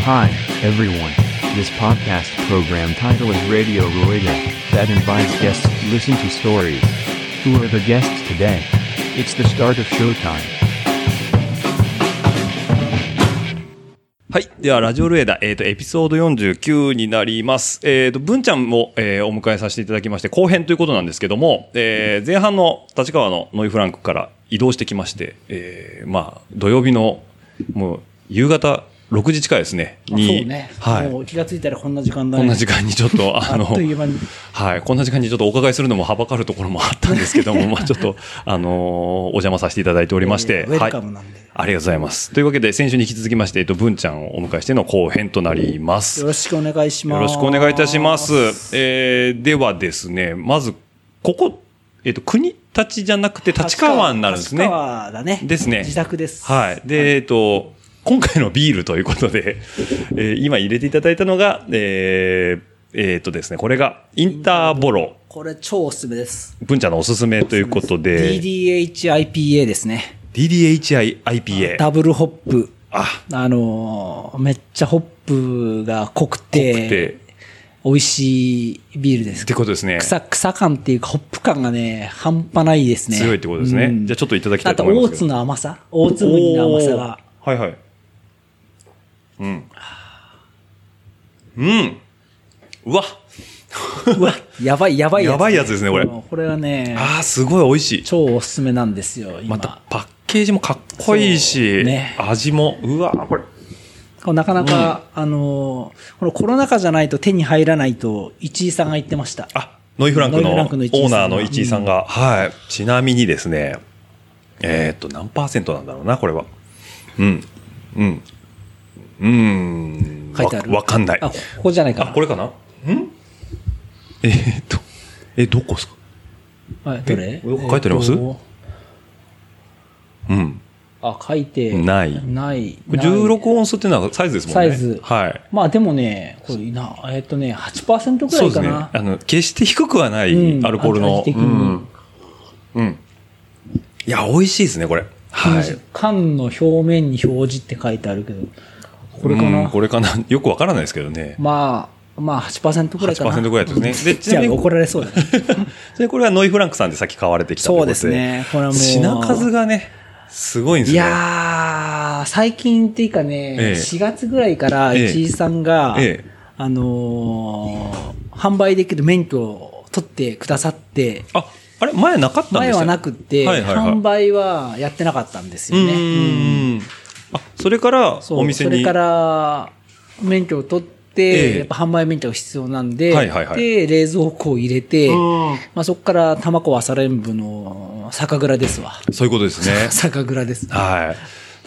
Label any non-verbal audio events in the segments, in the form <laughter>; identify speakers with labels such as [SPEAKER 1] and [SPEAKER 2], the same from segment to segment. [SPEAKER 1] Hi, everyone. This podcast program title is Radio Roida, that invites guests to listen to stories. Who are the guests today? It's the start of showtime.
[SPEAKER 2] はい。では、ラジオルエダ、えっ、と、エピソード49になります。えっ、と、文ちゃんも、えーお迎えさせていただきまして、後編ということなんですけども、えー前半の立川のノイフランクから移動してきまして、えーまあ、土曜日の、もう、夕方6時近いですね。
[SPEAKER 3] まあ
[SPEAKER 2] に、
[SPEAKER 3] そうね、
[SPEAKER 2] はい。
[SPEAKER 3] もう気がついたらこんな時間だね。
[SPEAKER 2] こんな時間にちょっと、あ
[SPEAKER 3] あ
[SPEAKER 2] の
[SPEAKER 3] っと、いう間に。
[SPEAKER 2] はい、こんな時間にちょっとお伺いするのもはばかるところもあったんですけど
[SPEAKER 3] <laughs>
[SPEAKER 2] も、まあちょっと、あのーお邪魔させていただいておりまし
[SPEAKER 3] いや
[SPEAKER 2] て、
[SPEAKER 3] いやウェ
[SPEAKER 2] は
[SPEAKER 3] ル
[SPEAKER 2] い。
[SPEAKER 3] カムなんで
[SPEAKER 2] ありがとうございます。というわけで、先週に引き続きまして、えっと、文ちゃんをお迎えしての後編となります。
[SPEAKER 3] よ
[SPEAKER 2] よ
[SPEAKER 3] ろしくお願いします。
[SPEAKER 2] ろしくお願いいたします。えー、ではですね、まず、ここ、えっと、国立じゃなくて立川になるんですね。
[SPEAKER 3] 立川だね。
[SPEAKER 2] ですね
[SPEAKER 3] 自宅です。
[SPEAKER 2] はい。で、えっと、今回のビールということで、 <laughs> えー今入れていただいたのが、えー、えーっとですね、これが、インターボロ、
[SPEAKER 3] これ超おすすめです。
[SPEAKER 2] 文ちゃんのおすすめということで、
[SPEAKER 3] DDHIPA ですね。
[SPEAKER 2] DDHI IPA。
[SPEAKER 3] ダブルホップ。
[SPEAKER 2] あ、
[SPEAKER 3] あのーめっちゃホップが濃くて、
[SPEAKER 2] 濃くて
[SPEAKER 3] 美味しいビールです。
[SPEAKER 2] ってことですね。
[SPEAKER 3] 草、草感っていうか、ホップ感がね、半端ないですね。
[SPEAKER 2] 強いってことですね。じゃあちょっといただきた
[SPEAKER 3] あ
[SPEAKER 2] いと
[SPEAKER 3] と、
[SPEAKER 2] 思いま
[SPEAKER 3] 大
[SPEAKER 2] すけ
[SPEAKER 3] 津
[SPEAKER 2] ど。
[SPEAKER 3] の甘さ大津麦の甘さが。
[SPEAKER 2] おー。はいはい。うん。うん。うわ
[SPEAKER 3] うわ、やばい、やばいやつ、
[SPEAKER 2] やばいやつですねこれ
[SPEAKER 3] これはね、
[SPEAKER 2] <laughs> あー、すごい美味しい。
[SPEAKER 3] 超おすすめなんですよ、今。
[SPEAKER 2] また、パッケージもかっこいい
[SPEAKER 3] そ
[SPEAKER 2] し、
[SPEAKER 3] うね
[SPEAKER 2] 味も、うわこれ。
[SPEAKER 3] これなかなか、あのー、このコロナ禍じゃないと手に入らないと、市井さんが言ってました。
[SPEAKER 2] あ、ノイフランクの
[SPEAKER 3] ノイ
[SPEAKER 2] オ
[SPEAKER 3] フランクの市井
[SPEAKER 2] ー
[SPEAKER 3] さん
[SPEAKER 2] ナー
[SPEAKER 3] が
[SPEAKER 2] の市井さんが、はい。ちなみにですね、えーっと、何パーセントなんだろうな、これは。うん。うん。うーん。
[SPEAKER 3] 書いてある。
[SPEAKER 2] わわかんない。
[SPEAKER 3] あ、ここじゃない
[SPEAKER 2] あ、
[SPEAKER 3] かな。
[SPEAKER 2] これかなんえーっと、え、どこですか
[SPEAKER 3] はいどれ
[SPEAKER 2] え書いてあります
[SPEAKER 3] えーと
[SPEAKER 2] うん。
[SPEAKER 3] あ、書いて。
[SPEAKER 2] ない
[SPEAKER 3] ない。
[SPEAKER 2] これ
[SPEAKER 3] ない
[SPEAKER 2] 16オンスっていうのはサイズですもんね。
[SPEAKER 3] サイズ
[SPEAKER 2] はい。
[SPEAKER 3] まあでもね、これな、えっ、とね、8%く
[SPEAKER 2] そ
[SPEAKER 3] ら
[SPEAKER 2] う
[SPEAKER 3] い
[SPEAKER 2] です
[SPEAKER 3] か
[SPEAKER 2] ね。
[SPEAKER 3] な
[SPEAKER 2] あ。の、決して低くはない、
[SPEAKER 3] うん
[SPEAKER 2] アルコールの。
[SPEAKER 3] 味的に
[SPEAKER 2] うん。うん。いや、美味しいですね、これ。はい。
[SPEAKER 3] 缶の表面に表示って書いてあるけど、これかな。
[SPEAKER 2] うんこれかな。よくわからないですけどね。
[SPEAKER 3] まあ、まあ8%くらいか <laughs> な。
[SPEAKER 2] 8%ぐらいですねでち
[SPEAKER 3] じ
[SPEAKER 2] な
[SPEAKER 3] ゃあ
[SPEAKER 2] みに
[SPEAKER 3] 怒られそうだね。
[SPEAKER 2] <laughs> で、これはノイフランクさんでさっき買われてきたとい
[SPEAKER 3] そ
[SPEAKER 2] こ
[SPEAKER 3] う
[SPEAKER 2] と
[SPEAKER 3] ですねこれはもう
[SPEAKER 2] 品数がね、すごいんです
[SPEAKER 3] い
[SPEAKER 2] よ、ね。
[SPEAKER 3] やー、最近っていうかね、
[SPEAKER 2] ええ
[SPEAKER 3] 4月ぐらいから
[SPEAKER 2] ええ
[SPEAKER 3] 市井さんが、
[SPEAKER 2] ええ
[SPEAKER 3] あのー販売できる免許を取ってくださって、
[SPEAKER 2] あ、あれ前なかったんで
[SPEAKER 3] 前
[SPEAKER 2] す
[SPEAKER 3] はなくって、
[SPEAKER 2] はいはいはい
[SPEAKER 3] 販売はやってなかったんです
[SPEAKER 2] う
[SPEAKER 3] よ
[SPEAKER 2] ん
[SPEAKER 3] ね。うん
[SPEAKER 2] あ、それから、
[SPEAKER 3] そう
[SPEAKER 2] お店に。
[SPEAKER 3] それから免許を取って、
[SPEAKER 2] ええ
[SPEAKER 3] やっぱ販売免許が必要なんで、
[SPEAKER 2] はいはいはい
[SPEAKER 3] で冷蔵庫を入れて、
[SPEAKER 2] うん
[SPEAKER 3] まあ、そこから玉子朝練部の酒蔵ですわ。
[SPEAKER 2] そういうこと
[SPEAKER 3] <laughs>
[SPEAKER 2] ですね。
[SPEAKER 3] 酒蔵です。
[SPEAKER 2] はい。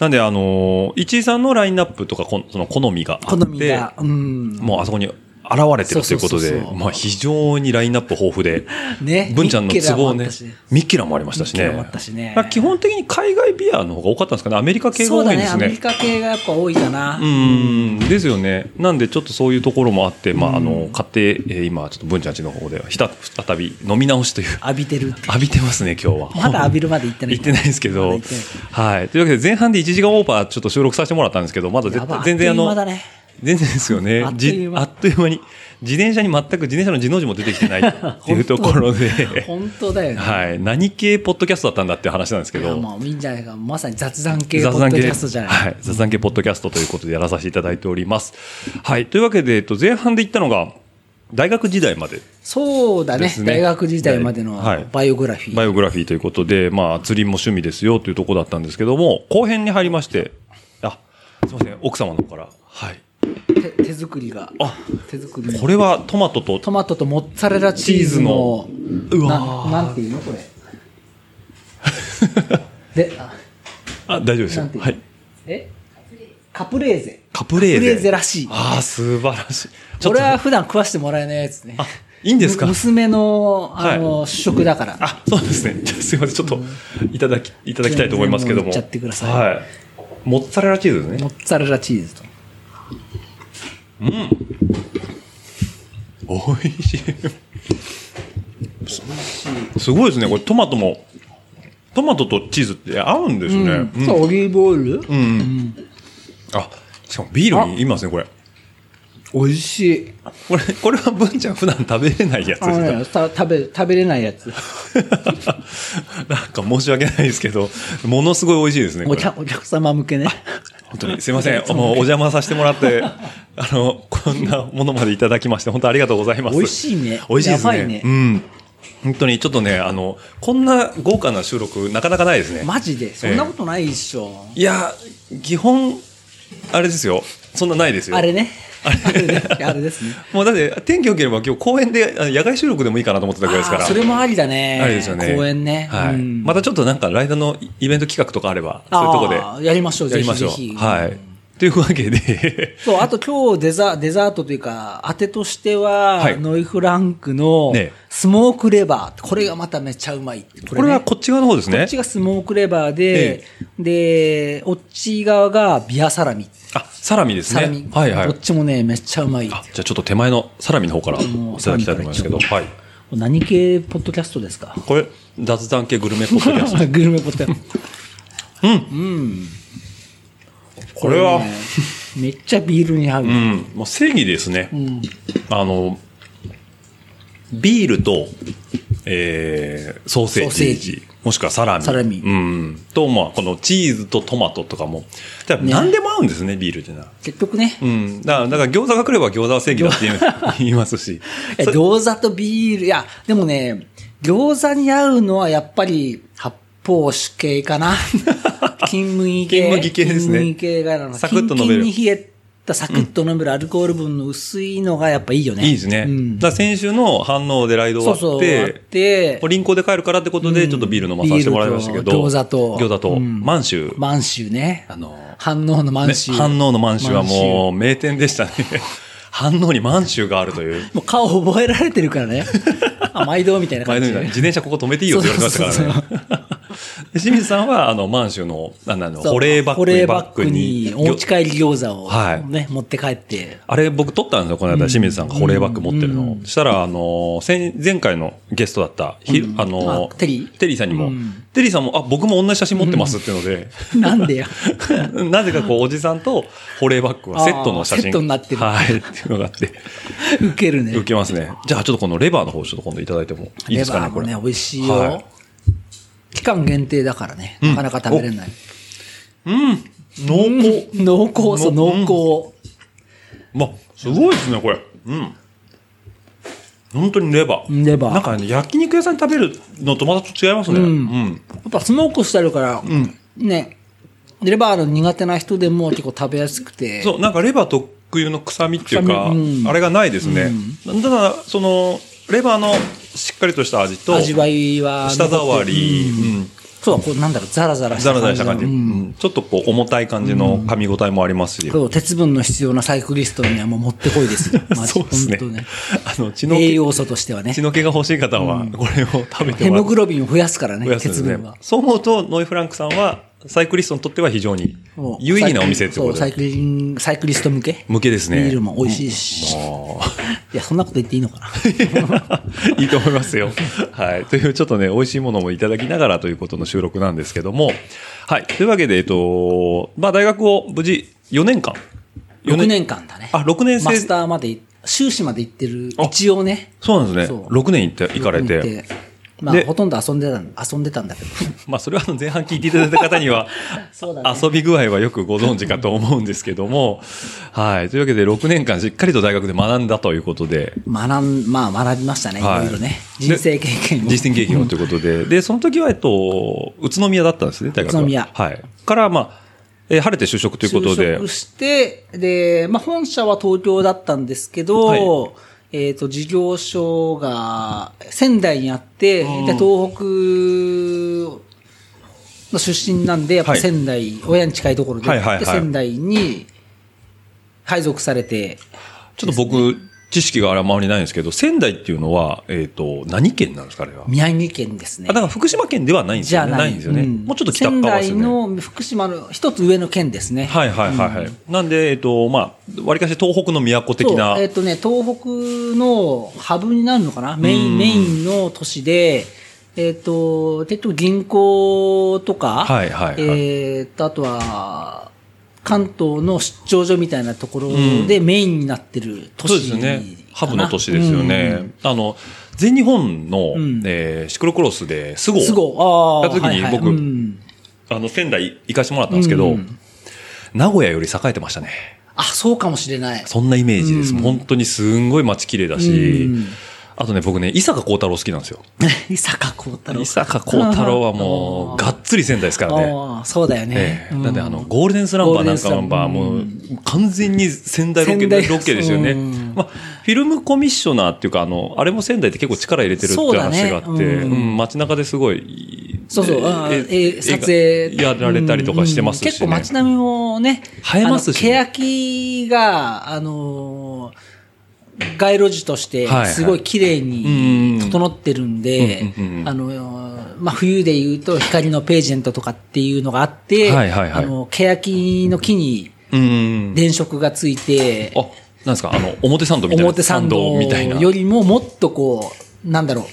[SPEAKER 2] なんで、あのー、一井さんのラインナップとか、こんその好みがあって、
[SPEAKER 3] 好みが、うん。
[SPEAKER 2] もうあそこに現れてるということ
[SPEAKER 3] そうそう
[SPEAKER 2] で
[SPEAKER 3] そうそ、う
[SPEAKER 2] まあ非常にラインナップ豊富で、
[SPEAKER 3] ね
[SPEAKER 2] 文ちゃんの
[SPEAKER 3] ミッケ
[SPEAKER 2] 都
[SPEAKER 3] ラも
[SPEAKER 2] 合
[SPEAKER 3] あっ
[SPEAKER 2] ね
[SPEAKER 3] たしね、
[SPEAKER 2] ミッキラもありましたし
[SPEAKER 3] ミッ
[SPEAKER 2] ね。
[SPEAKER 3] ケラもあったしね
[SPEAKER 2] まあ基本的に海外ビアの方が多かったんですかね。アメリカ系が
[SPEAKER 3] そ
[SPEAKER 2] 多
[SPEAKER 3] うだ
[SPEAKER 2] いんで
[SPEAKER 3] ね、
[SPEAKER 2] す
[SPEAKER 3] アメリ
[SPEAKER 2] ね。
[SPEAKER 3] カ系がやっぱ多いかな。
[SPEAKER 2] うん、ですよね。なんで、ちょっとそういうところもあって、まあ、あの、買って、えー今、ちょっと文ちゃんちの方では、ひた、再び飲み直しという、
[SPEAKER 3] 浴びてる。
[SPEAKER 2] 浴びてますね、今日は。
[SPEAKER 3] まだ浴びるまで行ってない。
[SPEAKER 2] 行ってないですけ
[SPEAKER 3] まだ
[SPEAKER 2] ど
[SPEAKER 3] 行ってない。
[SPEAKER 2] はい。というわけで、前半で1時間オーバーちょっと収録させてもらったんですけど、まだ絶
[SPEAKER 3] やば
[SPEAKER 2] 対
[SPEAKER 3] い
[SPEAKER 2] 全然あ
[SPEAKER 3] あっという
[SPEAKER 2] の
[SPEAKER 3] 間、だね。
[SPEAKER 2] 全然ですよね
[SPEAKER 3] <laughs> あ。っとい
[SPEAKER 2] じ
[SPEAKER 3] う間
[SPEAKER 2] あっという間に、自転車に全く自転車の字の字も出てきてないって
[SPEAKER 3] <laughs>
[SPEAKER 2] いうところで、
[SPEAKER 3] 本当だよね。
[SPEAKER 2] はい。何系ポッドキャストだったんだっていう話なんですけ
[SPEAKER 3] いや、
[SPEAKER 2] ど、
[SPEAKER 3] もういいんじゃないか。まさに雑談系ポ
[SPEAKER 2] 雑
[SPEAKER 3] ッ
[SPEAKER 2] 談
[SPEAKER 3] ドキ
[SPEAKER 2] 系、
[SPEAKER 3] ャストじゃない。
[SPEAKER 2] はい。雑談系ポッドキャストということでやらさせていただいております。はい。というわけで、えっと、前半で言ったのが、大学時代まで
[SPEAKER 3] そうだ
[SPEAKER 2] で
[SPEAKER 3] ね
[SPEAKER 2] すね
[SPEAKER 3] 大学時代までの
[SPEAKER 2] はい
[SPEAKER 3] バイオグラフィー。
[SPEAKER 2] バイオグラフィーということで、まあ、釣りも趣味ですよというところだったんですけども、後編に入りまして、あ、すいません、奥様の方から。はい。
[SPEAKER 3] 手手作りが。
[SPEAKER 2] あ、
[SPEAKER 3] 手作り
[SPEAKER 2] これはトマトと、
[SPEAKER 3] トマトとモッツァレラチーズの、
[SPEAKER 2] う
[SPEAKER 3] な
[SPEAKER 2] わー
[SPEAKER 3] なんていう
[SPEAKER 2] <laughs>
[SPEAKER 3] のこれ。で、あ
[SPEAKER 2] あ、大丈夫です
[SPEAKER 3] な
[SPEAKER 2] よ
[SPEAKER 3] んて。いうの、
[SPEAKER 2] はい。
[SPEAKER 3] えカプレーゼ。
[SPEAKER 2] カプレーゼ。
[SPEAKER 3] カプレーゼらしい
[SPEAKER 2] ああ、素晴らしい。ちょっ
[SPEAKER 3] これ
[SPEAKER 2] と、
[SPEAKER 3] は普段食わしてもらえないやつね。
[SPEAKER 2] あ、いいんですか
[SPEAKER 3] む娘の、あの、主食だから。
[SPEAKER 2] あ、そうですね。じゃあすいません、ちょっと、いただき、いただきたいと思いますけども。
[SPEAKER 3] 全然もういっちゃってください
[SPEAKER 2] はい。モッツァレラチーズですね。
[SPEAKER 3] モッツァレラチーズと。
[SPEAKER 2] <laughs> 美味しい。すごいですね。これトマトも、トマトとチーズって合うんですね。
[SPEAKER 3] そう、オリーブオイル
[SPEAKER 2] うん。あ、しかもビールにいますね、これ。
[SPEAKER 4] 美味しい。
[SPEAKER 2] これ、これは文ちゃん普段食べれないやつ
[SPEAKER 3] あの
[SPEAKER 2] で
[SPEAKER 3] ねた食べ、食べれないや
[SPEAKER 2] <laughs>
[SPEAKER 3] つ。
[SPEAKER 2] すか <laughs> なんか申し訳ないですけど、ものすごい美味しいですね。こ
[SPEAKER 3] お
[SPEAKER 2] れ
[SPEAKER 3] 客お客様向けね。
[SPEAKER 2] 本当にすい
[SPEAKER 3] <laughs>
[SPEAKER 2] ません。もうお邪魔させてもらって、あの、こんなものまでいただきまして、本当ありがとうございます。
[SPEAKER 3] 美味しいね
[SPEAKER 2] 美味しいですね。
[SPEAKER 3] やばいね
[SPEAKER 2] うん。本当にちょっとね、あの、こんな豪華な収録、なかなかないですね。
[SPEAKER 3] マジ <laughs> で、そんなことないっしょ。
[SPEAKER 2] いや、基本、あれですよ。そんなないですよ。
[SPEAKER 3] あれね。
[SPEAKER 2] あれ
[SPEAKER 3] あれね。あれですね。
[SPEAKER 2] もうだって、天気良ければ今日公園で、あの野外収録でもいいかなと思ってたぐらいですから。
[SPEAKER 3] あーそれもありだね。
[SPEAKER 2] あれですよね。
[SPEAKER 3] 公園ね。
[SPEAKER 2] はい。
[SPEAKER 3] うん
[SPEAKER 2] またちょっとなんか、ライダーのイベント企画とかあれば、そういうとこで
[SPEAKER 3] あーやりましょう、
[SPEAKER 2] や
[SPEAKER 3] ぜ
[SPEAKER 2] り
[SPEAKER 3] ひ
[SPEAKER 2] まし
[SPEAKER 3] ぜ
[SPEAKER 2] ょう。
[SPEAKER 3] ひ。
[SPEAKER 2] はい。というわけで、
[SPEAKER 3] そう、あと今日デザデザートというか、当てとしては、
[SPEAKER 2] はい
[SPEAKER 3] ノイフランクの
[SPEAKER 2] ね
[SPEAKER 3] スモークレバー。これがまためちゃうまいって。こ
[SPEAKER 2] これ
[SPEAKER 3] ね
[SPEAKER 2] はこっち側の方ですね。
[SPEAKER 3] こっちがスモークレバーで、で、おっち側がビアサラミ。
[SPEAKER 2] あ、サラミです
[SPEAKER 3] サ
[SPEAKER 2] ね。
[SPEAKER 3] ラミ。
[SPEAKER 2] はいはい。
[SPEAKER 3] どっちもね、めっちゃうまい。
[SPEAKER 2] あじゃあちょっと手前のサラミの方からい
[SPEAKER 3] もう
[SPEAKER 2] ただきたいと思いますけど、はい。
[SPEAKER 3] 何系ポッドキャストですか
[SPEAKER 2] これ、雑談系グルメポッドキャ
[SPEAKER 3] <laughs>
[SPEAKER 2] スト。
[SPEAKER 3] グルメポッドキャスト。
[SPEAKER 2] これは、
[SPEAKER 3] ねめっちゃビールに合う。
[SPEAKER 2] うん、もう正義ですね。あの、ビールと、えーソーセージ、
[SPEAKER 3] ソーセージ
[SPEAKER 2] もしくはサラミ。
[SPEAKER 3] サラミ
[SPEAKER 2] うん。と、まあ、このチーズとトマトとかも、だから何でも合うんですね、ビールってな。
[SPEAKER 3] 結局ね、
[SPEAKER 2] うん。だから、だから餃子が来れば餃子は正義だって
[SPEAKER 3] <laughs>
[SPEAKER 2] 言う言いますし。
[SPEAKER 3] え餃子とビール、いや、でもね、餃子に合うのはやっぱり発泡酒系
[SPEAKER 2] <laughs>
[SPEAKER 3] かな。金麦系。
[SPEAKER 2] 金麦系ですね
[SPEAKER 3] 金麦系がなの。
[SPEAKER 2] サクッと飲める
[SPEAKER 3] キンキンに冷えたサクッと飲めるアルコール分の薄いのがやっぱいいよね。
[SPEAKER 2] いいですね。
[SPEAKER 3] うん
[SPEAKER 2] だから先週の反応でライド終
[SPEAKER 3] そ
[SPEAKER 2] わ
[SPEAKER 3] う
[SPEAKER 2] って、
[SPEAKER 3] そう。あって
[SPEAKER 2] もう、輪行で帰るからってことで、ちょっとビール飲まさせてもらいましたけど。
[SPEAKER 3] ビールと餃子と
[SPEAKER 2] 餃子と、
[SPEAKER 3] うん
[SPEAKER 2] 満州。
[SPEAKER 3] 満州ね。
[SPEAKER 2] あの、
[SPEAKER 3] 反応の満州。
[SPEAKER 2] ね反応の満州はもう名店でしたね。 <laughs> 反応に満州があるという。
[SPEAKER 3] う。もう顔覚えられてるか
[SPEAKER 2] <laughs>
[SPEAKER 3] らね。あ、毎度みたいな
[SPEAKER 2] 前
[SPEAKER 3] 感
[SPEAKER 2] の
[SPEAKER 3] じ
[SPEAKER 2] ように
[SPEAKER 3] で
[SPEAKER 2] 自。転車ここ止めていいよって言われました
[SPEAKER 3] <laughs>
[SPEAKER 2] からね。で清水さんは、あの、満州の、あのあの、
[SPEAKER 3] そう
[SPEAKER 2] 保冷バッグに、バッ
[SPEAKER 3] 保
[SPEAKER 2] グ
[SPEAKER 3] 冷
[SPEAKER 2] に
[SPEAKER 3] バッグにお持ち帰り餃子
[SPEAKER 2] はい
[SPEAKER 3] をね、持って帰って。
[SPEAKER 2] あれ僕撮ったんですよ、この間、清水さんが保冷バッグ持ってるのを。そしたら、あの、先前回のゲストだった、ひあの
[SPEAKER 3] あ、テリー
[SPEAKER 2] テリーさんにも、テリーさんも、あ、僕も同じ写真持ってますっていうので、
[SPEAKER 3] な
[SPEAKER 2] <laughs>
[SPEAKER 3] んでよ。
[SPEAKER 2] なぜかこう、おじさんと保冷バッグはセットの写真。
[SPEAKER 3] あーセットになってる
[SPEAKER 2] はい、っていうのがあって、
[SPEAKER 3] ウケるね。
[SPEAKER 2] 受けますね。じゃあ、ちょっとこのレバーの方、ちょっと今度いただいてもいいですか
[SPEAKER 3] レ
[SPEAKER 2] ね、
[SPEAKER 3] バー
[SPEAKER 2] こ
[SPEAKER 3] も
[SPEAKER 2] れ。
[SPEAKER 3] ね、美味しいよ、
[SPEAKER 2] はい
[SPEAKER 3] 期間限定だからね、なかなか食べれない。
[SPEAKER 2] 濃厚。
[SPEAKER 3] 濃厚、そう、濃厚。
[SPEAKER 2] まあ、すごいですね、これ。うん。本当にレバー。
[SPEAKER 3] レバー
[SPEAKER 2] なんかね、焼肉屋さんで食べるのとまた違いますね。うん。
[SPEAKER 3] やっぱスモークしてあるから、ね、レバーの苦手な人でも結構食べやすくて。
[SPEAKER 2] そう、なんかレバー特有の臭みっていうか、
[SPEAKER 3] 臭みうん
[SPEAKER 2] あれがないですね。ただ、その、レバーのしっかりとした味と、
[SPEAKER 3] 味わいは。
[SPEAKER 2] 舌触り、うん
[SPEAKER 3] そうだ、こうなんだろう、ザラザラし
[SPEAKER 2] ザ
[SPEAKER 3] た
[SPEAKER 2] ラ
[SPEAKER 3] 感じの。
[SPEAKER 2] ザラした感じ、
[SPEAKER 3] うん
[SPEAKER 2] うんちょっとこう重たい感じの噛み応えもありますし、
[SPEAKER 3] そう鉄分の必要なサイクリストにはもう持ってこいですよ。マ
[SPEAKER 2] <laughs>
[SPEAKER 3] ジ
[SPEAKER 2] そうですね
[SPEAKER 3] 本当ね。
[SPEAKER 2] あの血の
[SPEAKER 3] 栄
[SPEAKER 2] 気
[SPEAKER 3] 養素としてはね
[SPEAKER 2] 血。の気が欲しい方はこれを食べて
[SPEAKER 3] ヘ
[SPEAKER 2] もら
[SPEAKER 3] モ
[SPEAKER 2] って
[SPEAKER 3] グロビンを増やすからね、
[SPEAKER 2] おやすみ
[SPEAKER 3] 鉄
[SPEAKER 2] で
[SPEAKER 3] 分
[SPEAKER 2] すね
[SPEAKER 3] は。
[SPEAKER 2] そう思うとノイ・フランクさんはサイクリストにとっては非常に
[SPEAKER 3] もう
[SPEAKER 2] 有意義なお店ってこと
[SPEAKER 3] サイ
[SPEAKER 2] で
[SPEAKER 3] クリンサイクリスト向け
[SPEAKER 2] 向けですね
[SPEAKER 3] ビールも美味しいし。
[SPEAKER 2] も
[SPEAKER 3] いや、そんなこと言っていいのかな。
[SPEAKER 2] う <laughs> いいと思いますよ。はい。という、ちょっとね、美味しいものもいただきながらということの収録なんですけども。はい。というわけで、えっと、まあ、大学を無事4年間。 <laughs> 四
[SPEAKER 3] 6年間だね。
[SPEAKER 2] あ、6年生。
[SPEAKER 3] マスターまで、修士まで行ってる、
[SPEAKER 2] あ
[SPEAKER 3] 一応ね。
[SPEAKER 2] そうなんですね
[SPEAKER 3] そ。う
[SPEAKER 2] 6年行って、行かれ
[SPEAKER 3] よく見
[SPEAKER 2] て。
[SPEAKER 3] まあ、
[SPEAKER 2] で
[SPEAKER 3] ほとんど遊んでたん、遊んでたんだけど。
[SPEAKER 2] <laughs> まあ、それはあの前半聞いていただいた方には、
[SPEAKER 3] <laughs> そうだね
[SPEAKER 2] 遊び具合はよくご存知かと思うんですけども、 <laughs> はい。というわけで、6年間しっかりと大学で学んだということで、
[SPEAKER 3] 学ん、まあ、学びましたね、い
[SPEAKER 2] はい
[SPEAKER 3] ろいろね。人生経験を。
[SPEAKER 2] 実践経験をということで、で、その時は、えっと、宇都宮だったんですね、大学は
[SPEAKER 3] 宇都宮
[SPEAKER 2] はい。から、まあ、えー晴れて就職ということで
[SPEAKER 3] 就、職して、で、まあ、本社は東京だったんですけど、
[SPEAKER 2] はい
[SPEAKER 3] えっ、と、事業所が仙台にあって、で東北の出身なんで、やっぱ
[SPEAKER 2] はい
[SPEAKER 3] 仙台、親に近いところで、
[SPEAKER 2] はいはいはい
[SPEAKER 3] で仙台に配属されて、
[SPEAKER 2] ちょっと僕、知識があまりないんですけど、仙台っていうのは、えっと、何県なんですか、あれは。
[SPEAKER 3] 宮城県ですね。
[SPEAKER 2] あ、だから福島県ではないんです
[SPEAKER 3] じゃ
[SPEAKER 2] よ
[SPEAKER 3] あ
[SPEAKER 2] ね。
[SPEAKER 3] ない
[SPEAKER 2] ないんですよね。
[SPEAKER 3] ん
[SPEAKER 2] もうちょっと北っ側ですよね。
[SPEAKER 3] 仙台の福島の一つ上の県ですね。
[SPEAKER 2] はいはいはいはい。なんで、えっと、まあ、わりかし東北の都的な。
[SPEAKER 3] そうえっ、とね、東北のハブになるのかなメイン、メインの都市で、えっ、と、結局銀行とか、
[SPEAKER 2] はいはいはい
[SPEAKER 3] えっ、と、あとは、関東の出張所みたいなところでメインになってる都
[SPEAKER 2] そう
[SPEAKER 3] 市
[SPEAKER 2] です
[SPEAKER 3] か
[SPEAKER 2] よ
[SPEAKER 3] な、
[SPEAKER 2] ね。ハブの都市ですよね。あの、全日本の、
[SPEAKER 3] ん
[SPEAKER 2] えーシクロクロスで、ス
[SPEAKER 3] う
[SPEAKER 2] ゴ
[SPEAKER 3] ん。すごい。あ
[SPEAKER 2] や
[SPEAKER 3] あ。
[SPEAKER 2] った時に僕
[SPEAKER 3] うん
[SPEAKER 2] あの、仙台行かしてもらったんですけど、
[SPEAKER 3] うん
[SPEAKER 2] 名古屋より栄えてましたね。
[SPEAKER 3] あ、そうかもしれない。
[SPEAKER 2] そんなイメージです。
[SPEAKER 3] うん
[SPEAKER 2] 本当にすんごい街綺麗だし、
[SPEAKER 3] うん
[SPEAKER 2] あとね、僕ね、伊坂幸太郎好きなんですよ。
[SPEAKER 3] <laughs> 伊坂幸太郎。
[SPEAKER 2] 伊坂幸太郎はもう、がっつり仙台ですからね。
[SPEAKER 3] ああ、そうだよ
[SPEAKER 2] え
[SPEAKER 3] ね。
[SPEAKER 2] え
[SPEAKER 3] うん
[SPEAKER 2] なんで、あの、ゴールデンスランバーなんかは、も
[SPEAKER 3] ゴ
[SPEAKER 2] う、完全に仙台ロケ、
[SPEAKER 3] 仙 <laughs> 台
[SPEAKER 2] ロケですよね
[SPEAKER 3] うん。
[SPEAKER 2] まあ、フィルムコミッショナーっていうか、あの、あれも仙台って結構力入れてるって
[SPEAKER 3] そうだね
[SPEAKER 2] 話があって、
[SPEAKER 3] うん
[SPEAKER 2] うん街中ですごい、
[SPEAKER 3] そうそう、あーえ
[SPEAKER 2] 映
[SPEAKER 3] ー撮影。
[SPEAKER 2] やられたりとかしてますし、
[SPEAKER 3] うん
[SPEAKER 2] ね。
[SPEAKER 3] 結構街並みもね、
[SPEAKER 2] 映えますしね
[SPEAKER 3] あの欅が、あのー街路樹として
[SPEAKER 2] はいはい
[SPEAKER 3] すごい綺麗に整ってるんで
[SPEAKER 2] うんうんうんう、ん
[SPEAKER 3] あのー、まあ、冬で言うと光のページェントとかっていうのがあって、
[SPEAKER 2] はいはいはい
[SPEAKER 3] あの、欅の木に
[SPEAKER 2] うん。
[SPEAKER 3] 電飾がついて、
[SPEAKER 2] あ、なんですか、あの、表参道みたいな。
[SPEAKER 3] 表参道
[SPEAKER 2] みたいな。
[SPEAKER 3] よりももっとこう、なんだろう。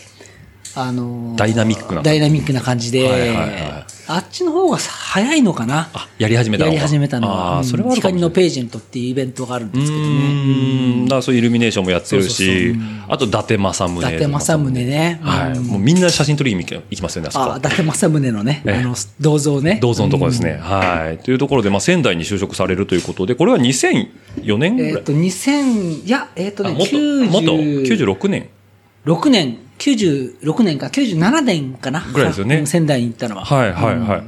[SPEAKER 3] あのー
[SPEAKER 2] ダイナミックな
[SPEAKER 3] ダイナミックな感じ
[SPEAKER 2] はい
[SPEAKER 3] で
[SPEAKER 2] はいはい、
[SPEAKER 3] あっちの方が早いのかな。
[SPEAKER 2] あ、やり始めた
[SPEAKER 3] や
[SPEAKER 2] の
[SPEAKER 3] り始めたの
[SPEAKER 2] あ
[SPEAKER 3] は、
[SPEAKER 2] あ、それはあるかも
[SPEAKER 3] 光
[SPEAKER 2] しれ
[SPEAKER 3] の
[SPEAKER 2] ない。
[SPEAKER 3] ページェントっていうイベントがあるんですけど
[SPEAKER 2] う
[SPEAKER 3] ね。
[SPEAKER 2] ーん、だからそういうイルミネーションもやってるし、あと伊達政宗。
[SPEAKER 3] 伊達政宗ね
[SPEAKER 2] はい。
[SPEAKER 3] うん
[SPEAKER 2] もうみんな写真撮りに行きますよね、あそ
[SPEAKER 3] あ、伊
[SPEAKER 2] こ。
[SPEAKER 3] 達政宗のね、
[SPEAKER 2] ええ
[SPEAKER 3] あの、銅像ね。
[SPEAKER 2] 銅像のところですね。はい。というところで、まあ、仙台に就職されるということで、これは2004年ぐら
[SPEAKER 3] え
[SPEAKER 2] い。
[SPEAKER 3] っと、2000、いや、えっと
[SPEAKER 2] あ
[SPEAKER 3] ね、
[SPEAKER 2] もっと、もっと、
[SPEAKER 3] 96
[SPEAKER 2] 96年。
[SPEAKER 3] 年、96年か、97年かな。
[SPEAKER 2] ぐらいですよね
[SPEAKER 3] うん仙台に行ったのは。
[SPEAKER 2] はいはいはい。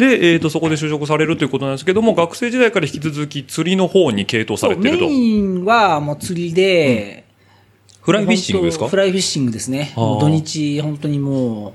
[SPEAKER 2] で、えっ、と、そこで就職されるということなんですけども、学生時代から引き続き釣りの方に傾倒さ
[SPEAKER 3] そう
[SPEAKER 2] れて
[SPEAKER 3] メ
[SPEAKER 2] ると。
[SPEAKER 3] インはもう釣りで、
[SPEAKER 2] フライフィッシングですか
[SPEAKER 3] 本当フライフィッシングですね。
[SPEAKER 2] あー
[SPEAKER 3] もう土日、本当にもう、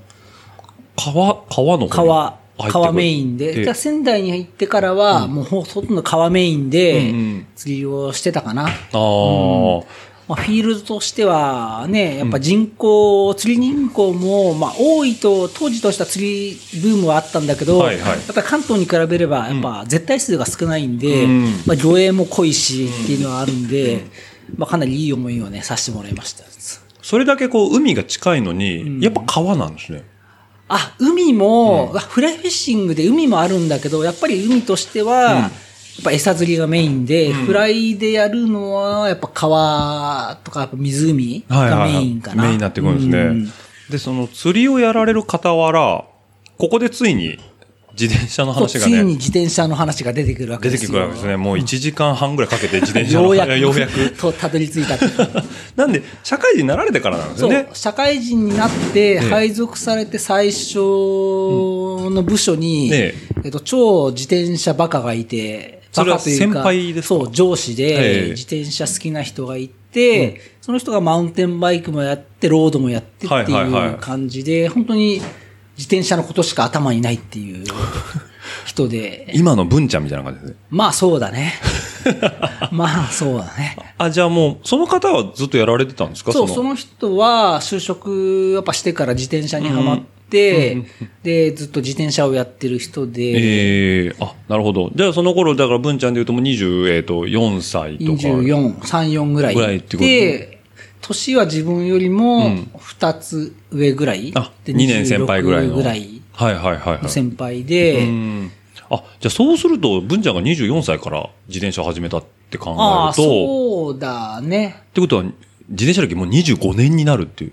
[SPEAKER 2] 川、川の方に
[SPEAKER 3] 川、
[SPEAKER 2] 入ってくる
[SPEAKER 3] 川メインで、
[SPEAKER 2] ええ
[SPEAKER 3] じゃあ仙台に行ってからは、もうほとんど川メイン
[SPEAKER 2] うんう
[SPEAKER 3] で
[SPEAKER 2] ん、
[SPEAKER 3] 釣りをしてたかな。
[SPEAKER 2] ああ、
[SPEAKER 3] まあ、フィールドとしてはね、やっぱ人口、釣り人口も、まあ、多いと、当時とした釣りブームはあったんだけど、
[SPEAKER 2] はいはい
[SPEAKER 3] やっぱ関東に比べれば、やっぱ絶対数が少ないんで、
[SPEAKER 2] うん
[SPEAKER 3] まあ、魚影も濃いしっていうのはあるんで、まあ、かなりいい思いをね、させてもらいました。
[SPEAKER 2] それだけこう海が近いのに、
[SPEAKER 3] ん
[SPEAKER 2] やっぱ川なんですね。
[SPEAKER 3] あ、海も、あフライフィッシングで海もあるんだけど、やっぱり海としては、やっぱ餌釣りがメインで、フライでやるのは、やっぱ川とかやっぱ湖がメインかな。
[SPEAKER 2] メインになってくるんですね。
[SPEAKER 3] うん
[SPEAKER 2] で、その釣りをやられる傍ら、ここでついに自転車の
[SPEAKER 3] そう
[SPEAKER 2] 話
[SPEAKER 3] つ
[SPEAKER 2] が
[SPEAKER 3] いに
[SPEAKER 2] ね、
[SPEAKER 3] 自転車の話が出てくるわけ
[SPEAKER 2] 出
[SPEAKER 3] で
[SPEAKER 2] て
[SPEAKER 3] す
[SPEAKER 2] く
[SPEAKER 3] よ。
[SPEAKER 2] るわけですね。もう1時間半ぐらいかけて自転車の
[SPEAKER 3] ようや
[SPEAKER 2] <laughs>
[SPEAKER 3] く、
[SPEAKER 2] ようやく。
[SPEAKER 3] と、たどり着い
[SPEAKER 2] <laughs>
[SPEAKER 3] たっていう。
[SPEAKER 2] なんで、社会人になられてからなんです
[SPEAKER 3] そ
[SPEAKER 2] よ
[SPEAKER 3] う、
[SPEAKER 2] ね。
[SPEAKER 3] 社会人になって、
[SPEAKER 2] え
[SPEAKER 3] 配属されて最初の部署に、
[SPEAKER 2] え
[SPEAKER 3] えっと、超自転車バカがいて、
[SPEAKER 2] それは
[SPEAKER 3] バカという
[SPEAKER 2] 先輩ですか
[SPEAKER 3] そう、上司
[SPEAKER 2] え
[SPEAKER 3] で
[SPEAKER 2] え、
[SPEAKER 3] 自転車好きな人がいて、その人がマウンテンバイクもやって、ロードもやってって
[SPEAKER 2] はいはいはい
[SPEAKER 3] いう感じで、本当に自転車のことしか頭にないっていう人で、
[SPEAKER 2] 今の文ちゃんみたいな感じですね。
[SPEAKER 3] まあそうだ
[SPEAKER 2] <laughs>
[SPEAKER 3] ね。まあそうだね。
[SPEAKER 2] あ、じゃあもう、その方はずっとやられてたんですか
[SPEAKER 3] そう、その人は就職やっぱしてから自転車にはまって、で、ずっと自転車をやってる人で、
[SPEAKER 2] ええあ、なるほど。じゃあその頃、だから文ちゃんで言うともう24歳とか。
[SPEAKER 3] 24、3、4ぐらい
[SPEAKER 2] ぐらいってこと
[SPEAKER 3] で、年は自分より
[SPEAKER 2] う
[SPEAKER 3] も
[SPEAKER 2] ん
[SPEAKER 3] 2つ上ぐらい。
[SPEAKER 2] あ、
[SPEAKER 3] で
[SPEAKER 2] 2年先輩ぐらいの。
[SPEAKER 3] 26ぐらい
[SPEAKER 2] はいはいはい、はい。
[SPEAKER 3] の先輩で、
[SPEAKER 2] うんあ、じゃあそうすると、文ちゃんが24歳から自転車を始めたって考
[SPEAKER 3] あ
[SPEAKER 2] える
[SPEAKER 3] あ、
[SPEAKER 2] と、っ
[SPEAKER 3] そうだね。
[SPEAKER 2] てことは、自転車歴もう25年になるっていう。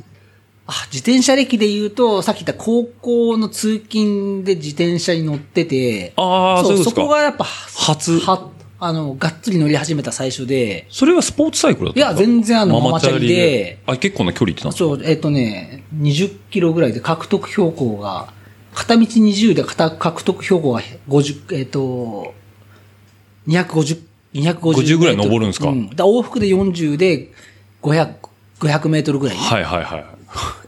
[SPEAKER 3] あ、自転車歴で言うと、さっき言った高校の通勤で自転車に乗ってて、
[SPEAKER 2] ああ、そういうことで
[SPEAKER 3] そ
[SPEAKER 2] すか。
[SPEAKER 3] こがやっぱ、
[SPEAKER 2] 初
[SPEAKER 3] は、あの、がっつり乗り始めた最初で、
[SPEAKER 2] それはスポーツサイクルだったんですか
[SPEAKER 3] いや全然あの
[SPEAKER 2] ママチャ
[SPEAKER 3] ママチ
[SPEAKER 2] リ
[SPEAKER 3] ャリ
[SPEAKER 2] で
[SPEAKER 3] で。
[SPEAKER 2] あ、結構な距離行ってたんです
[SPEAKER 3] そう、えっ、とね、20キロぐらいで獲得標高が、片道20で片獲得標高が50、えっ、と、250、250
[SPEAKER 2] 50ぐらい登るんですか
[SPEAKER 3] うだ往復で40で500、500メートルぐらい。
[SPEAKER 2] かはいはいはい。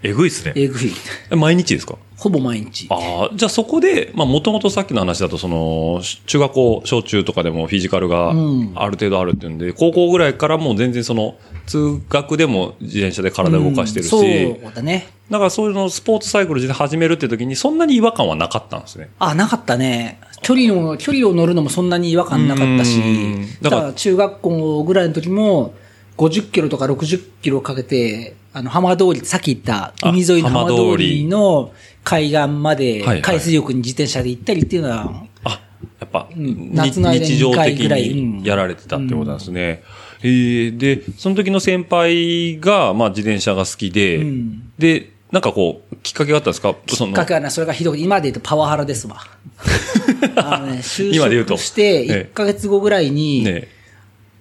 [SPEAKER 2] えぐいっすね。
[SPEAKER 3] えぐい。
[SPEAKER 2] え毎日ですか
[SPEAKER 3] ほぼ毎日。
[SPEAKER 2] ああ、じゃあそこで、まあもともとさっきの話だと、その、し中学校、小中とかでもフィジカルがあ
[SPEAKER 3] うん
[SPEAKER 2] る程度あるっていうんで、高校ぐらいからもう全然その、通学でも自転車で体を動かしてるし、
[SPEAKER 3] うんそうだね。
[SPEAKER 2] だからそういうのスポーツサイクルで始めるって時にそんなに違和感はなかったんですね。
[SPEAKER 3] あ、なかったね。距離の、距離を乗るのもそんなに違和感なかったし
[SPEAKER 2] うん、だ
[SPEAKER 3] だ
[SPEAKER 2] か
[SPEAKER 3] からら中学校ぐらいの時も、50キロとか60キロかけて、あの、浜通り、さっき言った、
[SPEAKER 2] あ
[SPEAKER 3] 海沿いの
[SPEAKER 2] 浜
[SPEAKER 3] 浜
[SPEAKER 2] 通り
[SPEAKER 3] 通りの海岸ま
[SPEAKER 2] はいはい
[SPEAKER 3] で、海水浴に自転車で行ったりっていうのは、
[SPEAKER 2] あ、やっぱ、
[SPEAKER 3] ん
[SPEAKER 2] に
[SPEAKER 3] 夏の間に
[SPEAKER 2] 日常
[SPEAKER 3] 二回
[SPEAKER 2] 的
[SPEAKER 3] ぐらい
[SPEAKER 2] にやられてたってことなんですね。えーで、その時の先輩が、まあ、自転車が好きで、
[SPEAKER 3] ん
[SPEAKER 2] で、なんかこう、きっかけがあったんですかそ
[SPEAKER 3] き
[SPEAKER 2] の
[SPEAKER 3] っかけはね、それがひどくて、今で言うとパワハラで
[SPEAKER 2] <laughs>
[SPEAKER 3] すわ。あのね、就
[SPEAKER 2] 今で言うと
[SPEAKER 3] 職して、
[SPEAKER 2] ええ
[SPEAKER 3] 1ヶ月後ぐらいに、
[SPEAKER 2] ね、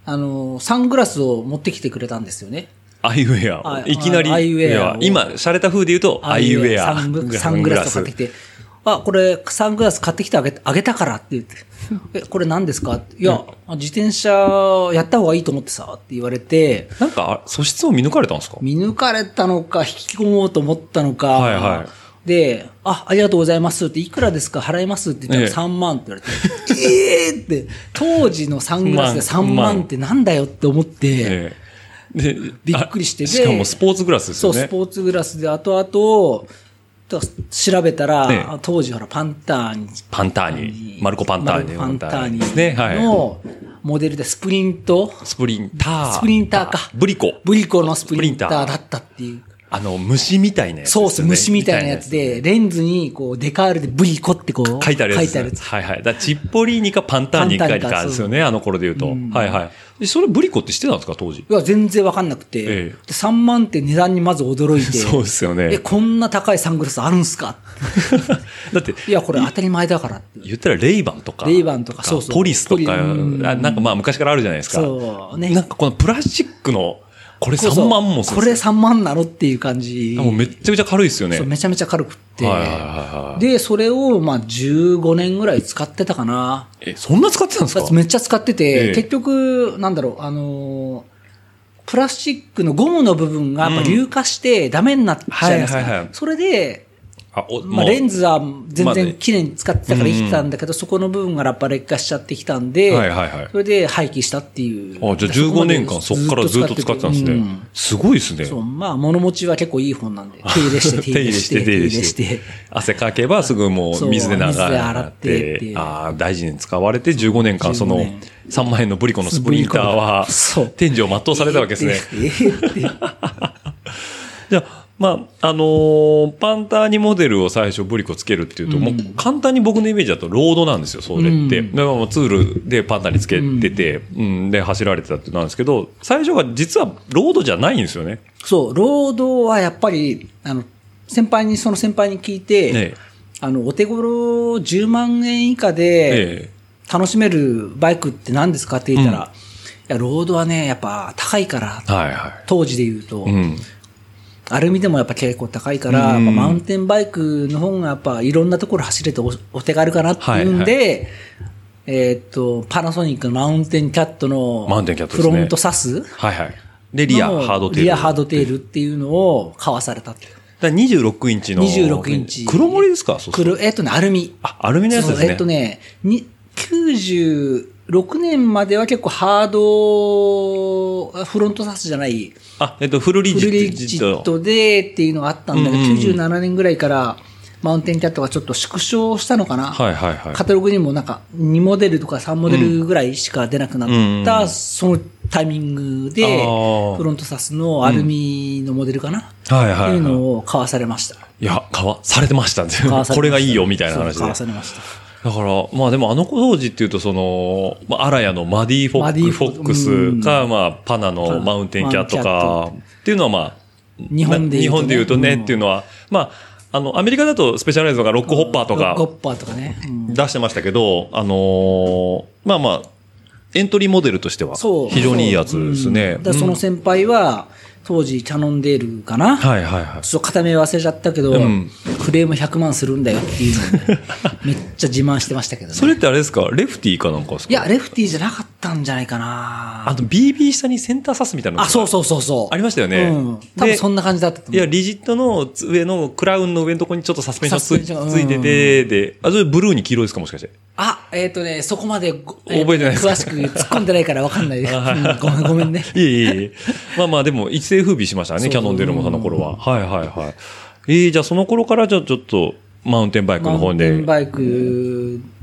[SPEAKER 3] あの、サングラスを持ってきてくれたんですよね。
[SPEAKER 2] アイウェアを
[SPEAKER 3] あ
[SPEAKER 2] いきなり、
[SPEAKER 3] アイウェアを
[SPEAKER 2] いや今、洒落た風で言うと、アイウェア。
[SPEAKER 3] サングサングラスをかけて、あ、これ、サングラス買ってきてあげあげたからって言って、え、これ何ですかっていや、自転車やった方がいいと思ってさ、って言われて、
[SPEAKER 2] なんか、あ素質を見抜かれたんですか
[SPEAKER 3] 見抜かれたのか、引き込もうと思ったのか、
[SPEAKER 2] はいは
[SPEAKER 3] で、あ、ありがとうございますって、いくらですか払いますって言ったら3万って言われて、えーって、当時のサングラスで3
[SPEAKER 2] 3万
[SPEAKER 3] 万ってなんだよって思って、
[SPEAKER 2] ええで
[SPEAKER 3] びっくりして
[SPEAKER 2] あ
[SPEAKER 3] で
[SPEAKER 2] しかもスポーツグラスです
[SPEAKER 3] そ
[SPEAKER 2] よ
[SPEAKER 3] う、
[SPEAKER 2] ね。
[SPEAKER 3] スポーツグラスで、後々、と調べたら、
[SPEAKER 2] ええ
[SPEAKER 3] 当時ほら、パンターニ、
[SPEAKER 2] パンターニ。マルコ・パンターニ。
[SPEAKER 3] マルコパンターニ
[SPEAKER 2] ですね。はい。
[SPEAKER 3] のモデルでスプリント、
[SPEAKER 2] スプリンター。
[SPEAKER 3] スプリンターか
[SPEAKER 2] ブリコ。
[SPEAKER 3] ブリコのスプリンタ
[SPEAKER 2] スプリ
[SPEAKER 3] ー
[SPEAKER 2] ンタ
[SPEAKER 3] だ
[SPEAKER 2] ー
[SPEAKER 3] ったっていう。
[SPEAKER 2] あの、虫みたいなやつです
[SPEAKER 3] そ
[SPEAKER 2] よ
[SPEAKER 3] う
[SPEAKER 2] ね。
[SPEAKER 3] です、虫みたいなやつ
[SPEAKER 2] み
[SPEAKER 3] で、レンズに、こう、デカールでブリコってこう、
[SPEAKER 2] たいなやつ。書いてあるやつ。
[SPEAKER 3] 書いてあるやつ
[SPEAKER 2] はいはい。だからチッポリーニかパンターニか
[SPEAKER 3] パ
[SPEAKER 2] い
[SPEAKER 3] ンターニか
[SPEAKER 2] たんですよね。あの頃で言うと。はいはいで。それブリコって知ってたんですか、
[SPEAKER 3] <laughs>
[SPEAKER 2] 当時。
[SPEAKER 3] いや、全然わかんなくて、
[SPEAKER 2] ええ
[SPEAKER 3] で3万って値段にまず驚いて、
[SPEAKER 2] そうですよ
[SPEAKER 3] え、
[SPEAKER 2] ね。
[SPEAKER 3] こんな高いサングラスあるんすか
[SPEAKER 2] だって、
[SPEAKER 3] いや、これ当たり前だから
[SPEAKER 2] <laughs>
[SPEAKER 3] って。
[SPEAKER 2] 言ったらレイバンとか。
[SPEAKER 3] レイバンとかそうそう
[SPEAKER 2] ポリスと
[SPEAKER 3] ポリ
[SPEAKER 2] か、あ
[SPEAKER 3] うん
[SPEAKER 2] なんかまあ昔からあるじゃないですか。
[SPEAKER 3] そうね
[SPEAKER 2] なんかこのプラスチックの、これ
[SPEAKER 3] そうそ
[SPEAKER 2] 3
[SPEAKER 3] う
[SPEAKER 2] 万もする
[SPEAKER 3] これ3万なのっていう感じ。
[SPEAKER 2] もうめっちゃめちゃ軽いですよね。
[SPEAKER 3] そうめちゃめちゃ軽くって。
[SPEAKER 2] はいはいはいはい
[SPEAKER 3] で、それをまあ15年ぐらい使ってたかな。
[SPEAKER 2] え、そんな使ってたんですか
[SPEAKER 3] めっちゃ使ってて、
[SPEAKER 2] ええ
[SPEAKER 3] 結局、なんだろう、あのープラスチックのゴムの部分がやっぱ硫化してダメになっちゃいますか、
[SPEAKER 2] はいはいはい
[SPEAKER 3] それで、
[SPEAKER 2] あお
[SPEAKER 3] ま
[SPEAKER 2] も
[SPEAKER 3] あ、
[SPEAKER 2] う
[SPEAKER 3] レンズは全
[SPEAKER 2] まだ
[SPEAKER 3] 然綺麗に使ってたから生きてたんだけど、そこの部分がやっぱ劣化しちゃってきたんで、
[SPEAKER 2] はいはいはい
[SPEAKER 3] それで廃棄したっていう。
[SPEAKER 2] あ、じゃあ15年間そこからずっと使ってたんです
[SPEAKER 3] う
[SPEAKER 2] ね。すごいですね。
[SPEAKER 3] そう、まあ、物持ちは結構いい本なんで、手入
[SPEAKER 2] <laughs>
[SPEAKER 3] れして、手入れして、手
[SPEAKER 2] 手入
[SPEAKER 3] 入
[SPEAKER 2] れ
[SPEAKER 3] れ
[SPEAKER 2] し
[SPEAKER 3] してて。
[SPEAKER 2] 汗かけばすぐもう
[SPEAKER 3] そう
[SPEAKER 2] 水で流れ
[SPEAKER 3] 水で洗ってって
[SPEAKER 2] ああ、大事に使われて15年間その
[SPEAKER 3] 15年
[SPEAKER 2] 3万円のブリコのスプリンターは
[SPEAKER 3] そう
[SPEAKER 2] 天井を全うされたわけ <laughs> ですね。
[SPEAKER 3] ね。
[SPEAKER 2] じゃあ、まあ、あのーパンターニモデルを最初ブリコつけるっていうと、もう簡単に僕のイメージだとロードなんですよ、それって。
[SPEAKER 3] うん
[SPEAKER 2] でまあツールでパンターニつけてて、うん、で走られてたってなんですけど、最初が実はロードじゃないんですよね。
[SPEAKER 3] <laughs> そう、労働はやっぱり、あの、先輩に、その先輩に聞いて、
[SPEAKER 2] ええ
[SPEAKER 3] あの、お手頃10万円以下で、
[SPEAKER 2] え
[SPEAKER 3] 楽しめるバイクって何ですかって言ったら、いや、ロードはね、やっぱ高いから、
[SPEAKER 2] えはいは
[SPEAKER 3] 当時で言うと、
[SPEAKER 2] い。うん。
[SPEAKER 3] アルミでもやっぱ結構高いから、
[SPEAKER 2] うん
[SPEAKER 3] やっぱマウンテンバイクの方がやっぱいろんなところ走れておお手軽かなっていうんで、
[SPEAKER 2] は
[SPEAKER 3] えーっと、パナソニックのマウンテンキャットの
[SPEAKER 2] マウンテンキャットで
[SPEAKER 3] フ
[SPEAKER 2] すね
[SPEAKER 3] ロントサス
[SPEAKER 2] はいはい。で、リア、
[SPEAKER 3] の
[SPEAKER 2] ハードテール。
[SPEAKER 3] リアハードテールっていうのを買わされたって。
[SPEAKER 2] だから26インチの。
[SPEAKER 3] 26インチ。
[SPEAKER 2] 黒森ですかそうそう
[SPEAKER 3] 黒えーっとね、アルミ。
[SPEAKER 2] あ、アルミのやつです
[SPEAKER 3] そう
[SPEAKER 2] ね。
[SPEAKER 3] えーっとね、に96年までは結構ハード、あフロントサスじゃない、
[SPEAKER 2] あ、えっと、フルリ
[SPEAKER 3] フ
[SPEAKER 2] ジ
[SPEAKER 3] ルリ
[SPEAKER 2] ッ
[SPEAKER 3] ジ
[SPEAKER 2] ト。
[SPEAKER 3] ットでっていうのがあったんだけど、
[SPEAKER 2] うんうんうん
[SPEAKER 3] 97年ぐらいから、マウンテンキャットがちょっと縮小したのかな、
[SPEAKER 2] はいはいはい。
[SPEAKER 3] カタログにもなんか2モデルとか3モデルぐらいしか出なくな
[SPEAKER 2] うんうんう
[SPEAKER 3] っ
[SPEAKER 2] んう
[SPEAKER 3] た、
[SPEAKER 2] ん
[SPEAKER 3] そのタイミング
[SPEAKER 2] あ
[SPEAKER 3] で
[SPEAKER 2] ー、
[SPEAKER 3] フロントサスのアルミのモデルかな、
[SPEAKER 2] はいはいはい
[SPEAKER 3] っていうのを買わされました。
[SPEAKER 2] いや、買わ、されてましたんで
[SPEAKER 3] 買わされました
[SPEAKER 2] これがいいよ、みたいな話
[SPEAKER 3] そう
[SPEAKER 2] で。
[SPEAKER 3] 買わされました。
[SPEAKER 2] だから、まあでもあの当時っていうと、その、まあ、アラヤのマディ・フォ
[SPEAKER 3] マデ
[SPEAKER 2] ック
[SPEAKER 3] ィ
[SPEAKER 2] フ
[SPEAKER 3] フォ
[SPEAKER 2] ォ
[SPEAKER 3] ック
[SPEAKER 2] ックスか、まあ、パナ
[SPEAKER 3] パ
[SPEAKER 2] の
[SPEAKER 3] ナ
[SPEAKER 2] マウンテンキャット
[SPEAKER 3] マウ
[SPEAKER 2] か、っていうのはまあ、
[SPEAKER 3] 日本で
[SPEAKER 2] な日
[SPEAKER 3] 言うと
[SPEAKER 2] 本
[SPEAKER 3] ね
[SPEAKER 2] で言うとね、っていうのは、まあ、あの、アメリカだとスペシャライズとかロックホッパーとか、
[SPEAKER 3] ゴッパーとかね。うん
[SPEAKER 2] 出してましたけど、あのーまあまあ、エントリーモデルとしては、
[SPEAKER 3] そう。
[SPEAKER 2] 非常にいいやつですね。
[SPEAKER 3] うんだからその先輩は、当時キャノンデールかな、
[SPEAKER 2] はいはいはい。
[SPEAKER 3] ちょっと片目忘れちゃったけど、
[SPEAKER 2] うん
[SPEAKER 3] フレーム100万するんだよっていうのをねめっちゃ自慢してましたけどね。
[SPEAKER 2] それってあれですかレフティーかなんかですか
[SPEAKER 3] いや、レフティーじゃなかったんじゃないかな
[SPEAKER 2] あと BB 下にセンターサスみたいなの
[SPEAKER 3] あ、そう
[SPEAKER 2] う。
[SPEAKER 3] そうそうそう。
[SPEAKER 2] ありましたよね
[SPEAKER 3] うん。
[SPEAKER 2] で
[SPEAKER 3] 多分そんな感じだったと
[SPEAKER 2] い
[SPEAKER 3] 思
[SPEAKER 2] や、
[SPEAKER 3] う。
[SPEAKER 2] リジットの上のクラウンの上のとこにちょっとサスペンションつ
[SPEAKER 3] サスペンションうん
[SPEAKER 2] ついてて、で、あ、それブルーに黄色いですかもしかして。
[SPEAKER 3] あ、えっ、とね、そこまでご、
[SPEAKER 2] 覚えてないです
[SPEAKER 3] 詳しく突っ込んでないから分かんないです。うんごめん、ごめんね。
[SPEAKER 2] <laughs> いえいえいえ。まあまあ、でも一世風靡しましたね、
[SPEAKER 3] そう
[SPEAKER 2] キャノンデールもその頃は。はいはいはい。えー、じゃあその頃からじゃあちょっと、マウンテンバイク
[SPEAKER 3] マ
[SPEAKER 2] の
[SPEAKER 3] ウ
[SPEAKER 2] 方
[SPEAKER 3] ンテ
[SPEAKER 2] で。
[SPEAKER 3] ンバイク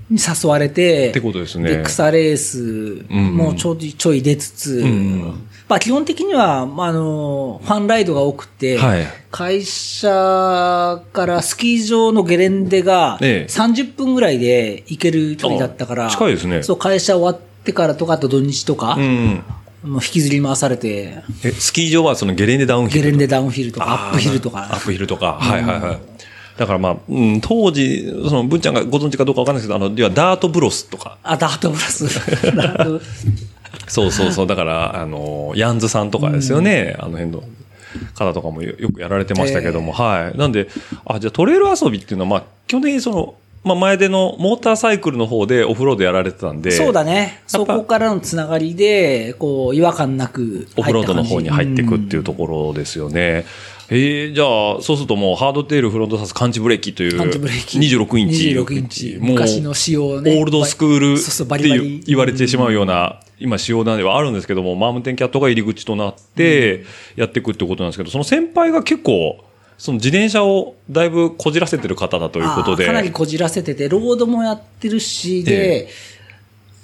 [SPEAKER 3] に誘われて、
[SPEAKER 2] ってことですね
[SPEAKER 3] 草レースもちょいちょい出つつ、
[SPEAKER 2] ん
[SPEAKER 3] まあ基本的には、まあ、あの、ファンライドが多くて、
[SPEAKER 2] はい
[SPEAKER 3] 会社からスキー場のゲレンデが
[SPEAKER 2] ええ
[SPEAKER 3] 30分ぐらいで行ける距離だったから、
[SPEAKER 2] あ近いですね
[SPEAKER 3] そう、会社終わってからとか、あと土日とか、
[SPEAKER 2] うん。
[SPEAKER 3] もう引きずり回されて、
[SPEAKER 2] え、スキー場はそのゲレンデダウンヒ
[SPEAKER 3] ゲ
[SPEAKER 2] ルとか
[SPEAKER 3] レンデダウンヒルとか、アップヒル
[SPEAKER 2] あ
[SPEAKER 3] と
[SPEAKER 2] ーア
[SPEAKER 3] か
[SPEAKER 2] ッ。プヒルとか。はいはいはい。だからまあ、うん、当時、その、文ちゃんがご存知かどうかわかんないですけど、あの、ではダートブロスとか。
[SPEAKER 3] あ、ダートブラス。
[SPEAKER 2] <laughs>
[SPEAKER 3] ダート
[SPEAKER 2] そうそう
[SPEAKER 3] <laughs>
[SPEAKER 2] そう。だから、あの、ヤンズさんとかですよね。あの辺の方とかもよよくやられてましたけども。はい。なんで、あ、じゃあトレイル遊びっていうのは、まあ、基本的にその、まあ前でのモーターサイクルの方でオフロードやられてたんで。
[SPEAKER 3] そうだね。そこからのつながりで、こう、違和感なく。
[SPEAKER 2] オフロードの方に入っていくっていううところですよね。えー、じゃあ、そうするともう、ハードテール、フロントサス、感知ブレーキという、
[SPEAKER 3] 感じブレーキ。
[SPEAKER 2] 26インチ。
[SPEAKER 3] 26インチ。
[SPEAKER 2] もう
[SPEAKER 3] 昔の仕様
[SPEAKER 2] オ
[SPEAKER 3] ね。
[SPEAKER 2] ールドスクール
[SPEAKER 3] そうそうバ
[SPEAKER 2] っ
[SPEAKER 3] リ
[SPEAKER 2] て
[SPEAKER 3] バリ
[SPEAKER 2] いう言われてしまうような、今、仕様なんではあるんですけども、マームテンキャットが入り口となって、やっていくってことなんですけど、その先輩が結構、その自転車をだいぶこじらせてる方だということ
[SPEAKER 3] あ
[SPEAKER 2] で。
[SPEAKER 3] ーかなりこじらせてて、ロードもやってるし、で、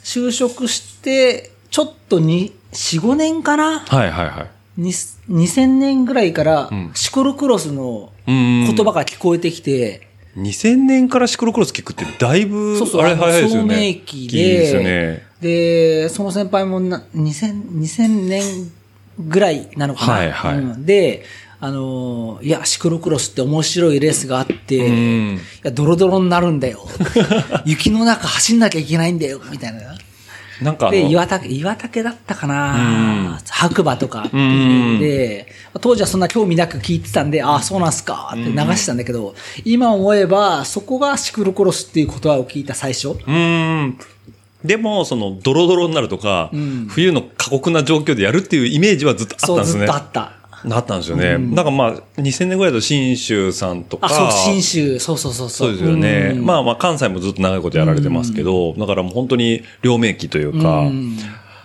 [SPEAKER 3] 就職して、ちょっとに、4、5年かな
[SPEAKER 2] はいはいはい。
[SPEAKER 3] に2000年ぐらいから
[SPEAKER 2] ん、
[SPEAKER 3] シコロクロスの
[SPEAKER 2] うん
[SPEAKER 3] 言葉が聞こえてきて、
[SPEAKER 2] 2000年からシクロクロス聞くってだいぶ、
[SPEAKER 3] そうそう
[SPEAKER 2] あれ早いですよね。
[SPEAKER 3] あの聡明期で
[SPEAKER 2] いいですよね。
[SPEAKER 3] で、その先輩もな 2000, 2000年ぐらいなのかな。
[SPEAKER 2] はいはい
[SPEAKER 3] うんで、あのーいや、シクロクロスって面白いレースがあって、
[SPEAKER 2] ん
[SPEAKER 3] いや、ドロドロになるんだ
[SPEAKER 2] <laughs>
[SPEAKER 3] よ。雪の中走んなきゃいけないんだよ、みたいな。
[SPEAKER 2] なんかあの、
[SPEAKER 3] で、岩竹、岩竹だったか
[SPEAKER 2] うん
[SPEAKER 3] な白馬とかって
[SPEAKER 2] うん
[SPEAKER 3] で、当時はそんな興味なく聞いてたんで、ああ、そうなんすかって流してたんだけど、今思えば、そこがシクロクロスっていう言葉を聞いた最初。
[SPEAKER 2] うーん。でも、その、ドロドロになるとか、
[SPEAKER 3] ん
[SPEAKER 2] 冬の過酷な状況でやるっていうイメージはずっとあっ
[SPEAKER 3] そ
[SPEAKER 2] た
[SPEAKER 3] う、
[SPEAKER 2] んです
[SPEAKER 3] ずっ
[SPEAKER 2] ね。
[SPEAKER 3] とあった。
[SPEAKER 2] なったんですよね。なんかまあ、2000年ぐらいだと信州さんとか。
[SPEAKER 3] あ、そう、信州。そうそうそうそ。
[SPEAKER 2] そううですよね。
[SPEAKER 3] うん
[SPEAKER 2] まあまあ、関西もずっと長いことやられてますけど、だからもう本当に両名機というか、
[SPEAKER 3] うん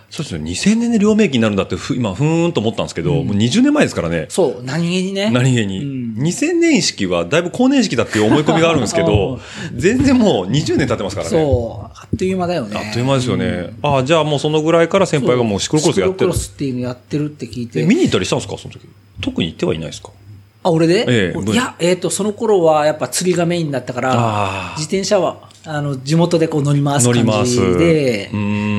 [SPEAKER 2] そうですよ、2000年で両名機になるんだって、ふ今、ふーんと思ったんですけど、もう20年前ですからね。
[SPEAKER 3] そう、何気にね。
[SPEAKER 2] 何気に、2000年式はだいぶ高年式だっていう思い込みがあるんですけ
[SPEAKER 3] <laughs>
[SPEAKER 2] ど、全然もう20年経ってますからね。
[SPEAKER 3] そう、あっという間だよね。
[SPEAKER 2] あっという間ですよね。あじゃあもうそのぐらいから先輩がもうシクロクロスやっ
[SPEAKER 3] シ
[SPEAKER 2] て
[SPEAKER 3] ク
[SPEAKER 2] る
[SPEAKER 3] ロ。スっていうのやってるって聞い
[SPEAKER 2] え
[SPEAKER 3] て。
[SPEAKER 2] 見に行ったりしたんですかその時。特に行ってはいないですか
[SPEAKER 3] あ、俺で、
[SPEAKER 2] ええ
[SPEAKER 3] いや、えっ、と、その頃はやっぱ釣りがメインだったから
[SPEAKER 2] あ、ー
[SPEAKER 3] 自転車は、あの、地元でこう乗り回す
[SPEAKER 2] 乗り
[SPEAKER 3] 感
[SPEAKER 2] ます。
[SPEAKER 3] じ
[SPEAKER 2] う
[SPEAKER 3] で、
[SPEAKER 2] ーん。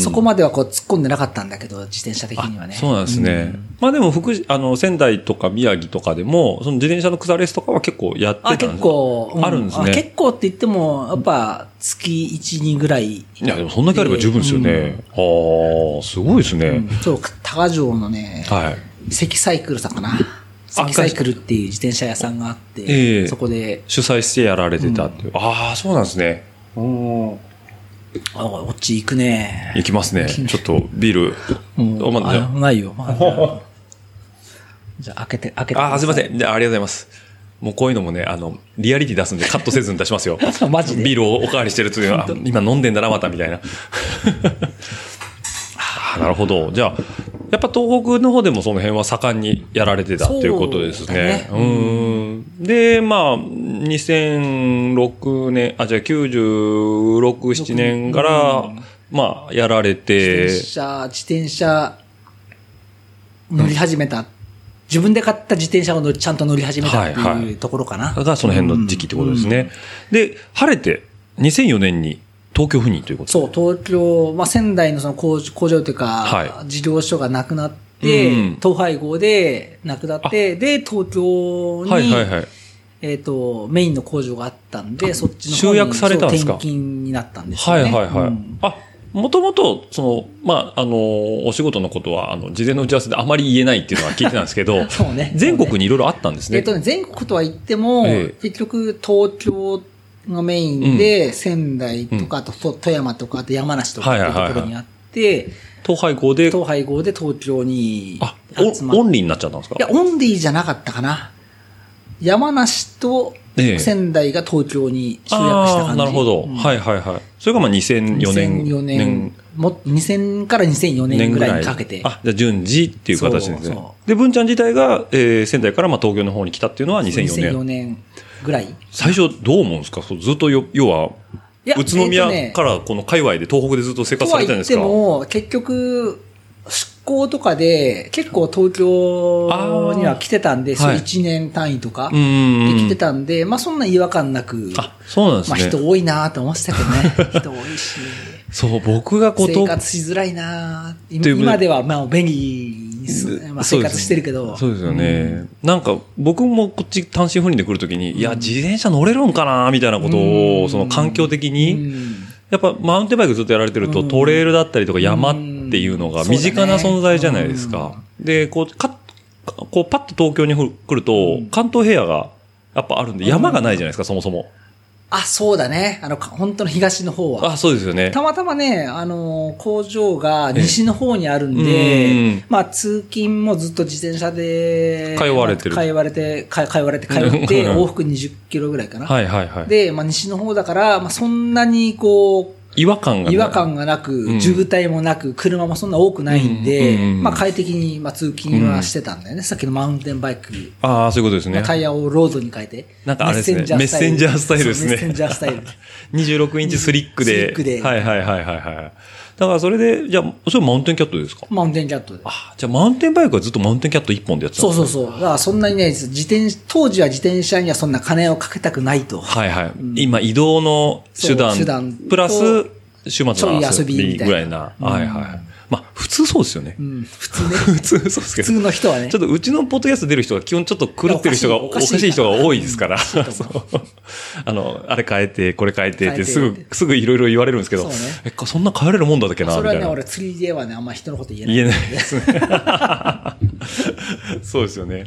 [SPEAKER 3] そこまではこう突っ込んでなかったんだけど、自転車的にはね。
[SPEAKER 2] そうなんですね。まあでも福島、あの、仙台とか宮城とかでも、その自転車の草レースとかは結構やってたん
[SPEAKER 3] あ、
[SPEAKER 2] です
[SPEAKER 3] 結構、う
[SPEAKER 2] あるんです
[SPEAKER 3] あ
[SPEAKER 2] ね。
[SPEAKER 3] 結構って言っても、やっぱ、月1、2ぐらい。い
[SPEAKER 2] いや、でもそんだけあれば十分ですよね。ああ、すごいですね。
[SPEAKER 3] そう、高城のね、
[SPEAKER 2] はい。
[SPEAKER 3] 関サイクルさんかな。関サイクルっていう自転車屋さんがあって、
[SPEAKER 2] ええ
[SPEAKER 3] そこで、
[SPEAKER 2] 主催してやられてたっていう。ああ、そうなんですね。
[SPEAKER 3] あ、こっち行くね。
[SPEAKER 2] 行きますね。ちょっとビール。おま
[SPEAKER 3] あないよ。まあじ
[SPEAKER 2] <laughs>
[SPEAKER 3] ゃあじゃあ、開けて、開けて。
[SPEAKER 2] あー、すいませ
[SPEAKER 3] ん。。
[SPEAKER 2] ん。じゃあ、ありがとうございます。もうこういうのもね、あの、リアリティ出すんでカットせずに出しますよ
[SPEAKER 3] <laughs> マジで
[SPEAKER 2] ビールをおかわりしてるというのは、あ今飲んでんだな、また、みたいな。 <laughs> あーなるほど。じゃあ、やっぱ東北の方でもその辺は盛んにやられてたっていうことですね。
[SPEAKER 3] そ
[SPEAKER 2] う
[SPEAKER 3] う
[SPEAKER 2] ーん。で、まあ、2006年、あ、じゃあ96、7年から、まあ、やられて、
[SPEAKER 3] 自転車、自転車、乗り始めた。自分で買った自転車を乗りちゃんと乗り始めたって
[SPEAKER 2] はいはいいう
[SPEAKER 3] ところかな。
[SPEAKER 2] がその辺の時期ってことですね。で、晴れて、2004年に東京赴任ということ
[SPEAKER 3] そう、東京、まあ、仙台のその工場工場というか、
[SPEAKER 2] は
[SPEAKER 3] 事業所がなくなって、
[SPEAKER 2] うん
[SPEAKER 3] 統廃合でなくなって、で、東京に、
[SPEAKER 2] はいはいはい。
[SPEAKER 3] えっ、と、メインの工場があったんで、そっちの方に
[SPEAKER 2] 集約されたんですか
[SPEAKER 3] そう転勤になったんです
[SPEAKER 2] は
[SPEAKER 3] よ
[SPEAKER 2] い
[SPEAKER 3] ね。
[SPEAKER 2] はいはい。
[SPEAKER 3] うん
[SPEAKER 2] あ、もともと、その、まあ、あの、お仕事のことは、あの、事前の打ち合わせであまり言えないっていうのは聞いてたんですけ
[SPEAKER 3] <laughs>
[SPEAKER 2] ど、
[SPEAKER 3] そうね
[SPEAKER 2] <laughs> 全国にいろいろあったんです
[SPEAKER 3] えっ、
[SPEAKER 2] ね。
[SPEAKER 3] とね、全国とは言っても、
[SPEAKER 2] ええ
[SPEAKER 3] 結局、東京がメインで、仙台とか、あとと富山とか、あと山梨とか
[SPEAKER 2] は
[SPEAKER 3] っ
[SPEAKER 2] い
[SPEAKER 3] て
[SPEAKER 2] はいいうはいはい
[SPEAKER 3] ところにあって、
[SPEAKER 2] 東廃校で、
[SPEAKER 3] 統廃合で東京に
[SPEAKER 2] あ、
[SPEAKER 3] 集まっ
[SPEAKER 2] おオンリーになっちゃったんですか
[SPEAKER 3] いや、オンリーじゃなかったかな。山梨と
[SPEAKER 2] ええ
[SPEAKER 3] 仙台が東京に集約した感じ。
[SPEAKER 2] あーなるほど、
[SPEAKER 3] うん
[SPEAKER 2] はいはいはい。それがまあ2004年。
[SPEAKER 3] 2004年。も2000から2004年ぐらいにかけて。
[SPEAKER 2] あ、じゃあ順次っていう形です
[SPEAKER 3] そう
[SPEAKER 2] ね
[SPEAKER 3] そ。
[SPEAKER 2] で、文ちゃん自体が、えー仙台からまあ東京の方に来たっていうのは2004年。
[SPEAKER 3] 2004年ぐらい。
[SPEAKER 2] 最初どう思うんですかそうずっとよ、要は、
[SPEAKER 3] いや
[SPEAKER 2] 宇都
[SPEAKER 3] えーと
[SPEAKER 2] 宮
[SPEAKER 3] ね
[SPEAKER 2] からこの界隈で東北でずっと生活
[SPEAKER 3] と
[SPEAKER 2] さ
[SPEAKER 3] は
[SPEAKER 2] れてたん
[SPEAKER 3] 言
[SPEAKER 2] で
[SPEAKER 3] っ
[SPEAKER 2] す
[SPEAKER 3] て
[SPEAKER 2] か
[SPEAKER 3] も、結局、出向とかで、結構東京には来てたんで、
[SPEAKER 2] ー
[SPEAKER 3] そう
[SPEAKER 2] はい
[SPEAKER 3] 1年単位とか
[SPEAKER 2] う、ん
[SPEAKER 3] で来てたんで、まあそんな違和感なく、
[SPEAKER 2] あそうなんです
[SPEAKER 3] まあ
[SPEAKER 2] ね、
[SPEAKER 3] 人多いなと思ってた
[SPEAKER 2] <laughs>
[SPEAKER 3] けどね。人多いし、
[SPEAKER 2] そう僕がこう
[SPEAKER 3] 生
[SPEAKER 2] 東
[SPEAKER 3] 活しづらいな今
[SPEAKER 2] ということで
[SPEAKER 3] 今ではまあ便利にす、まあ、
[SPEAKER 2] そう
[SPEAKER 3] 生
[SPEAKER 2] です
[SPEAKER 3] 活してるけど。
[SPEAKER 2] そうですよね、なんか僕もこっち単身赴任で来るときに、いや自転車乗れるんかなみたいなことを、
[SPEAKER 3] うん
[SPEAKER 2] その環境的
[SPEAKER 3] う
[SPEAKER 2] に、
[SPEAKER 3] ん
[SPEAKER 2] やっぱマウンテンバイクずっとやられてると、
[SPEAKER 3] うん
[SPEAKER 2] トレイルだったりとか山っていうのが
[SPEAKER 3] うんそう
[SPEAKER 2] 身
[SPEAKER 3] だね
[SPEAKER 2] 近な存在じゃないですか。で、こう、か、こうパッと東京にふ来ると、関東平野がやっぱあるんで、山がないじゃないですか、そもそも。
[SPEAKER 3] あ、そうだね。あの、か本当の東の方は。
[SPEAKER 2] あ、そうですよね。
[SPEAKER 3] たまたまね、あのー工場が西の方にあるんで、
[SPEAKER 2] ええうん
[SPEAKER 3] まあ通勤もずっと自転車で、
[SPEAKER 2] 通われてる
[SPEAKER 3] まあ通われて、か通われて、通
[SPEAKER 2] <laughs>
[SPEAKER 3] って、
[SPEAKER 2] うん
[SPEAKER 3] 往復20キロぐらいかな。
[SPEAKER 2] はいはいはい。
[SPEAKER 3] で、まあ西の方だから、まあそんなにこ
[SPEAKER 2] 違和感が
[SPEAKER 3] う、
[SPEAKER 2] ない
[SPEAKER 3] 違和感がなく、
[SPEAKER 2] うん
[SPEAKER 3] 渋滞もなく、車もそんな多くないん
[SPEAKER 2] う
[SPEAKER 3] で、
[SPEAKER 2] んうんうん
[SPEAKER 3] まあ快適に、まあ、通勤はしてたんだよね。さっきのマウンテンバイク。
[SPEAKER 2] ああ、そういうことです
[SPEAKER 3] まあ
[SPEAKER 2] ね。
[SPEAKER 3] タイヤをロードに変えて。
[SPEAKER 2] なんかあれですねメッセンジャースタイルですね
[SPEAKER 3] そうメッセンジャース
[SPEAKER 2] <laughs>
[SPEAKER 3] タイル。
[SPEAKER 2] 26インチスリックで。
[SPEAKER 3] スリックで
[SPEAKER 2] はいはいはいはいはい。だからそれで、じゃあ、それマウンテンキャットですか
[SPEAKER 3] マウンテンキャットで。
[SPEAKER 2] あ、じゃあマウンテンバイクはずっとマウンテンキャット一本でやってたん
[SPEAKER 3] そ
[SPEAKER 2] で
[SPEAKER 3] う
[SPEAKER 2] す
[SPEAKER 3] そう
[SPEAKER 2] ね
[SPEAKER 3] そう。だからそんなにね、自転、当時は自転車にはそんな金をかけたくない
[SPEAKER 2] <laughs>
[SPEAKER 3] と。
[SPEAKER 2] はいはい。今、移動の手
[SPEAKER 3] そ
[SPEAKER 2] 段。
[SPEAKER 3] う手段と
[SPEAKER 2] プラス、週末の
[SPEAKER 3] ちょ
[SPEAKER 2] 遊
[SPEAKER 3] い遊び
[SPEAKER 2] び
[SPEAKER 3] みたい
[SPEAKER 2] ぐ
[SPEAKER 3] な
[SPEAKER 2] らいな。はいはい。まあ、普通そうですよね
[SPEAKER 3] う。ん、普通ね。
[SPEAKER 2] <laughs> 普通そうですけ
[SPEAKER 3] 普
[SPEAKER 2] ど。
[SPEAKER 3] 通の人はね
[SPEAKER 2] ちょ。っとうちのポッドキャスト出る人が基本ちょっと狂ってる人が
[SPEAKER 3] いや
[SPEAKER 2] お
[SPEAKER 3] お
[SPEAKER 2] か
[SPEAKER 3] かしい
[SPEAKER 2] しい人が多いですから、そ
[SPEAKER 3] お
[SPEAKER 2] う
[SPEAKER 3] かしいと
[SPEAKER 2] あの、あれ変えて、これ変えてって
[SPEAKER 3] 変えて
[SPEAKER 2] すぐ、すぐいろいろ言われるんですけど、
[SPEAKER 3] そうね
[SPEAKER 2] えかそんな変えれるもんだっけな、み
[SPEAKER 3] それは
[SPEAKER 2] たい
[SPEAKER 3] ね、
[SPEAKER 2] な
[SPEAKER 3] 俺。釣りではね、あんま人のこと言えない。
[SPEAKER 2] 言えないですね。
[SPEAKER 3] <laughs>
[SPEAKER 2] そうですよね。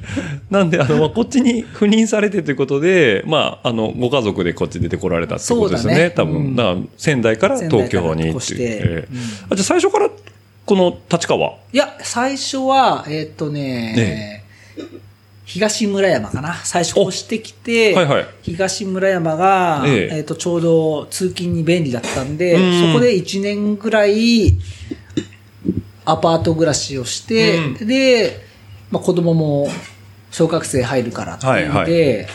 [SPEAKER 2] なんで、あの、まあ、こっちに赴任されてということで、まあ、あの、ご家族でこっち出てこられたってことですよね。
[SPEAKER 3] そうだね
[SPEAKER 2] 多分、
[SPEAKER 3] うん
[SPEAKER 2] だから仙台から東京に
[SPEAKER 3] 仙
[SPEAKER 2] って
[SPEAKER 3] 台から引っ越して
[SPEAKER 2] ええあじゃあ最初から、この立川。
[SPEAKER 3] いや、最初は、えーっとね、東村山かな。最初越してきて、
[SPEAKER 2] はいはい
[SPEAKER 3] 東村山が、
[SPEAKER 2] え
[SPEAKER 3] え
[SPEAKER 2] え
[SPEAKER 3] ーっと、ちょうど通勤に便利だったんで、
[SPEAKER 2] うん
[SPEAKER 3] そこで1年ぐらい、アパート暮らしをして、
[SPEAKER 2] う
[SPEAKER 3] で、まあ、子供も小学生入るからっていうので、
[SPEAKER 2] は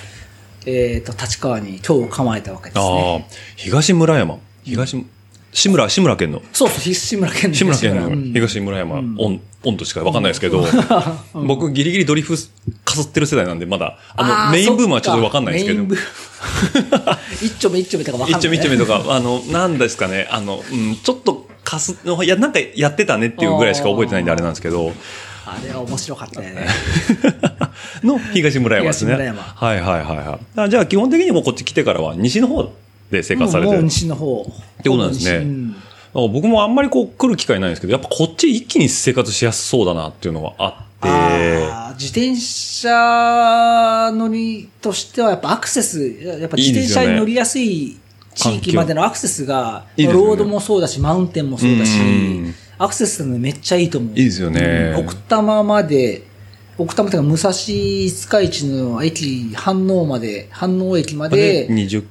[SPEAKER 3] えーっと、立川に今日を構えたわけです
[SPEAKER 2] あ
[SPEAKER 3] ね。
[SPEAKER 2] あ、東村山。東、志村、志村けんの。
[SPEAKER 3] そうそう、東村県
[SPEAKER 2] 志村けんの
[SPEAKER 3] うん
[SPEAKER 2] 東村山、オン、オンとしかわかんないですけど、僕ギリギリドリフかすってる世代なんで、まだ、あ
[SPEAKER 3] あ
[SPEAKER 2] の、
[SPEAKER 3] ー
[SPEAKER 2] メインブームはちょっとわかんないですけ
[SPEAKER 3] そ
[SPEAKER 2] ど
[SPEAKER 3] っかメインブ。
[SPEAKER 2] <laughs>
[SPEAKER 3] ーム一丁目一丁目とかわかん
[SPEAKER 2] 一
[SPEAKER 3] ない、
[SPEAKER 2] 丁
[SPEAKER 3] ね。
[SPEAKER 2] 目一丁目とか、あの、なんですかね、あの、うん、ちょっとかす、いや、なんかやってたねっていうぐらいしか覚えてないんであれなんですけ
[SPEAKER 3] <laughs>
[SPEAKER 2] ど、
[SPEAKER 3] あれは面白かったよね。
[SPEAKER 2] の東村山ですね。
[SPEAKER 3] 東村山
[SPEAKER 2] はいはいはいはいあ。じゃあ基本的にもうこっち来てからは西の方で生活されて
[SPEAKER 3] もう
[SPEAKER 2] る。
[SPEAKER 3] 西の方。
[SPEAKER 2] てことなんですね
[SPEAKER 3] うん
[SPEAKER 2] 僕もあんまりこう来る機会ないんですけど、やっぱこっち一気に生活しやすそうだなっていうのはあって、
[SPEAKER 3] あー自転車乗りとしてはやっぱアクセス、やっぱ
[SPEAKER 2] いい
[SPEAKER 3] 自
[SPEAKER 2] で
[SPEAKER 3] 転
[SPEAKER 2] すよね
[SPEAKER 3] 車に乗りやすい地域までのアクセスが、
[SPEAKER 2] いいですよね
[SPEAKER 3] ロードもそうだし、マウンテンもそうだし
[SPEAKER 2] うん、
[SPEAKER 3] アクセスのめっちゃいいと思う。
[SPEAKER 2] いいですよね
[SPEAKER 3] うん奥多摩まで、奥多摩というか武蔵塚市の駅、飯能まで、飯能駅まで、
[SPEAKER 2] 20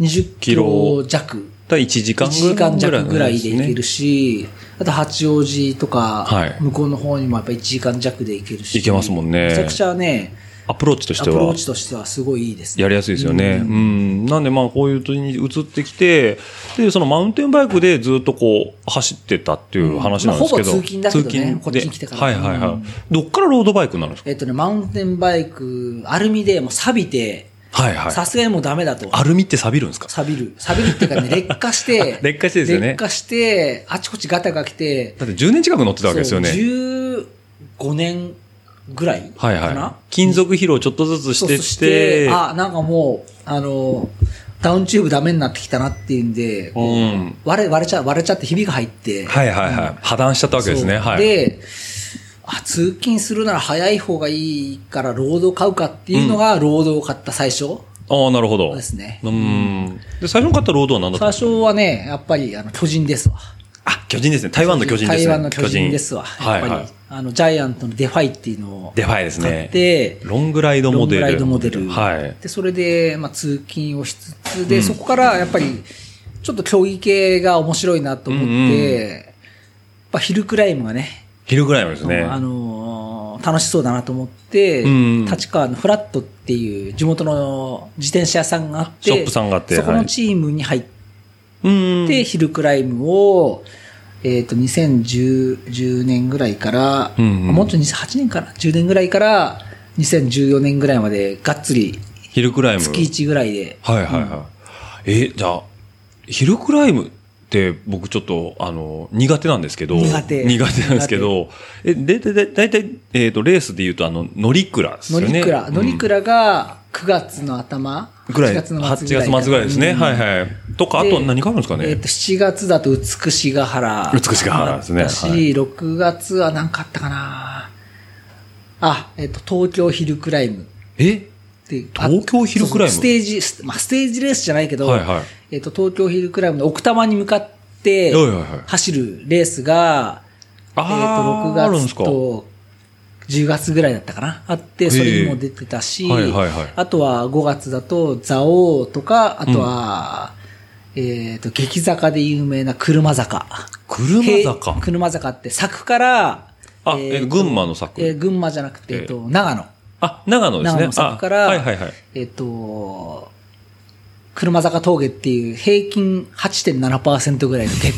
[SPEAKER 3] 20キロ弱。
[SPEAKER 2] 対1時間
[SPEAKER 3] 1時間弱ぐらいで行ける
[SPEAKER 2] し。
[SPEAKER 3] し、あと八王子とか
[SPEAKER 2] はい、
[SPEAKER 3] 向こうの方にもやっぱ1時間弱で行けるし。
[SPEAKER 2] 行けますもんね
[SPEAKER 3] めちゃくちゃね、
[SPEAKER 2] アプローチとし
[SPEAKER 3] ア
[SPEAKER 2] て
[SPEAKER 3] プロ
[SPEAKER 2] は
[SPEAKER 3] ー。チとしてはすごいいいですね。
[SPEAKER 2] やりやすいですよね。うん。なんでまあこういう土地に移ってきて、で、そのマウンテンバイクでずっとこう走ってたっていう話なんですけど。
[SPEAKER 3] まあほぼ通勤だけどね
[SPEAKER 2] で
[SPEAKER 3] こっちに来てから
[SPEAKER 2] はいはいはい。
[SPEAKER 3] うん
[SPEAKER 2] どっからロードバイクになるんですか
[SPEAKER 3] えっとね、マウンテンバイク、アルミでもう錆びて、
[SPEAKER 2] はいはい。
[SPEAKER 3] さすがにもうダメだと。
[SPEAKER 2] アルミって錆びるんですか
[SPEAKER 3] 錆びる。錆びるって
[SPEAKER 2] <laughs>
[SPEAKER 3] いうかね、劣化して、
[SPEAKER 2] 劣化してですよね
[SPEAKER 3] 劣化して、あちこちガタが来て、
[SPEAKER 2] だって10年近く乗ってたわけですよね。
[SPEAKER 3] そう15年ぐらいか
[SPEAKER 2] はい
[SPEAKER 3] な、
[SPEAKER 2] はい。金属疲労ちょっとずつしてっ
[SPEAKER 3] そう
[SPEAKER 2] て、
[SPEAKER 3] してあ、なんかもう、あの、ダウンチューブダメになってきたなっていうんで、こう
[SPEAKER 2] うん
[SPEAKER 3] 割れ、割れちゃ、割れちゃってひびが入って。
[SPEAKER 2] はいはいはい。破断しちゃったわけですね。
[SPEAKER 3] そう
[SPEAKER 2] はい。
[SPEAKER 3] で、あ、通勤するなら早い方がいいから、ロードを買うかっていうのが、ロードを買った最初
[SPEAKER 2] ああ、なるほど。
[SPEAKER 3] ですね。
[SPEAKER 2] うん。で、最初に買ったロードは何だったん
[SPEAKER 3] 最
[SPEAKER 2] ですか
[SPEAKER 3] 初はね、やっぱり、あの、巨人ですわ。
[SPEAKER 2] あ、巨人ですね。台湾の巨人ですね。
[SPEAKER 3] 台湾の巨人ですわ。
[SPEAKER 2] は
[SPEAKER 3] やっ
[SPEAKER 2] い
[SPEAKER 3] ぱり、
[SPEAKER 2] はい。
[SPEAKER 3] あの、ジャイアントのデファイっていうのを
[SPEAKER 2] デファイです
[SPEAKER 3] 買
[SPEAKER 2] ね
[SPEAKER 3] っ。て、
[SPEAKER 2] ロングライドモデル。
[SPEAKER 3] ロングライドモデル。
[SPEAKER 2] はい。
[SPEAKER 3] で、それで、まあ、通勤をしつつ、で、そこから、やっぱり、ちょっと競技系が面白いなと思って、
[SPEAKER 2] うんうん
[SPEAKER 3] やっぱヒルクライムがね、
[SPEAKER 2] 昼ぐらいまでですね。
[SPEAKER 3] あのー楽しそうだなと思って、
[SPEAKER 2] うん
[SPEAKER 3] 立川のフラットっていう地元の自転車屋さんがあって、
[SPEAKER 2] ショップさんがあって
[SPEAKER 3] そこ
[SPEAKER 2] は
[SPEAKER 3] の
[SPEAKER 2] い
[SPEAKER 3] チームに入っ
[SPEAKER 2] うん。
[SPEAKER 3] で、ヒルクライムを、えっ、と、2010 10年ぐらいから、
[SPEAKER 2] うんうん
[SPEAKER 3] もっと2008年から、10年ぐらいから、2014年ぐらいまで、がっつり、
[SPEAKER 2] ヒルクライム。
[SPEAKER 3] 月1ぐらいで、
[SPEAKER 2] はいはいはい。え、じゃあ、ヒルクライムって僕ちょっと、あの、苦手なんですけど。
[SPEAKER 3] 苦手
[SPEAKER 2] 苦手なんですけど、え、で、で、で、大体、えっ、と、レースで言うと、あの、ノリクラですよ
[SPEAKER 3] 乗
[SPEAKER 2] ね。
[SPEAKER 3] りクラ、乗りク
[SPEAKER 2] ラ
[SPEAKER 3] ラが9月の頭、
[SPEAKER 2] ぐらい。
[SPEAKER 3] 8月の末ぐらい
[SPEAKER 2] 8月末ぐらいですね。
[SPEAKER 3] うん
[SPEAKER 2] はいはい。とか、あと何かあるんですかね。
[SPEAKER 3] えっ、と、7月だと美しが原。
[SPEAKER 2] 美しが原ですね
[SPEAKER 3] だし、
[SPEAKER 2] はい
[SPEAKER 3] 6月は何かあったかなあ、えっ、と、東京ヒルクライム。
[SPEAKER 2] え
[SPEAKER 3] で
[SPEAKER 2] 東京ヒルクライム
[SPEAKER 3] あそうそうステージ、スまあ、ステージレースじゃないけど、
[SPEAKER 2] はいはい
[SPEAKER 3] えっ、と、東京ヒルクライムの奥多摩に向かって
[SPEAKER 2] はいはいはい
[SPEAKER 3] 走るレースが、
[SPEAKER 2] あー
[SPEAKER 3] えっ、
[SPEAKER 2] あ
[SPEAKER 3] と、
[SPEAKER 2] るんで
[SPEAKER 3] 6
[SPEAKER 2] す
[SPEAKER 3] 月
[SPEAKER 2] か
[SPEAKER 3] と10月ぐらいだったかなあって、それにも出てたし、
[SPEAKER 2] はいはいはい
[SPEAKER 3] あとは5月だと、蔵王とか、あとは、えっ、と、激坂で有名な車坂。
[SPEAKER 2] 車坂
[SPEAKER 3] へ。車坂って、柵から、
[SPEAKER 2] あ、
[SPEAKER 3] え
[SPEAKER 2] え
[SPEAKER 3] ーと
[SPEAKER 2] 群馬の柵。
[SPEAKER 3] えー群馬じゃなくて、えっ、と、長野。
[SPEAKER 2] あ、長野です
[SPEAKER 3] 長
[SPEAKER 2] ね。
[SPEAKER 3] 野の坂から、
[SPEAKER 2] あはいはいはい。
[SPEAKER 3] えっ、と、車坂峠っていう平均8.7%ぐらいの
[SPEAKER 2] <laughs>
[SPEAKER 3] 点。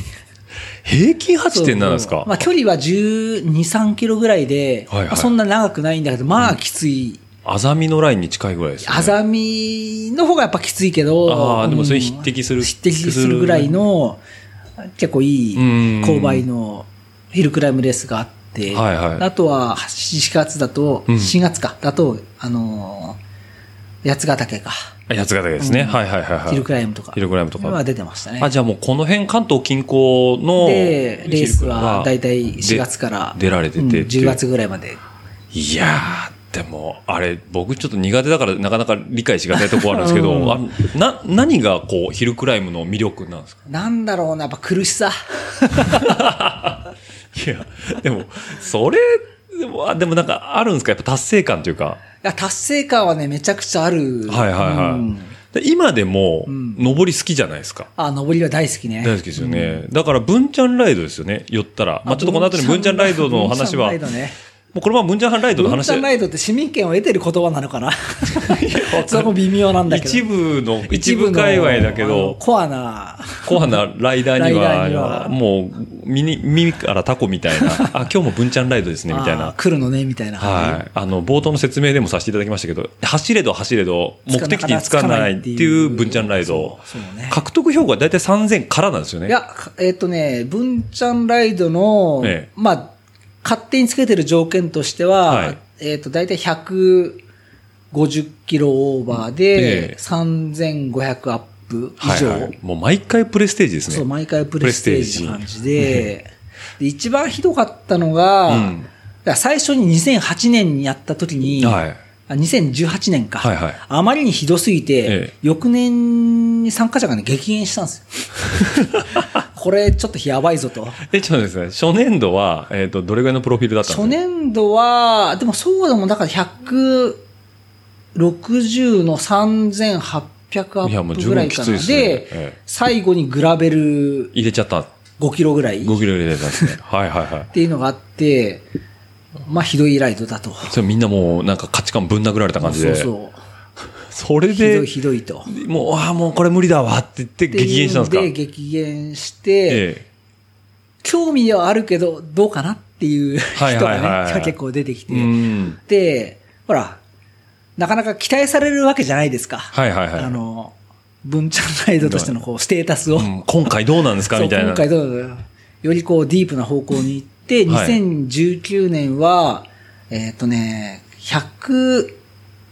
[SPEAKER 2] 平均8.7ですか。
[SPEAKER 3] まあ距離は12、3キロぐらいで、
[SPEAKER 2] はいはい
[SPEAKER 3] まあそんな長くないんだけど、まあきつい。
[SPEAKER 2] あざみのラインに近いぐらいですね。
[SPEAKER 3] あざみの方がやっぱきついけど、
[SPEAKER 2] あーでもそれ
[SPEAKER 3] うん
[SPEAKER 2] 匹敵する
[SPEAKER 3] 匹敵するぐらいの、結構いい
[SPEAKER 2] うん
[SPEAKER 3] 勾配のヒルクライムレースがあって、
[SPEAKER 2] はいはい
[SPEAKER 3] あとは4月だと、
[SPEAKER 2] うん
[SPEAKER 3] 4月か、だと、あのー八ヶ岳か、
[SPEAKER 2] あ八ヶ岳ですね。
[SPEAKER 3] うん
[SPEAKER 2] はいはいはいはい。
[SPEAKER 3] ヒルクライムとか。
[SPEAKER 2] ヒルクライムとか
[SPEAKER 3] は出てましたね。
[SPEAKER 2] あ、じゃあもうこの辺、関東近郊の。
[SPEAKER 3] で、レースは大体4月
[SPEAKER 2] ら。
[SPEAKER 3] から。
[SPEAKER 2] 出られててっていう
[SPEAKER 3] うん10月ぐらいまで。
[SPEAKER 2] いやー、でも、あれ、僕ちょっと苦手だから、なかなか理解しがたいとこあるんですけど、あな、何がこう、ヒルクライムの魅力なんですか
[SPEAKER 3] なんだろうな、やっぱ苦しさ。 <laughs>
[SPEAKER 2] いや、でも、それ、でも、あでもなんかあるんですかやっぱ達成感というか。
[SPEAKER 3] いや、達成感はね、めちゃくちゃある。
[SPEAKER 2] はいはいはい。
[SPEAKER 3] うん
[SPEAKER 2] で今でも、
[SPEAKER 3] ん
[SPEAKER 2] 登り好きじゃないですか。
[SPEAKER 3] あ、登りは大好きね。
[SPEAKER 2] 大好きですよね。だから、文ちゃんライドですよね。寄ったら。まあ、ちょっとこの後に文ちゃんライドの話は、
[SPEAKER 3] 文ちゃんライドね。
[SPEAKER 2] もうこのまま文ちゃんライドの
[SPEAKER 3] 文
[SPEAKER 2] 話
[SPEAKER 3] ちゃんライドって市民権を得てる言葉なのかなそれも微妙なんだけど。
[SPEAKER 2] 一部の、一
[SPEAKER 3] の
[SPEAKER 2] 部界隈だけ
[SPEAKER 3] あの
[SPEAKER 2] ど、
[SPEAKER 3] コアな、
[SPEAKER 2] コアなライダーに
[SPEAKER 3] ライダーに
[SPEAKER 2] は、
[SPEAKER 3] は
[SPEAKER 2] もう、耳耳からタコみたい
[SPEAKER 3] <laughs>
[SPEAKER 2] な、あ、今日も文ちゃんライドですね、みたい
[SPEAKER 3] あ
[SPEAKER 2] な。
[SPEAKER 3] 来るのね、みたいな。
[SPEAKER 2] はい。あの、冒頭の説明でもさせていただきましたけど、走れど走れど、目的地につかないっていう文ちゃんライド。
[SPEAKER 3] そうそうね
[SPEAKER 2] 獲得標高は大体3000からなんですよね。
[SPEAKER 3] いや、かえっ、とね、文ちゃんライドの、
[SPEAKER 2] ええ
[SPEAKER 3] まあ、勝手につけてる条件としては、
[SPEAKER 2] はい
[SPEAKER 3] えっ、と、だいたい150キロオーバーで、
[SPEAKER 2] ええ
[SPEAKER 3] 3500アップ以
[SPEAKER 2] はい
[SPEAKER 3] 上、
[SPEAKER 2] はい。もう毎回プレステージですね。
[SPEAKER 3] そう、毎回プレステージ
[SPEAKER 2] プ
[SPEAKER 3] の
[SPEAKER 2] レ
[SPEAKER 3] 感
[SPEAKER 2] ス
[SPEAKER 3] じで、で一番ひどかったのが、
[SPEAKER 2] うん
[SPEAKER 3] だから最初に2008年にやった時に、
[SPEAKER 2] はい
[SPEAKER 3] あ2018年か、
[SPEAKER 2] はいはい
[SPEAKER 3] あまりにひどすぎて、
[SPEAKER 2] ええ
[SPEAKER 3] 翌年に参加者がね、激減したんですよ。
[SPEAKER 2] <laughs>
[SPEAKER 3] これちょっとやばいぞと。
[SPEAKER 2] え、ちょっとですね、初年度は、えっ、と、どれぐらいのプロフィールだったんです
[SPEAKER 3] 初
[SPEAKER 2] か
[SPEAKER 3] 年度は、でもそうでも、だから160の3800ア
[SPEAKER 2] いやも
[SPEAKER 3] ッ
[SPEAKER 2] う
[SPEAKER 3] プ
[SPEAKER 2] 十
[SPEAKER 3] ぐら
[SPEAKER 2] 分
[SPEAKER 3] い
[SPEAKER 2] き
[SPEAKER 3] か
[SPEAKER 2] つい
[SPEAKER 3] な。
[SPEAKER 2] ですね
[SPEAKER 3] で、
[SPEAKER 2] ええ
[SPEAKER 3] 最後にグラベル
[SPEAKER 2] 入れちゃった。
[SPEAKER 3] 5キロぐらい。
[SPEAKER 2] 5キロ入れちゃったんですね。はいはいはい
[SPEAKER 3] っ。ていうのがあって、まあ、ひどいライドだと。
[SPEAKER 2] それみんなもうなんか価値観ぶん殴られた感じ
[SPEAKER 3] そ
[SPEAKER 2] で。
[SPEAKER 3] うそう。
[SPEAKER 2] それ
[SPEAKER 3] ひどい
[SPEAKER 2] で、
[SPEAKER 3] ひどいと。
[SPEAKER 2] もう、ああ、もうこれ無理だわって言って激減したんですか
[SPEAKER 3] っていうので、激減して、
[SPEAKER 2] え
[SPEAKER 3] 興味はあるけど、どうかなっていう人
[SPEAKER 2] はいはいはいはい
[SPEAKER 3] がね、結構出てき
[SPEAKER 2] え。
[SPEAKER 3] て
[SPEAKER 2] う。ん。
[SPEAKER 3] で、ほら、なかなか期待されるわけじゃないですか。
[SPEAKER 2] はいはいはい
[SPEAKER 3] あの、文ちゃんライドとしてのこう、ステータスを。
[SPEAKER 2] うん今回どうなんですか
[SPEAKER 3] そう
[SPEAKER 2] みたいな。
[SPEAKER 3] 今回どうだよりこうディープな方向に行って、
[SPEAKER 2] はい
[SPEAKER 3] 2019年は、えっ、とね、100、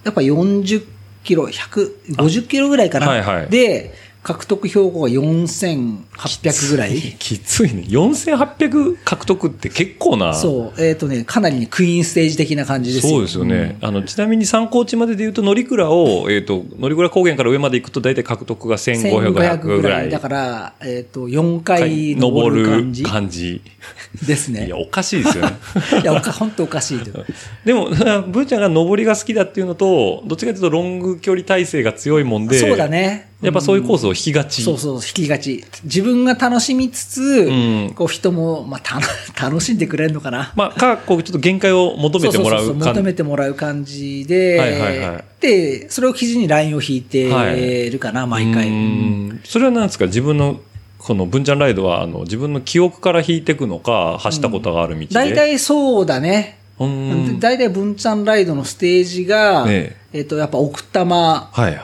[SPEAKER 3] やっぱ40キロ、150キロぐらいかな。
[SPEAKER 2] あはいはい
[SPEAKER 3] で、獲得標高が4800ぐ
[SPEAKER 2] <laughs>
[SPEAKER 3] らい。
[SPEAKER 2] きついね。4800獲得って結構な。
[SPEAKER 3] そう。えっ、とね、かなりね、クイーンステージ的な感じですよ
[SPEAKER 2] そうですよね。あの、ちなみに参考値までで言うと、乗鞍を、えっ、と、乗鞍高原から上まで行くと大体獲得が1500
[SPEAKER 3] 1500
[SPEAKER 2] ぐ
[SPEAKER 3] ぐ
[SPEAKER 2] ら
[SPEAKER 3] ら
[SPEAKER 2] い。
[SPEAKER 3] い。だから、えっ、と、4回登
[SPEAKER 2] 登
[SPEAKER 3] る
[SPEAKER 2] る
[SPEAKER 3] 感じ
[SPEAKER 2] 感じ。
[SPEAKER 3] です
[SPEAKER 2] い
[SPEAKER 3] ね。
[SPEAKER 2] や、おかしいですよね。
[SPEAKER 3] いや、おか、本当おかしいという。
[SPEAKER 2] <laughs> でも、ブーちゃんが登りが好きだっていうのと、どっちかというとロング距離体制が強いもん <laughs> で、
[SPEAKER 3] そうだね。
[SPEAKER 2] やっぱそういうコースを引きがち。
[SPEAKER 3] そうそう、引きがち。自分が楽しみつつ、
[SPEAKER 2] うん
[SPEAKER 3] こう人も、まあ、たの <laughs> 楽しんでくれるのかな。
[SPEAKER 2] まあ、か、こう、ちょっと限界を求めてもらう
[SPEAKER 3] そそそ
[SPEAKER 2] 感
[SPEAKER 3] 求め
[SPEAKER 2] じ。
[SPEAKER 3] てもらう感じで、
[SPEAKER 2] はいはいはい
[SPEAKER 3] で、それを記事にラインを引いてるかな、毎
[SPEAKER 2] う
[SPEAKER 3] 回。
[SPEAKER 2] んそれは何ですか自分のこの文ちゃんライドはあの自分の記憶から引いていくのか走ったことがある道で、
[SPEAKER 3] 大体そうだね。
[SPEAKER 2] うん
[SPEAKER 3] 大体、文ちゃんライドのステージが、
[SPEAKER 2] え
[SPEAKER 3] えっ、と、やっぱ奥多摩、
[SPEAKER 2] はいはい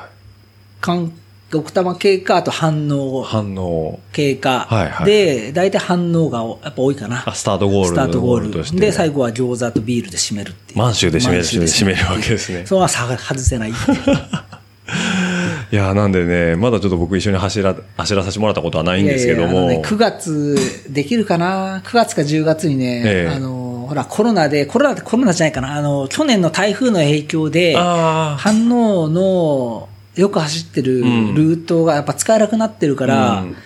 [SPEAKER 3] 環奥多摩系か、あと反応
[SPEAKER 2] 反応
[SPEAKER 3] 系か。
[SPEAKER 2] はいはい
[SPEAKER 3] で、大体反応がやっぱ多いかな。
[SPEAKER 2] あスタートゴール
[SPEAKER 3] スタートゴール
[SPEAKER 2] として
[SPEAKER 3] で、最後は餃子とビールで締めるっていう。
[SPEAKER 2] 満州で締める締めるわけですね
[SPEAKER 3] それはさ外せないっていう
[SPEAKER 2] いやーなんでねまだちょっと僕一緒に走ら走らさせてもらったことはないんですけど
[SPEAKER 3] いやいやあの
[SPEAKER 2] も
[SPEAKER 3] ね9月できるかな。9月か10月にね、
[SPEAKER 2] ええ
[SPEAKER 3] あの、ほら、コロナで、コロナってコロナじゃないかな。あの、去年の台風の影響で、
[SPEAKER 2] ああ
[SPEAKER 3] 反応のよく走ってるル
[SPEAKER 2] ん
[SPEAKER 3] ートがやっぱ使えなくなってるから、
[SPEAKER 2] うん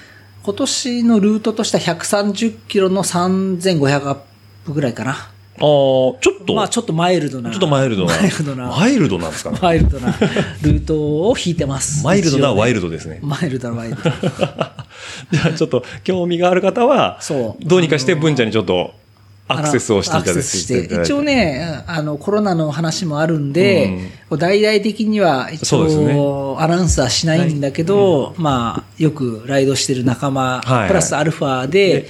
[SPEAKER 3] 今年のルートとしては130キロの3500アップぐらいかな。
[SPEAKER 2] あーちょっと、
[SPEAKER 3] まあ
[SPEAKER 2] ち
[SPEAKER 3] ちょっとマイルド
[SPEAKER 2] ょ
[SPEAKER 3] な。
[SPEAKER 2] っとマイルドな
[SPEAKER 3] マイルドな。
[SPEAKER 2] マイルドなんですかね
[SPEAKER 3] マイルドなルートを引いてます。
[SPEAKER 2] マイルドなワイル
[SPEAKER 3] ド。
[SPEAKER 2] ドですね
[SPEAKER 3] マイルドなワイルド。
[SPEAKER 2] じゃあちょっと興味がある方は
[SPEAKER 3] そう
[SPEAKER 2] どうにかして文ちゃんにちょっと <laughs> アクセスをしていただい
[SPEAKER 3] アク
[SPEAKER 2] て
[SPEAKER 3] セスして一応ね、あの、コロナの話もあるんで、
[SPEAKER 2] うん
[SPEAKER 3] こう大々的には一
[SPEAKER 2] そうです
[SPEAKER 3] 応、アナウンスはしないんだけど、まあ、よくライドしてる仲間、
[SPEAKER 2] はい
[SPEAKER 3] プラスアルファで、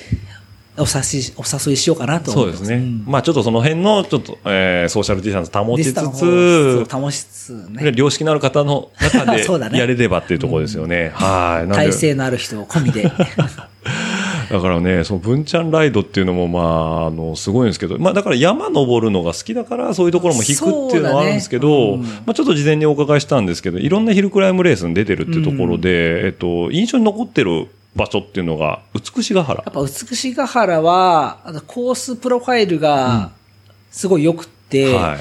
[SPEAKER 3] おさし、お誘いしようかなと
[SPEAKER 2] そ
[SPEAKER 3] 思
[SPEAKER 2] う
[SPEAKER 3] っ
[SPEAKER 2] で
[SPEAKER 3] て
[SPEAKER 2] す
[SPEAKER 3] ます
[SPEAKER 2] ね、
[SPEAKER 3] ん
[SPEAKER 2] まあちょっとその辺のちょっと、えーソーシャルディスタンス保
[SPEAKER 3] ディ
[SPEAKER 2] ち
[SPEAKER 3] スタ
[SPEAKER 2] つ
[SPEAKER 3] ンス
[SPEAKER 2] つ
[SPEAKER 3] を保ちつつね、
[SPEAKER 2] 良識のある方の中
[SPEAKER 3] <laughs> そうだ
[SPEAKER 2] で
[SPEAKER 3] ね
[SPEAKER 2] やれればっていうところですよね。はい。なん
[SPEAKER 3] 体
[SPEAKER 2] で
[SPEAKER 3] 制のある人込みで。
[SPEAKER 2] <laughs> だからね、その文ちゃんライドっていうのも、まあ、あの、すごいんですけど、まあ、だから山登るのが好きだから、そういうところも引くっていうのはあるんですけど、
[SPEAKER 3] そうだねうん
[SPEAKER 2] まあ、ちょっと事前にお伺いしたんですけど、いろんなヒルクライムレースに出てるっていうところで、えっと、印象に残ってる場所っていうのが、美しが原
[SPEAKER 3] やっ。ぱ美しが原は、あのコースプロファイルがすごい良くて、
[SPEAKER 2] は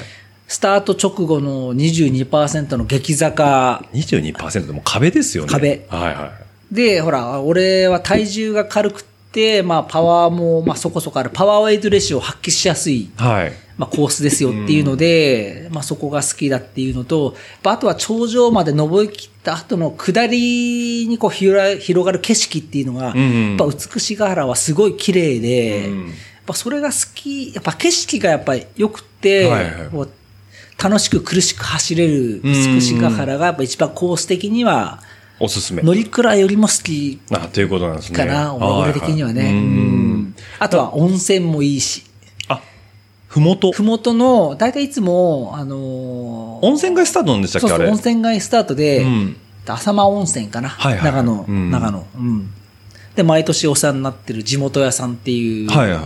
[SPEAKER 3] スタート直後の22%の激坂
[SPEAKER 2] い。22%でもう壁ですよね。
[SPEAKER 3] 壁
[SPEAKER 2] はいはい。
[SPEAKER 3] で、ほら、俺は体重が軽くって、まあパワーもまあそこそこある、パワーウェイトレシオを発揮しやすい、
[SPEAKER 2] はい。
[SPEAKER 3] まあ、コースですよっていうので、まあそこが好きだっていうのと、あとは頂上まで登り切った後の下りにこう広が広がる景色っていうのが、
[SPEAKER 2] うん
[SPEAKER 3] やっぱ美しが原はすごい綺麗で、
[SPEAKER 2] うん
[SPEAKER 3] やっぱそれが好き、やっぱ景色がやっぱり良くて、
[SPEAKER 2] はいはい
[SPEAKER 3] こう楽しく苦しく走れる美しが原がやっぱ一番コース的には、
[SPEAKER 2] おすすめ。
[SPEAKER 3] 乗倉よりも好き
[SPEAKER 2] あ、ということなんですね。
[SPEAKER 3] かな、俺的には
[SPEAKER 2] い
[SPEAKER 3] ね。
[SPEAKER 2] いうん。
[SPEAKER 3] あとは温泉もいいし。
[SPEAKER 2] あ、ふもと。
[SPEAKER 3] ふもとの、だいたいいつも、あのー
[SPEAKER 2] 温泉街スタートなんでしたっけ
[SPEAKER 3] そう
[SPEAKER 2] あ
[SPEAKER 3] そう、
[SPEAKER 2] れ
[SPEAKER 3] 温泉街スタートで、
[SPEAKER 2] うん
[SPEAKER 3] 浅間温泉かな、
[SPEAKER 2] はいはい
[SPEAKER 3] 長野、
[SPEAKER 2] うん
[SPEAKER 3] 長野、うん。で、毎年お世話になってる地元屋さんっていう、
[SPEAKER 2] はいはい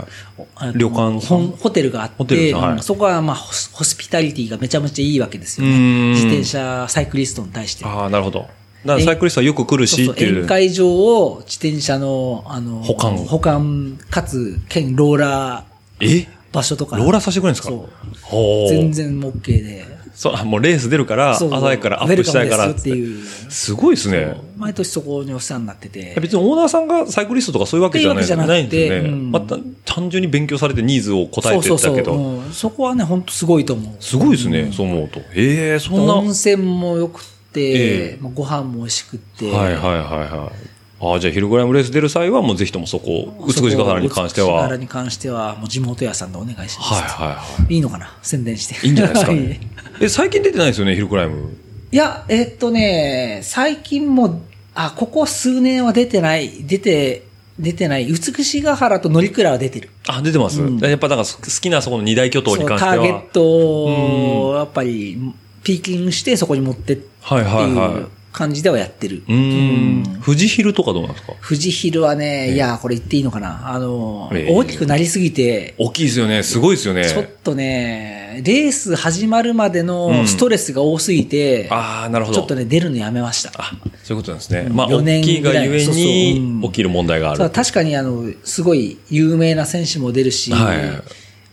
[SPEAKER 3] あの
[SPEAKER 2] 旅館さん
[SPEAKER 3] ほんホテルがあって、
[SPEAKER 2] ホテルさんはい
[SPEAKER 3] うんそこは、まあ、ホスホスピタリティがめちゃめちゃいいわけですよ
[SPEAKER 2] う
[SPEAKER 3] ね。
[SPEAKER 2] ん
[SPEAKER 3] 自転車、サイクリストに対して。
[SPEAKER 2] ああ、なるほど。だからサイクリストはよく来る
[SPEAKER 3] そう
[SPEAKER 2] し
[SPEAKER 3] そう
[SPEAKER 2] っていう。
[SPEAKER 3] 宴会場を自転車の、あの、
[SPEAKER 2] 保管
[SPEAKER 3] 保管、かつ、兼ローラー
[SPEAKER 2] え
[SPEAKER 3] 場所とか。
[SPEAKER 2] ローラーさせてくれるんですか
[SPEAKER 3] そう
[SPEAKER 2] ほう
[SPEAKER 3] 全然 OK で。
[SPEAKER 2] そう、あもうレース出るから、
[SPEAKER 3] そうそう
[SPEAKER 2] 朝早くからアップしたいから
[SPEAKER 3] ウェルカムですよっていう
[SPEAKER 2] つってすごいですね。
[SPEAKER 3] 毎年そこにお世話になってて。
[SPEAKER 2] 別にオーナーさんがサイクリストとかそういうわけじゃない
[SPEAKER 3] っていうわけじ
[SPEAKER 2] ない
[SPEAKER 3] ゃなく
[SPEAKER 2] ん
[SPEAKER 3] て
[SPEAKER 2] ですね。
[SPEAKER 3] うん
[SPEAKER 2] また単純に勉強されてニーズを答えてったけ
[SPEAKER 3] そうそ
[SPEAKER 2] ど。
[SPEAKER 3] うそううんそこはね、本当すごいと思う。
[SPEAKER 2] すごいですね、そう思うと。ええー、そんな。
[SPEAKER 3] 温泉も良く
[SPEAKER 2] え
[SPEAKER 3] て、
[SPEAKER 2] え
[SPEAKER 3] まあ、ご飯も美味しくって。
[SPEAKER 2] はいはいはいはい。ああ、じゃあ、ヒルグライムレース出る際は、もうぜひともそこ、美しが原に関して
[SPEAKER 3] 美し
[SPEAKER 2] は。
[SPEAKER 3] が
[SPEAKER 2] は
[SPEAKER 3] 原
[SPEAKER 2] い
[SPEAKER 3] に関しては、もう地元屋さんでお願いします。
[SPEAKER 2] はいはい。
[SPEAKER 3] い、いのかな宣伝して。
[SPEAKER 2] いいんじゃないですか
[SPEAKER 3] <laughs> い
[SPEAKER 2] ね。え、最近出てないですよね、ヒルクライム。
[SPEAKER 3] いや、えっとね、最近も、あ、ここ数年は出てない、出て、出てない、美しが原と乗鞍は出てる。
[SPEAKER 2] あ、出てます。やっぱなんか好きなそこの二大巨頭に
[SPEAKER 3] そ
[SPEAKER 2] 関し
[SPEAKER 3] う
[SPEAKER 2] て
[SPEAKER 3] タ
[SPEAKER 2] は。
[SPEAKER 3] ーゲットを、やっぱり、ピーキングしてそこに持ってって。
[SPEAKER 2] はいはいはいいう
[SPEAKER 3] 感じではやってる。
[SPEAKER 2] うーん。富士ヒルとかどうなんですか
[SPEAKER 3] 富士ヒルはね、いや、これ言っていいのかな。あの、
[SPEAKER 2] ええ
[SPEAKER 3] 大きくなりすぎて、
[SPEAKER 2] 大きいですよね。すごいですよね。
[SPEAKER 3] ちょっとね、レース始まるまでのストレスが多すぎて、
[SPEAKER 2] ああ、なるほ
[SPEAKER 3] ち
[SPEAKER 2] ど。
[SPEAKER 3] ょっとね、出るのやめました。
[SPEAKER 2] あ、そういうことなんですね。まあ、
[SPEAKER 3] 4
[SPEAKER 2] 大
[SPEAKER 3] 年
[SPEAKER 2] きいがゆえ
[SPEAKER 3] ぐらいそうそう
[SPEAKER 2] に
[SPEAKER 3] うん
[SPEAKER 2] 起きる問題があ
[SPEAKER 3] そう
[SPEAKER 2] る。
[SPEAKER 3] 確かにあの、すごい有名な選手も出るし、
[SPEAKER 2] はい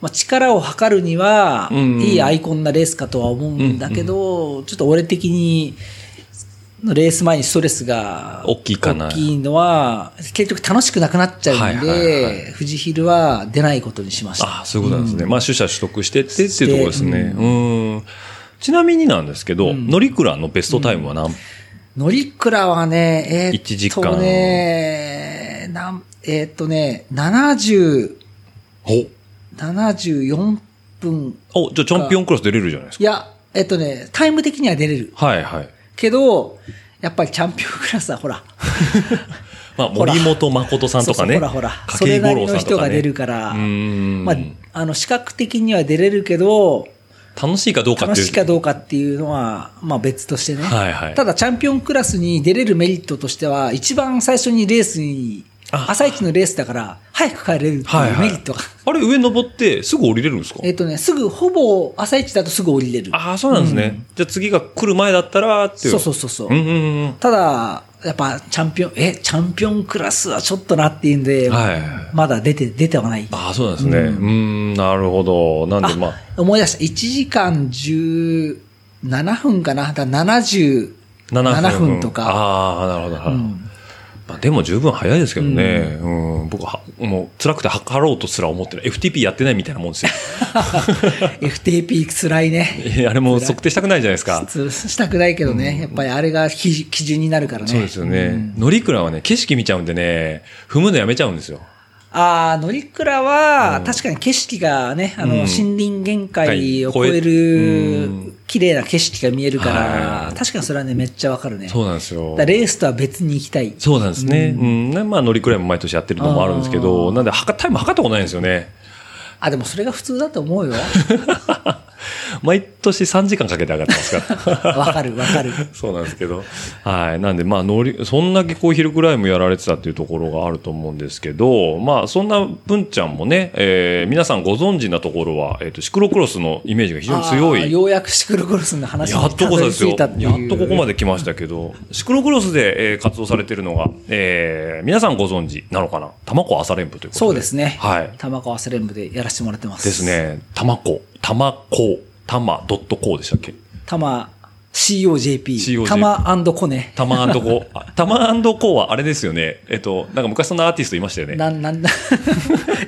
[SPEAKER 3] まあ、力を測るには、
[SPEAKER 2] うん
[SPEAKER 3] いいアイコンなレースかとは思うんだけど、ちょっと俺的に、レース前にストレスが
[SPEAKER 2] 大きいかな
[SPEAKER 3] 大きいのは、結局楽しくなくなっちゃうんで、
[SPEAKER 2] はいはいは
[SPEAKER 3] 富士ヒルは出ないことにしました。
[SPEAKER 2] ああ、そういうことなんですね。まあ、取捨取得してってっていうところですね。うーん。ちなみになんですけど、乗鞍のベストタイムは何
[SPEAKER 3] 乗鞍はね、えー
[SPEAKER 2] 1時
[SPEAKER 3] っとね、なんえーっとね、70、74分。
[SPEAKER 2] お、じゃあ、チャンピオンクラス出れるじゃないです
[SPEAKER 3] い
[SPEAKER 2] か。
[SPEAKER 3] や、えーっとね、タイム的には出れる。
[SPEAKER 2] はいはい。 <laughs>
[SPEAKER 3] けど、やっぱりチャンピオンクラスはほら、
[SPEAKER 2] まあ、
[SPEAKER 3] ほら
[SPEAKER 2] 森本誠さんとかね。
[SPEAKER 3] そうそうほらほら。そ
[SPEAKER 2] 筧
[SPEAKER 3] れな
[SPEAKER 2] 五
[SPEAKER 3] り
[SPEAKER 2] 郎
[SPEAKER 3] の
[SPEAKER 2] さん
[SPEAKER 3] 人
[SPEAKER 2] とか
[SPEAKER 3] が出
[SPEAKER 2] ね
[SPEAKER 3] る。から、
[SPEAKER 2] ん
[SPEAKER 3] まあ、あの、視覚的には出れるけど、
[SPEAKER 2] 楽しいかどうかって
[SPEAKER 3] 楽
[SPEAKER 2] いう。
[SPEAKER 3] しいかどうかっていうのは、まあ別としてね。
[SPEAKER 2] はいはい
[SPEAKER 3] ただ、チャンピオンクラスに出れるメリットとしては、一番最初にレースに、
[SPEAKER 2] あ
[SPEAKER 3] 朝一のレースだから、早く帰れるって
[SPEAKER 2] はい
[SPEAKER 3] いう
[SPEAKER 2] はい
[SPEAKER 3] メリットが。
[SPEAKER 2] あれ、上登ってすぐ降りれるんですか
[SPEAKER 3] えっとね、すぐ、ほぼ朝一だとすぐ降りれる。
[SPEAKER 2] ああ、そうなんですね。じゃあ次が来る前だったらっていう。
[SPEAKER 3] そうそう
[SPEAKER 2] そ
[SPEAKER 3] そうそう。
[SPEAKER 2] んうんうん。
[SPEAKER 3] ただ、やっぱチャンピオン、え、チャンピオンクラスはちょっとなっていうんで、
[SPEAKER 2] はい
[SPEAKER 3] まだ出て、出てはない。
[SPEAKER 2] ああ、そうなんですね。うーん、なるほど。なんで、まあ、
[SPEAKER 3] 思い出した。1時間17分かな。だから77
[SPEAKER 2] 7
[SPEAKER 3] 7
[SPEAKER 2] 分
[SPEAKER 3] 分とか。
[SPEAKER 2] ああ、なるほどなるほど。まあ、でも十分早いですけどね。うん、僕は、もう辛くて測ろうとすら思ってない。FTP やってないみたいなもんですよ。 <laughs>
[SPEAKER 3] FTP 辛いね。
[SPEAKER 2] いやあれも測定したくないじゃないですか。
[SPEAKER 3] つしたくないけどね。やっぱりあれが基基準になるからね。
[SPEAKER 2] そうですよね。乗鞍はね、景色見ちゃうんでね、踏むのやめちゃうんですよ。
[SPEAKER 3] ああ、乗鞍は、確かに景色がね、あの、
[SPEAKER 2] うん
[SPEAKER 3] 森林限界を
[SPEAKER 2] は
[SPEAKER 3] 超
[SPEAKER 2] い
[SPEAKER 3] え
[SPEAKER 2] う
[SPEAKER 3] る
[SPEAKER 2] ん、
[SPEAKER 3] 綺麗な景色が見えるか
[SPEAKER 2] は
[SPEAKER 3] ら、
[SPEAKER 2] い
[SPEAKER 3] 確かにそれはね、めっちゃわかるね。
[SPEAKER 2] そうなんですよ
[SPEAKER 3] だか。らレースとは別に行きたい。
[SPEAKER 2] そうなんですね。うん。ねまあ、乗鞍も毎年やってるのもあるんですけど、
[SPEAKER 3] あー
[SPEAKER 2] なんで、はかタイム測ったことないんですよね。
[SPEAKER 3] あ、でもそれが普通だと思う
[SPEAKER 2] <laughs>
[SPEAKER 3] よ。
[SPEAKER 2] 毎年3時間かけて上がってます
[SPEAKER 3] <laughs>
[SPEAKER 2] から。
[SPEAKER 3] わかるわかる。
[SPEAKER 2] そうなんですけど。はい。なんで、まあ、乗り、そんだけこう、ヒルクライムやられてたっていうところがあると思うんですけど、まあ、そんな文ちゃんもね、えー皆さんご存知なところは、えっ、と、シクロクロスのイメージが非常に強
[SPEAKER 3] あー
[SPEAKER 2] い。
[SPEAKER 3] ようやくシクロクロスの話に
[SPEAKER 2] やっとこそですよ。
[SPEAKER 3] たどり着いた
[SPEAKER 2] や
[SPEAKER 3] っていう
[SPEAKER 2] っとここまで来ましたけど、シクロクロスで、えー活動されてるのが、えー皆さんご存知なのかな玉子朝練部ということで。
[SPEAKER 3] そうですね。
[SPEAKER 2] はい。
[SPEAKER 3] 玉川セレン部でやらせてもらってます。
[SPEAKER 2] です。ね。玉子、玉子、玉 .co でしたっけ
[SPEAKER 3] 玉、COJP。
[SPEAKER 2] COJP
[SPEAKER 3] 玉コネ。
[SPEAKER 2] タマコ。あタマコはあれですよね。えっと、なんか昔そんなアーティストいましたよね。
[SPEAKER 3] なん、なんだ。 <laughs>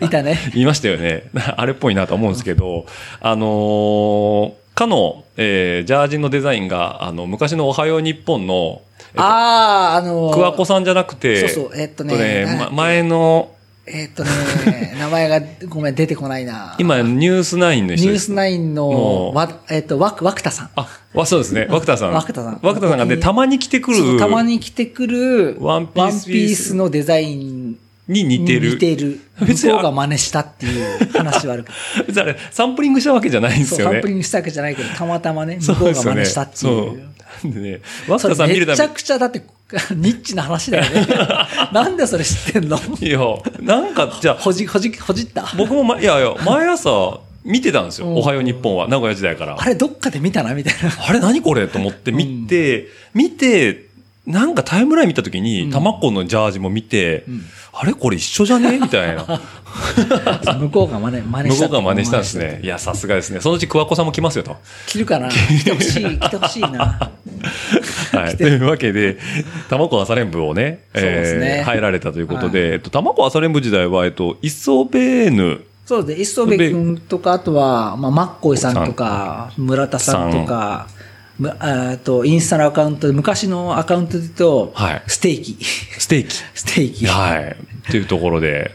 [SPEAKER 3] いたね。
[SPEAKER 2] いましたよね。 <laughs> あれっぽいなと思うんですけど、あのーかの、えージャージのデザインが、あの、昔のおはよう日本の、えっと、
[SPEAKER 3] ああ、あのー
[SPEAKER 2] 桑子さんじゃなくて、
[SPEAKER 3] そうそうえっとね
[SPEAKER 2] ま前の、
[SPEAKER 3] えーっとね、名前がごめん、出てこないな。
[SPEAKER 2] 今、ニュースナインの
[SPEAKER 3] ニ
[SPEAKER 2] 人
[SPEAKER 3] ュ
[SPEAKER 2] で
[SPEAKER 3] ー
[SPEAKER 2] す
[SPEAKER 3] スナイ
[SPEAKER 2] も
[SPEAKER 3] ンの、
[SPEAKER 2] う
[SPEAKER 3] わ、えっと、わ、わくたさん。
[SPEAKER 2] あ、わ、そうですね。涌田さん。
[SPEAKER 3] 涌田さん
[SPEAKER 2] 涌田さんがね、たまに来てく
[SPEAKER 3] そう
[SPEAKER 2] る。
[SPEAKER 3] たまに着てくる、
[SPEAKER 2] ワンピース
[SPEAKER 3] のデザイン
[SPEAKER 2] に似てる。
[SPEAKER 3] 似てる。
[SPEAKER 2] 別
[SPEAKER 3] 向
[SPEAKER 2] に
[SPEAKER 3] こうが真似したっていう話はある
[SPEAKER 2] <laughs>
[SPEAKER 3] けど。
[SPEAKER 2] 別にあれ、サンプリングしたわけじゃないんです
[SPEAKER 3] そ
[SPEAKER 2] よ
[SPEAKER 3] う、サ
[SPEAKER 2] ね
[SPEAKER 3] ンプ。リングしたわけじゃないけど、たまたまね、
[SPEAKER 2] そ
[SPEAKER 3] 向こう
[SPEAKER 2] で
[SPEAKER 3] が
[SPEAKER 2] すよ
[SPEAKER 3] 真
[SPEAKER 2] ね
[SPEAKER 3] 似したっていう。
[SPEAKER 2] そうなんでね、ワ
[SPEAKER 3] そ
[SPEAKER 2] ス
[SPEAKER 3] れ
[SPEAKER 2] カさん見る
[SPEAKER 3] め
[SPEAKER 2] た
[SPEAKER 3] ちゃ
[SPEAKER 2] め
[SPEAKER 3] くちゃだって、 <laughs> ニッチな話だよ
[SPEAKER 2] <laughs>
[SPEAKER 3] ね。なんでそれ知ってんの
[SPEAKER 2] に、いや、なんか、じゃあ、
[SPEAKER 3] ほじ、ほじ、ほじった
[SPEAKER 2] 僕も、ま、いやいや、毎朝見てたんですよ。
[SPEAKER 3] うん
[SPEAKER 2] おはよう日本は、名古屋時代から。
[SPEAKER 3] あれ、どっかで見たなみたい
[SPEAKER 2] <laughs>
[SPEAKER 3] な。
[SPEAKER 2] あれ何これと思って見て、見て、なんかタイムライン見たときに、タマコのジャージも見て、あれこれ一緒じゃねみたいな。
[SPEAKER 3] そう向こうが真似、 <laughs> 真似
[SPEAKER 2] 向
[SPEAKER 3] し
[SPEAKER 2] こ
[SPEAKER 3] た。
[SPEAKER 2] うが真似したんです。ね。いや、さすがですね。そのうち桑子さんも来ますよと。
[SPEAKER 3] 着るかな着てほしい、着てほしいな。
[SPEAKER 2] <laughs> はい。というわけで、玉子朝練部をね、
[SPEAKER 3] <laughs> そうですね
[SPEAKER 2] えー入られたということで、
[SPEAKER 3] は
[SPEAKER 2] えっと、玉子朝練部時代は、えっと、イソベーヌ
[SPEAKER 3] そうで、磯部君とか、あとは、まあ、マッコイさんとか、村田さんとか、むえっと、インスタのアカウントで、昔のアカウントで言うと、
[SPEAKER 2] はい
[SPEAKER 3] ステーキ。 <laughs>
[SPEAKER 2] ステーキ。
[SPEAKER 3] ステーキ。
[SPEAKER 2] はい。というところで、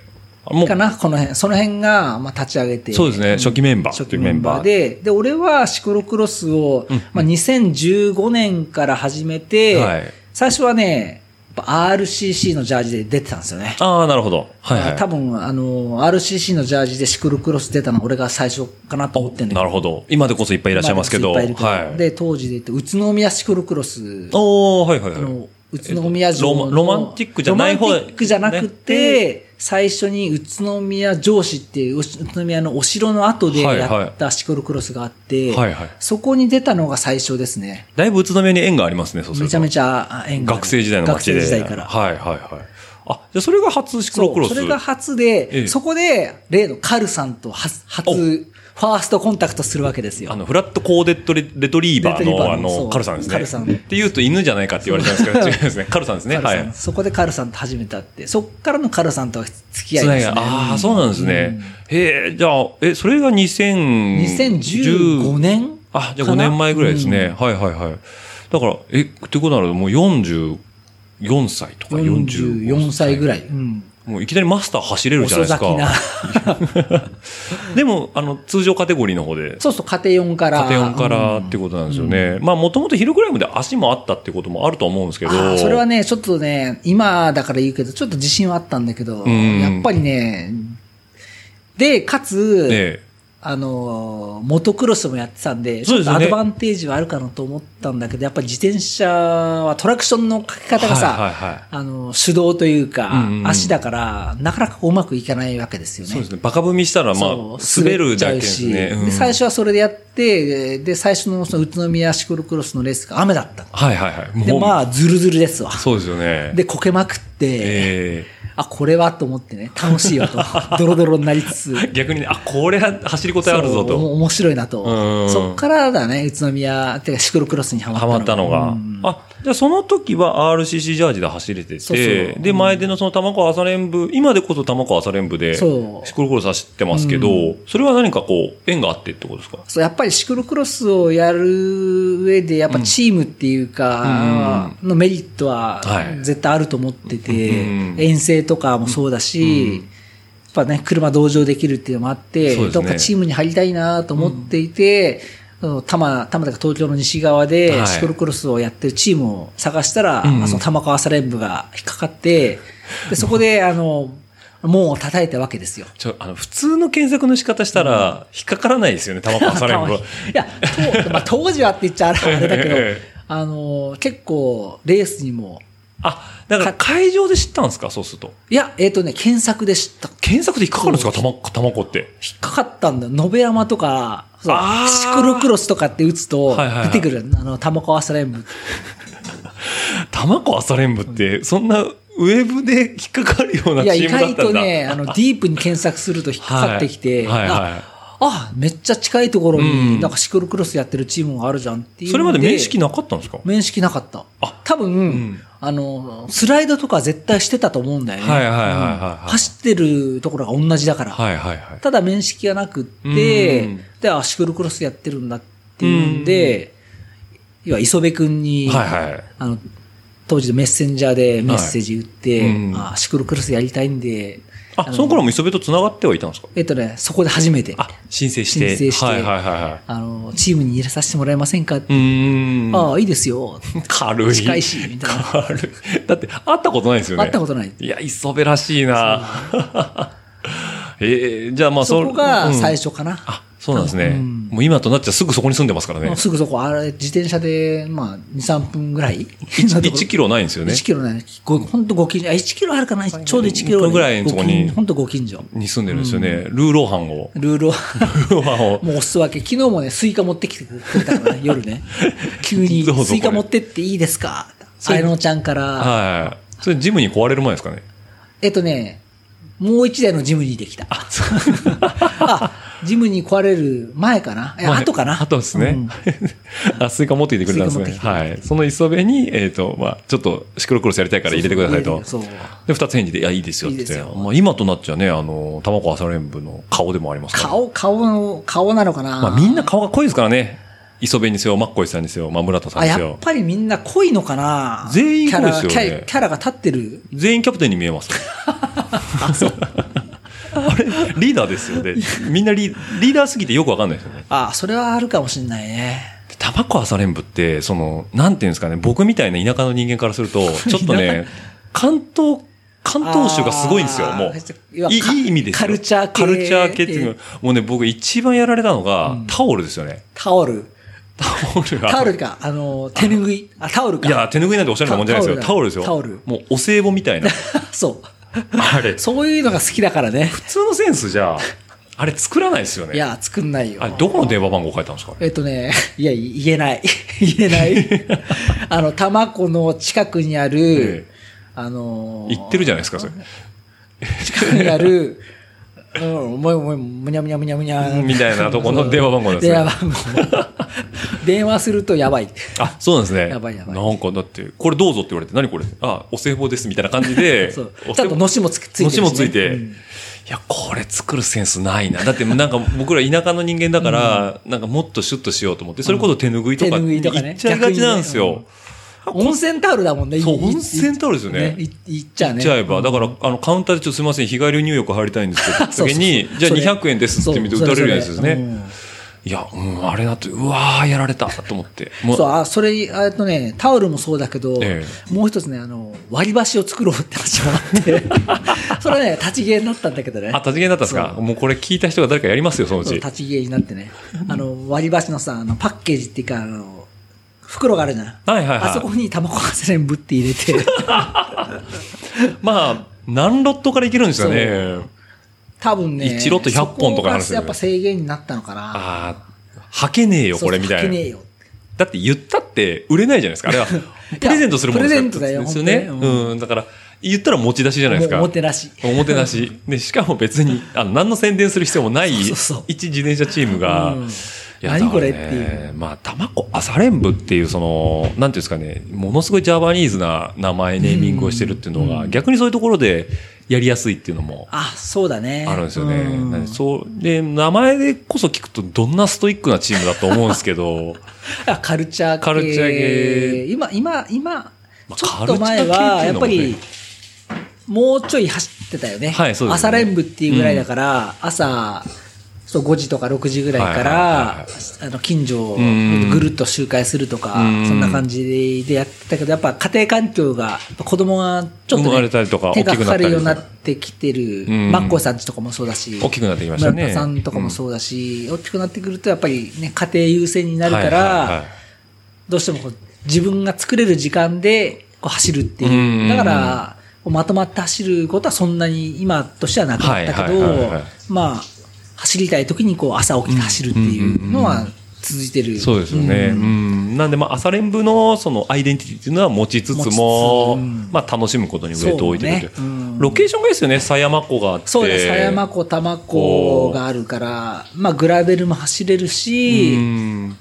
[SPEAKER 2] もう
[SPEAKER 3] か、なこの辺。その辺が、まあ、立ち上げて。
[SPEAKER 2] そうですね、初期メンバー。
[SPEAKER 3] 初期メンバーで、で、俺はシクロクロスを、まあ、2015年から始めて、
[SPEAKER 2] はい
[SPEAKER 3] 最初はね、やっぱ RCC のジャージで出てたんですよね。
[SPEAKER 2] ああ、なるほど。はい、はい。
[SPEAKER 3] 多分、あの、RCC のジャージでシクロクロス出たの俺が最初かなと思ってんだけど
[SPEAKER 2] なるほど。今でこそいっぱいい
[SPEAKER 3] い
[SPEAKER 2] らっしゃいますけど。
[SPEAKER 3] っぱいいるけど
[SPEAKER 2] はい。
[SPEAKER 3] で、当時で言って、宇都宮シクロクロス
[SPEAKER 2] おー、はいはいはい
[SPEAKER 3] の。、宇都宮城の、
[SPEAKER 2] えっとロマロマンティックじゃない方
[SPEAKER 3] ロマンティックじゃなくて、最初に宇都宮城市っていう、宇都宮のお城の後で
[SPEAKER 2] はいはい
[SPEAKER 3] やったシクロクロスがあって、
[SPEAKER 2] はいはい
[SPEAKER 3] そこに出たのが最初ですね。
[SPEAKER 2] だいぶ宇都宮に縁がありますね、そうする
[SPEAKER 3] め
[SPEAKER 2] と
[SPEAKER 3] ちゃめちゃ縁がある
[SPEAKER 2] 学生時代の街で。
[SPEAKER 3] 学生時代から。
[SPEAKER 2] はいはいはい。あ、じゃあそれが初シクロクロス。
[SPEAKER 3] そうそれが初
[SPEAKER 2] え
[SPEAKER 3] で、
[SPEAKER 2] え
[SPEAKER 3] そこで、例のカルさんと初、
[SPEAKER 2] お
[SPEAKER 3] 初、ファーストコンタクトするわけですよ
[SPEAKER 2] あ。の、フラットコーデッドレレトリーバー
[SPEAKER 3] レトリー
[SPEAKER 2] の、あ
[SPEAKER 3] バーのそ
[SPEAKER 2] の、
[SPEAKER 3] う
[SPEAKER 2] カルさんですね。
[SPEAKER 3] カルさん
[SPEAKER 2] って言うと犬じゃないかって言われちゃうんですけど、違いますね。カルさんですね。
[SPEAKER 3] カル
[SPEAKER 2] は
[SPEAKER 3] さん
[SPEAKER 2] い。
[SPEAKER 3] そこでカルさんと初めて会って、そっからのカルさんとは付き合い
[SPEAKER 2] つな
[SPEAKER 3] で
[SPEAKER 2] ぎ
[SPEAKER 3] す
[SPEAKER 2] が
[SPEAKER 3] ね。
[SPEAKER 2] ああ、そうなんですね。へえ、じゃあ、え、それが2000
[SPEAKER 3] 2015年
[SPEAKER 2] あ、じゃあ5年前ぐらいですね。はいはいはい。だから、え、ってことなので、もう44歳とか45
[SPEAKER 3] 44歳ぐらい。うん
[SPEAKER 2] もういきなりマスター走れるじゃない
[SPEAKER 3] 遅
[SPEAKER 2] です
[SPEAKER 3] 咲きな
[SPEAKER 2] か。。 <laughs> でも、あの、通常カテゴリーの方で、
[SPEAKER 3] そうそう、家庭4から。
[SPEAKER 2] 家庭4からってことなんですよね。まあ、もともとヒルクライムで足もあったってこともあると思うんですけ
[SPEAKER 3] あ
[SPEAKER 2] ど。
[SPEAKER 3] ーそれはね、ちょっとね、今だから言うけど、ちょっと自信はあったんだけど、
[SPEAKER 2] ん
[SPEAKER 3] やっぱりね、で、かつ、
[SPEAKER 2] え
[SPEAKER 3] あのー、モトクロスもやってたんで、
[SPEAKER 2] そうですよ
[SPEAKER 3] ちょっ
[SPEAKER 2] ね
[SPEAKER 3] とアドバンテージはあるかなと思ったんだけど、やっぱり自転車はトラクションのかけ
[SPEAKER 2] え。
[SPEAKER 3] 方がさ、
[SPEAKER 2] はいはいはい。
[SPEAKER 3] あのー、手動というか、
[SPEAKER 2] うんうんうん
[SPEAKER 3] 足だから、なかなかうまくいかないわけですよね。
[SPEAKER 2] そうですね。バカ踏みしたら、まあ、
[SPEAKER 3] そう
[SPEAKER 2] 滑るだけ
[SPEAKER 3] 滑っ
[SPEAKER 2] で
[SPEAKER 3] ちゃう
[SPEAKER 2] す
[SPEAKER 3] し
[SPEAKER 2] ね。うん
[SPEAKER 3] で最初はそれでやって、で、最初のその宇都宮シクロクロスのレースが雨だった。
[SPEAKER 2] はいはいはい。もう
[SPEAKER 3] で、まあ、ズルズルですわ。
[SPEAKER 2] そうですよね。
[SPEAKER 3] で、こけまくって、
[SPEAKER 2] え
[SPEAKER 3] あ、これはと思ってね、楽しいよと。 <laughs> ドロドロになりつつ。
[SPEAKER 2] え逆にね、あ、これは走り応えあるぞ
[SPEAKER 3] そうお
[SPEAKER 2] と。
[SPEAKER 3] も面白いなと
[SPEAKER 2] うん。
[SPEAKER 3] そっからだね、宇都宮、てかシクロクロスにハマった
[SPEAKER 2] ハ
[SPEAKER 3] の。
[SPEAKER 2] マったのが。あ、じゃあその時は RCC ジャージで走れてて、
[SPEAKER 3] そうそう
[SPEAKER 2] で、前でのその玉川朝練部、今でこそ玉川朝練部で、
[SPEAKER 3] そう
[SPEAKER 2] シクロクロス走ってますけど、それは何かこう、縁があってってことですか
[SPEAKER 3] そう、やっぱりシクロクロスをやる上で、やっぱチームっていうか、のメリットは
[SPEAKER 2] はい
[SPEAKER 3] 絶対あると思ってて、
[SPEAKER 2] うん
[SPEAKER 3] 遠征とかもそうだし、やっぱね、車同乗できるっていうのもあって、
[SPEAKER 2] そうです
[SPEAKER 3] ど
[SPEAKER 2] ね
[SPEAKER 3] っかチームに入りたいなと思っていて、その多摩、多摩とか東京の西側
[SPEAKER 2] はい
[SPEAKER 3] でシクロクロスをやってるチームを探したら、
[SPEAKER 2] うん
[SPEAKER 3] まあその玉川朝練部が引っかかって、で、そこで、あの、門を叩いたわけですよ。
[SPEAKER 2] ちょ、あの、普通の検索の仕方したら、引っかからないですよね、玉川朝練
[SPEAKER 3] <laughs>
[SPEAKER 2] 部は。
[SPEAKER 3] いや、とまあ、当時はって言っちゃあれだけど
[SPEAKER 2] ええ、
[SPEAKER 3] あの、結構、レースにも、
[SPEAKER 2] あ、だから会場で知ったんですかそうすると。
[SPEAKER 3] いや、えっ、とね、検索で知った。
[SPEAKER 2] 検索で引っかかるんですか玉、玉子って。
[SPEAKER 3] 引っかかったんだよ。野辺山とか、そう
[SPEAKER 2] あー
[SPEAKER 3] シクロクロスとかって打つと
[SPEAKER 2] はいはいはい、
[SPEAKER 3] 出てくる、あの、玉川スライム。
[SPEAKER 2] 玉子朝練部って、そんな、ウェブで引っかかるようないチ
[SPEAKER 3] や、
[SPEAKER 2] ー
[SPEAKER 3] 意
[SPEAKER 2] ムだった
[SPEAKER 3] 外
[SPEAKER 2] んだ。<laughs>
[SPEAKER 3] とね、あの、ディープに検索すると引っかかってきて、
[SPEAKER 2] はいはいはい
[SPEAKER 3] ああ、めっちゃ近いところ
[SPEAKER 2] うん
[SPEAKER 3] に、なんかシクロクロスやってるチームがあるじゃんっていうの。
[SPEAKER 2] それまで面識なかったんですか
[SPEAKER 3] 面識なかった
[SPEAKER 2] あ。
[SPEAKER 3] 多分、
[SPEAKER 2] ん
[SPEAKER 3] あの、スライドとか絶対してたと思うんだよね。
[SPEAKER 2] はいはいはいはいはい
[SPEAKER 3] うん走ってるところが同じだから。
[SPEAKER 2] はいはいはい。
[SPEAKER 3] ただ面識がなくっ
[SPEAKER 2] う
[SPEAKER 3] て
[SPEAKER 2] ん、
[SPEAKER 3] で、あ、シクロクロスやってるんだっていうんで、要は磯部くんに、
[SPEAKER 2] はいはい
[SPEAKER 3] あの、当時のメッセンジャーでメッセージ打って、
[SPEAKER 2] はいうん
[SPEAKER 3] あシクロクロスやりたいんで、
[SPEAKER 2] あ、その頃も磯部と繋がってはいたんですか
[SPEAKER 3] えっとね、そこで初めて、
[SPEAKER 2] あ、申請して。
[SPEAKER 3] 申請して
[SPEAKER 2] はいはいはいはい。
[SPEAKER 3] あの、チームに入れさせてもらえませんかって
[SPEAKER 2] うーん。
[SPEAKER 3] ああ、いいですよ。
[SPEAKER 2] 軽い。
[SPEAKER 3] 近いしみたいな
[SPEAKER 2] 軽い。だって、会ったことないですよね。
[SPEAKER 3] 会ったことない。
[SPEAKER 2] いや、磯部らしいな。 <laughs> えー、じゃあまあ、
[SPEAKER 3] そこが最
[SPEAKER 2] 初。
[SPEAKER 3] 初かな。
[SPEAKER 2] あ、そうなんですね。
[SPEAKER 3] うん
[SPEAKER 2] もう今となっちゃすぐそこに住んでますからね。
[SPEAKER 3] すぐそこ、あれ、自転車で、まあ、2、3分ぐらい
[SPEAKER 2] 1キロないんですよね
[SPEAKER 3] 1。キロね。ごほんとご近所。あ、1キロあるかなちょうど1キロ
[SPEAKER 2] ぐらいのとこに
[SPEAKER 3] ほんとご近所。
[SPEAKER 2] に住んでるんですよね。ルーローハンを。
[SPEAKER 3] ルールを、
[SPEAKER 2] ルーローハ <laughs> ンを。
[SPEAKER 3] もうおすわけ。昨日もね、スイカ持ってきてくれたから
[SPEAKER 2] <laughs>
[SPEAKER 3] ね、夜ね。急に
[SPEAKER 2] どうぞこれ、
[SPEAKER 3] スイカ持ってっていいですか
[SPEAKER 2] それ
[SPEAKER 3] 綾乃ちゃんから。
[SPEAKER 2] はい。それジムに壊れる前ですかね。
[SPEAKER 3] えっとね、もう一台のジムにできた。あ、ジムに壊れる前かないや、
[SPEAKER 2] はい
[SPEAKER 3] 後かな
[SPEAKER 2] 後ですね
[SPEAKER 3] うん。
[SPEAKER 2] <laughs> あ、スイカ持ってきてくれたんです
[SPEAKER 3] ス
[SPEAKER 2] ね。
[SPEAKER 3] イカ持っ
[SPEAKER 2] はい。その磯辺に、えっ、と、まあちょっとシクロクロスやりたいから入れてくださいと。
[SPEAKER 3] そう。
[SPEAKER 2] で、二つ返事で、いや、いいですよって言って。
[SPEAKER 3] いいですよ
[SPEAKER 2] まあ今となっちゃね、あの、玉子朝練部の顔でもありますから。
[SPEAKER 3] 顔、顔の、顔なのかな
[SPEAKER 2] まあみんな顔が濃いですからね。磯辺にせよ、マッコイさんにせよ、まあ村田さん
[SPEAKER 3] あ、
[SPEAKER 2] にせ
[SPEAKER 3] やっ
[SPEAKER 2] よ。
[SPEAKER 3] ぱりみんな濃いのかな
[SPEAKER 2] 全員濃いですよね
[SPEAKER 3] キャラキャラキャラが立ってる。
[SPEAKER 2] 全員キャプテンに見え
[SPEAKER 3] <laughs>
[SPEAKER 2] ます。あれ、リーダーですよね。みんなリリーダーすぎてよくわかんないですよね。
[SPEAKER 3] あ、それはあるかもしれないね。
[SPEAKER 2] タバコ朝練部って、その、なんていうんですかね、僕みたいな田舎の人間からする
[SPEAKER 3] <laughs>
[SPEAKER 2] と、ちょっとね、関東、関東州がすごいんですよ、
[SPEAKER 3] あー
[SPEAKER 2] も
[SPEAKER 3] 要は
[SPEAKER 2] う。いい
[SPEAKER 3] カ
[SPEAKER 2] いい意味ですよ
[SPEAKER 3] カルチャー系
[SPEAKER 2] カルチャー系っていうのもうね、僕一番やられたのが、タオルですよね。
[SPEAKER 3] タオル。
[SPEAKER 2] タオルが。
[SPEAKER 3] タオルか。あの、手拭い。あ、タオルか。
[SPEAKER 2] いや、手拭いなんておしゃれなもんじゃないですよ。タ
[SPEAKER 3] タ
[SPEAKER 2] オ
[SPEAKER 3] オ
[SPEAKER 2] ル
[SPEAKER 3] ル
[SPEAKER 2] ですよ。
[SPEAKER 3] タオル
[SPEAKER 2] もうお歳暮みたいな。
[SPEAKER 3] <laughs> <laughs> そ
[SPEAKER 2] あれ、
[SPEAKER 3] う。
[SPEAKER 2] 普
[SPEAKER 3] そういうのが好きだからね。
[SPEAKER 2] 通のセンスじゃ、あれ作らないですよね。
[SPEAKER 3] いや、作んないよ
[SPEAKER 2] あ。れ、どこの電話番号書いたんですかあれ
[SPEAKER 3] えっとね、いや、言えない。 <laughs> 言え
[SPEAKER 2] <laughs>
[SPEAKER 3] ない。あの、玉子の近くにある
[SPEAKER 2] え、
[SPEAKER 3] あのー、
[SPEAKER 2] 言ってるじゃないですか、それ。
[SPEAKER 3] 近くにある、うん、もう、もう、むにゃむにゃむにゃむにゃ。
[SPEAKER 2] みたいなとこの電話番号なんですね
[SPEAKER 3] 電話番号。電話するとやばい。
[SPEAKER 2] あ、そうなんですね。
[SPEAKER 3] やばいやばい、
[SPEAKER 2] なんかだって、これどうぞって言われて、何これあ、お歳暮ですみたいな感じで <laughs>
[SPEAKER 3] そう
[SPEAKER 2] お。
[SPEAKER 3] ちゃ
[SPEAKER 2] 歳
[SPEAKER 3] んと
[SPEAKER 2] 暮
[SPEAKER 3] のしもつくついてるしね
[SPEAKER 2] のしもついて、
[SPEAKER 3] うん
[SPEAKER 2] いや、これ作るセンスないな。だってなんか僕ら田舎の人間だから、なんかもっとシュッとしようと思って、それこそ手拭いとか
[SPEAKER 3] 手拭いとかね
[SPEAKER 2] 言っちゃいがちなんですよ。
[SPEAKER 3] 温泉タオルだもんね。
[SPEAKER 2] そう
[SPEAKER 3] い
[SPEAKER 2] 温泉タオルですよね
[SPEAKER 3] いいっちゃうね。
[SPEAKER 2] ちゃえば、だから、あの、カウンターでちょっとすみません、日帰り入浴入りたいんです <laughs> けど、
[SPEAKER 3] そうそう
[SPEAKER 2] 時に、じゃあ
[SPEAKER 3] それ
[SPEAKER 2] 200円ですって見て打たれるやつです
[SPEAKER 3] そうそれそ
[SPEAKER 2] ね。いや、うん、あれだって、うわー、やられた、と思って。も
[SPEAKER 3] そう、あ、それ、あとね、タオルもそうだけど、
[SPEAKER 2] え
[SPEAKER 3] もう一つね、あの、割り箸を作ろうって話も
[SPEAKER 2] <laughs>
[SPEAKER 3] あって、それはね、立ちゲーになったんだけどね
[SPEAKER 2] あ、。立ち芸だったんですかもうこれ聞いた人が誰かやりますよ、そのう
[SPEAKER 3] そう
[SPEAKER 2] ち。
[SPEAKER 3] 立ちゲーになってね、あの、割り箸のさ、あの、パッケージっていうか、あの、袋があるじゃん。
[SPEAKER 2] はいはいはい
[SPEAKER 3] あそこに卵かせんぶって入れて、
[SPEAKER 2] <laughs> まあ、何ロットからいけるんですよね。
[SPEAKER 3] 多分ね、
[SPEAKER 2] 一ロット100本とかなんで
[SPEAKER 3] そ
[SPEAKER 2] すよね
[SPEAKER 3] こがやっぱ制限になったのかな。
[SPEAKER 2] ああ、はけねえよ、
[SPEAKER 3] そう
[SPEAKER 2] これ、みた
[SPEAKER 3] 書けね
[SPEAKER 2] い
[SPEAKER 3] え
[SPEAKER 2] な。
[SPEAKER 3] よ
[SPEAKER 2] だって言ったって売れないじゃないですか。
[SPEAKER 3] <laughs>
[SPEAKER 2] あれは、プレゼントするもんです
[SPEAKER 3] プレゼントだよ
[SPEAKER 2] ですよね。
[SPEAKER 3] 本当に
[SPEAKER 2] うん、だから、言ったら持ち出しじゃないですか。
[SPEAKER 3] もうおもてなし。
[SPEAKER 2] おもてなし。で、しかも別に、あの、何の宣伝する必要もない、
[SPEAKER 3] そうそうそう
[SPEAKER 2] 一自転車チームが、
[SPEAKER 3] うん
[SPEAKER 2] いや
[SPEAKER 3] 何これ
[SPEAKER 2] だから
[SPEAKER 3] っ
[SPEAKER 2] ねまあ、タマコアサレンブっていう、その、なんていうんですかね、ものすごいジャパニーズな名前、ネーミングをしてるっていうのが、逆にそういうところでやりやすいっていうのも
[SPEAKER 3] あ、そうだね。
[SPEAKER 2] あるんですよね。
[SPEAKER 3] うん
[SPEAKER 2] なんでそう、で、名前でこそ聞くと、どんなストイックなチームだと思うんですけ
[SPEAKER 3] <laughs>
[SPEAKER 2] ど、
[SPEAKER 3] あカルチャー系。
[SPEAKER 2] カルチャー系
[SPEAKER 3] 今、今、今、
[SPEAKER 2] まあ
[SPEAKER 3] ちょっと前は、やっぱり、もうちょい走ってたよね。
[SPEAKER 2] はいそうですね
[SPEAKER 3] 朝練部っていうぐらいだから、朝、そう5時とか6時ぐらいか
[SPEAKER 2] はいはいはい
[SPEAKER 3] ら
[SPEAKER 2] は、
[SPEAKER 3] あの、近所を
[SPEAKER 2] ん
[SPEAKER 3] ぐるっと周回するとか、そ
[SPEAKER 2] うん
[SPEAKER 3] んな感じでやってたけど、やっぱ家庭環境が、やっぱ子供がちょっと
[SPEAKER 2] 生まれ
[SPEAKER 3] ね、
[SPEAKER 2] たりとか
[SPEAKER 3] 手が
[SPEAKER 2] 大きく
[SPEAKER 3] か
[SPEAKER 2] なった
[SPEAKER 3] か
[SPEAKER 2] り
[SPEAKER 3] るようになってきてる、
[SPEAKER 2] うん
[SPEAKER 3] マッコさんちとかもそうだし、
[SPEAKER 2] 大きくなってきましたね
[SPEAKER 3] 村田さんとかもそうだし、大きくなってくるとやっぱりね、家庭優先になるか
[SPEAKER 2] は
[SPEAKER 3] ら、
[SPEAKER 2] いはいはい
[SPEAKER 3] どうしてもこう自分が作れる時間でこう走るって
[SPEAKER 2] うんうんう
[SPEAKER 3] い
[SPEAKER 2] ん
[SPEAKER 3] う。だから、こうまとまって走ることはそんなに今としてはなかった
[SPEAKER 2] はい
[SPEAKER 3] けど
[SPEAKER 2] はいはいはい、
[SPEAKER 3] まあ、走りたい時にこう朝起きて走るっていうのは続いてる。
[SPEAKER 2] そうですよね。うんん。なんで、まあ、朝練部の、その、アイデンティティっていうのは持ちつつも、
[SPEAKER 3] 持ちつつうん
[SPEAKER 2] まあ、楽しむことにウェイトを置いてると
[SPEAKER 3] そう
[SPEAKER 2] いう
[SPEAKER 3] ねうん
[SPEAKER 2] ロケーションがいいですよね、狭山湖があって。
[SPEAKER 3] そうだ、狭山湖、多摩湖があるから、まあ、グラベルも走れるし、
[SPEAKER 2] うん。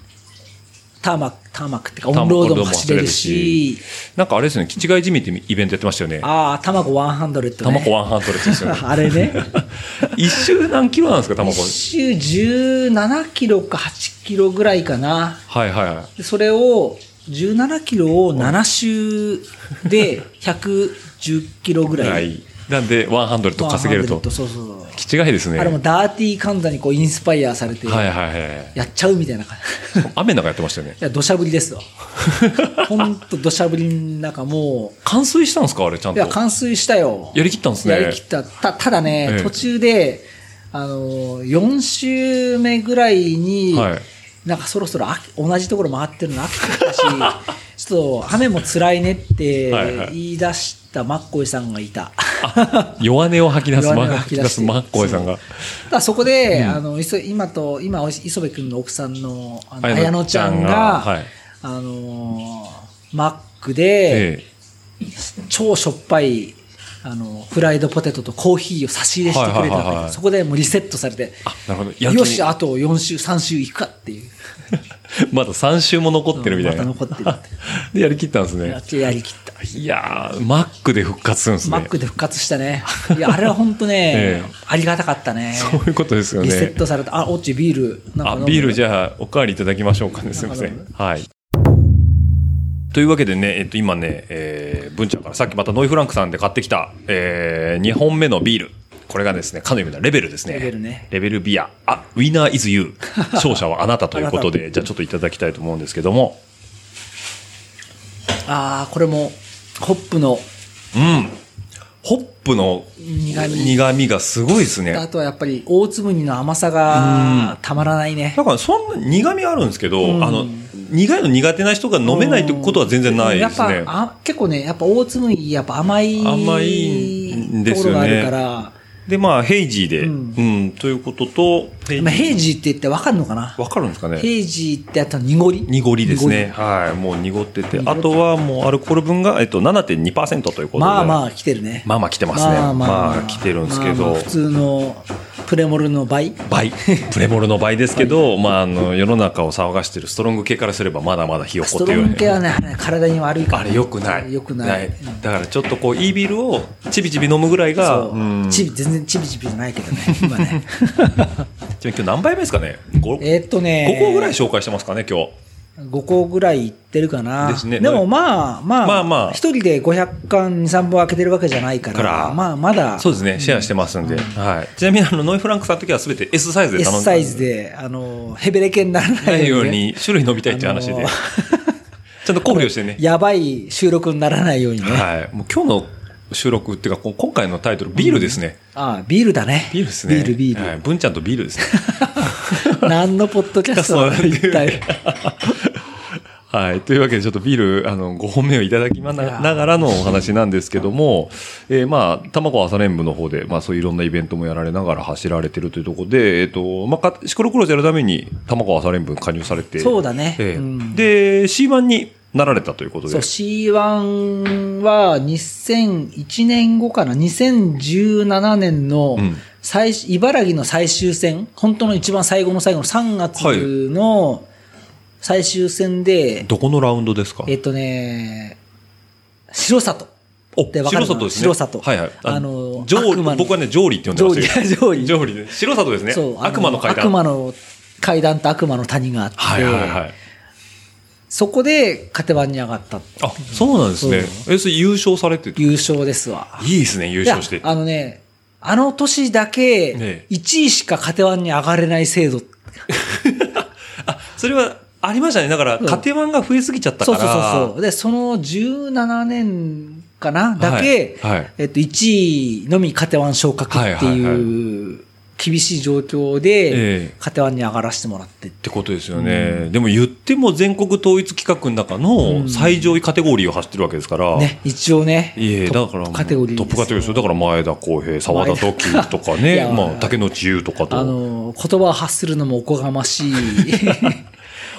[SPEAKER 3] ターマック、ターマックっていうか、オンロードも走れるし、
[SPEAKER 2] なんかあれですよね、キチガイジミーってイベントやってましたよね。
[SPEAKER 3] ああ、タマコ100、ね。。
[SPEAKER 2] タマコワンハンドレッドですよね
[SPEAKER 3] あれね。
[SPEAKER 2] 一周何キロなんですか、タマコ。
[SPEAKER 3] 週17キロか8キロぐらいかな。
[SPEAKER 2] はいはいはい。
[SPEAKER 3] でそれを、17キロを7周で110キロぐら。
[SPEAKER 2] はいい。なんで、ワンハンドレッド稼げると
[SPEAKER 3] 100。そうそうそう。
[SPEAKER 2] キチガイですね。
[SPEAKER 3] あれも
[SPEAKER 2] は
[SPEAKER 3] ダーティー神田にこうインスパイアされて、
[SPEAKER 2] いはいはい。
[SPEAKER 3] やっちゃうみたいな感じ。
[SPEAKER 2] 雨の中やってましたよね。
[SPEAKER 3] いや、土砂降りですわ。ほんと土砂降りの中も
[SPEAKER 2] 冠水したんですか、あれ、ちゃん
[SPEAKER 3] う、
[SPEAKER 2] と。
[SPEAKER 3] いや、冠水したよ。
[SPEAKER 2] やりきったんですね。
[SPEAKER 3] やりきった。た、ただね、
[SPEAKER 2] ええ
[SPEAKER 3] 途中で、あのー、4週目ぐらいに、
[SPEAKER 2] はい
[SPEAKER 3] なんかそろそろ飽き同じところ回ってるの飽きてきたし、
[SPEAKER 2] <laughs>
[SPEAKER 3] ちょっと雨も辛いねって
[SPEAKER 2] はいはい
[SPEAKER 3] 言い出したマッコイさんがいた。 <laughs>
[SPEAKER 2] 弱音を吐き出す、
[SPEAKER 3] 弱
[SPEAKER 2] マ
[SPEAKER 3] 音を
[SPEAKER 2] ッ
[SPEAKER 3] 吐
[SPEAKER 2] 吐
[SPEAKER 3] き
[SPEAKER 2] き
[SPEAKER 3] 出
[SPEAKER 2] 出
[SPEAKER 3] して
[SPEAKER 2] すマッコイさんが。
[SPEAKER 3] だからそこで、あの、いそ今と、今、おし磯部君の奥さんの、あの
[SPEAKER 2] 綾
[SPEAKER 3] 綾
[SPEAKER 2] 乃
[SPEAKER 3] 乃
[SPEAKER 2] ち
[SPEAKER 3] ち
[SPEAKER 2] ゃ
[SPEAKER 3] ゃ
[SPEAKER 2] ん
[SPEAKER 3] ん
[SPEAKER 2] が
[SPEAKER 3] が、
[SPEAKER 2] はい
[SPEAKER 3] あのーマックで、
[SPEAKER 2] え
[SPEAKER 3] 超しょっぱい、あの、フライドポテトとコーヒーを差し入れしてくれたんだけど、
[SPEAKER 2] はいはいはいはい
[SPEAKER 3] そこでもうリセットされて、
[SPEAKER 2] あなるほどやる気に
[SPEAKER 3] よし、あと4週、3週行くかっていう。
[SPEAKER 2] えまだ3週も残ってるみたいな。
[SPEAKER 3] また残ってるって。
[SPEAKER 2] で、やりきったんです
[SPEAKER 3] や
[SPEAKER 2] ね
[SPEAKER 3] っ。てやりきった。
[SPEAKER 2] いやー、マックで復活するんですね。
[SPEAKER 3] マックで復活したね。いや、あれは本当ね、
[SPEAKER 2] <laughs> ええ
[SPEAKER 3] ありがたかったね。
[SPEAKER 2] そういうことですよね。
[SPEAKER 3] リセットされた。あ、オッチビール。なんか
[SPEAKER 2] あ
[SPEAKER 3] 飲ん、で
[SPEAKER 2] ビールじゃあ、おかわりいただきましょうかね。すいません。はい。というわけでね、えっと、今ね、えー、文ちゃんからさっきまたノイフランクさんで買ってきた、えー、2本目のビール。これがですね、かの有名なレベルですね。
[SPEAKER 3] レベルね
[SPEAKER 2] レベルビア。あ、ウィナーイズユー。勝者はあなたということで、じゃあちょっといただきたいと思うんですけども。
[SPEAKER 3] あーこれも、ホップの、
[SPEAKER 2] うん。ホップの
[SPEAKER 3] 苦味
[SPEAKER 2] 味がすごいですね。
[SPEAKER 3] あとはやっぱり大粒にの甘さがたまらないね。
[SPEAKER 2] だからそんな苦味あるんですけど、
[SPEAKER 3] うん
[SPEAKER 2] あの、苦いの苦手な人が飲めないってことは全然ないです
[SPEAKER 3] や
[SPEAKER 2] ね
[SPEAKER 3] っ。ぱあ結構ね、やっぱ大粒にやっぱ甘い
[SPEAKER 2] 甘いんです
[SPEAKER 3] ところ
[SPEAKER 2] よね
[SPEAKER 3] があるから、
[SPEAKER 2] で、まあ、ヘイジーで、う
[SPEAKER 3] うんん、
[SPEAKER 2] ということと、ヘ
[SPEAKER 3] まあ、ヘイジーって言ってわかるのかな
[SPEAKER 2] わかるんですかね
[SPEAKER 3] ヘイジーってあと濁り
[SPEAKER 2] 濁りですね。はい。もう濁ってて。あとはもうアルコール分が、えっと、7.2%ということで。
[SPEAKER 3] まあま
[SPEAKER 2] あ。
[SPEAKER 3] あ来てるね。
[SPEAKER 2] まあまあ来てますね。まあ来てるんですけど。
[SPEAKER 3] まあまあ普通のプレモルの倍
[SPEAKER 2] 倍。プレモルの倍ですけど、まあ、あの、世の中を騒がしてるストロング系からすれば、まだまだひよ
[SPEAKER 3] ス
[SPEAKER 2] こっ
[SPEAKER 3] ト
[SPEAKER 2] てい
[SPEAKER 3] ロ
[SPEAKER 2] う、
[SPEAKER 3] ン系はね、あれ体に悪いから、
[SPEAKER 2] あれ良くない。
[SPEAKER 3] 良くない。
[SPEAKER 2] だからちょっとこう、いいビールをちびちび飲むぐらいが、
[SPEAKER 3] そう
[SPEAKER 2] うん
[SPEAKER 3] ちび全然チビチビじゃないけどね、
[SPEAKER 2] <laughs>
[SPEAKER 3] 今ね。
[SPEAKER 2] ちなみに今日何杯目ですかね ?5
[SPEAKER 3] えーっとね、
[SPEAKER 2] 個ぐらい紹介してますかね、今日。
[SPEAKER 3] 5個ぐらい行ってるかな。
[SPEAKER 2] ですね
[SPEAKER 3] もまあまあ、
[SPEAKER 2] まあまあ
[SPEAKER 3] 一人で500巻2、3本開けてるわけじゃないから、
[SPEAKER 2] から
[SPEAKER 3] まあまだ、
[SPEAKER 2] そうですね、シェアしてますんで、はい、ちなみにあのノイフランクさんの時は全て S サイズで頼ん
[SPEAKER 3] S
[SPEAKER 2] でた
[SPEAKER 3] サ
[SPEAKER 2] ん
[SPEAKER 3] イ
[SPEAKER 2] です
[SPEAKER 3] ズで、あの、ヘベレケにならな
[SPEAKER 2] ないいよ
[SPEAKER 3] よう
[SPEAKER 2] う
[SPEAKER 3] にね、
[SPEAKER 2] に種類伸びたいっていう話で、
[SPEAKER 3] あの
[SPEAKER 2] ちゃんと考慮してね、
[SPEAKER 3] やばい収録にならないようにね。
[SPEAKER 2] はい、もう今日の収録っていうかこ今回のタイトルビールですね、
[SPEAKER 3] ああ、ビールだね。
[SPEAKER 2] ビールですね
[SPEAKER 3] ビール、ビ
[SPEAKER 2] はい、
[SPEAKER 3] ー
[SPEAKER 2] 文ちゃんとビールですね
[SPEAKER 3] ル。何のポッドキャストなの一体。
[SPEAKER 2] <laughs> はい。というわけで、ちょっとビール、あの、5本目をいただきまなながらのお話なんですけども、えーまあ、玉子朝練部の方で、まあ、そういういろんなイベントもやられながら走られてるというところで、えっ、と、まあ、かシクロクロスやるために、玉子朝練部に加入されて、
[SPEAKER 3] そうだね
[SPEAKER 2] ええ
[SPEAKER 3] うん
[SPEAKER 2] で、C1 になられたということ
[SPEAKER 3] そ
[SPEAKER 2] で
[SPEAKER 3] う、、C1 は2001年後かな、2017年の
[SPEAKER 2] うん
[SPEAKER 3] 最、茨城の最終戦、本当の一番最後の最後の3月の最終戦で、
[SPEAKER 2] どこのラウンドですか
[SPEAKER 3] えっとね、白里。
[SPEAKER 2] お
[SPEAKER 3] でわかる
[SPEAKER 2] 白里ですね。
[SPEAKER 3] 白里
[SPEAKER 2] はいはい。
[SPEAKER 3] あの
[SPEAKER 2] 上
[SPEAKER 3] 悪魔の
[SPEAKER 2] 僕はね、上理って呼んでますけど
[SPEAKER 3] 上理 <laughs> 上
[SPEAKER 2] 上
[SPEAKER 3] 理
[SPEAKER 2] 理ね。白里ですね。
[SPEAKER 3] そう、あの
[SPEAKER 2] 悪魔の階段。
[SPEAKER 3] 悪魔の階段と悪魔の谷があって、
[SPEAKER 2] はいはいはい。
[SPEAKER 3] そこでカテ番に上がった。
[SPEAKER 2] あ、そうなんですね。え、それ優勝されてて
[SPEAKER 3] 優勝ですわ。
[SPEAKER 2] いいですね、優勝し
[SPEAKER 3] い
[SPEAKER 2] て
[SPEAKER 3] や。あのね、あの年だけ、
[SPEAKER 2] ええ
[SPEAKER 3] 1位しかカテワンに上がれない制度。
[SPEAKER 2] あ、それはありましたね。だから、
[SPEAKER 3] うん
[SPEAKER 2] 家庭版が増えすぎちゃったか
[SPEAKER 3] そうそう
[SPEAKER 2] ら。
[SPEAKER 3] そうそう。で、その17年かなだけ、
[SPEAKER 2] はいはい
[SPEAKER 3] えっと、1位のみカテワン昇格って
[SPEAKER 2] はいはい
[SPEAKER 3] いう、厳しい状況で、
[SPEAKER 2] ええ
[SPEAKER 3] カテワンに上がらせてもらってって。
[SPEAKER 2] ってことですよね。でも言っても全国統一企画の中の最上位カテゴリーを走ってるわけですから。
[SPEAKER 3] ね、一応ね。
[SPEAKER 2] いえ、
[SPEAKER 3] ト
[SPEAKER 2] だ
[SPEAKER 3] ップ
[SPEAKER 2] から、
[SPEAKER 3] カテゴリー
[SPEAKER 2] トップカテゴリーですよ。だから、前田康平、沢田時生とか
[SPEAKER 3] い
[SPEAKER 2] ね、
[SPEAKER 3] や
[SPEAKER 2] まあ、竹野内優とかと。
[SPEAKER 3] あの、言葉を発するのもおこがましい。
[SPEAKER 2] <laughs>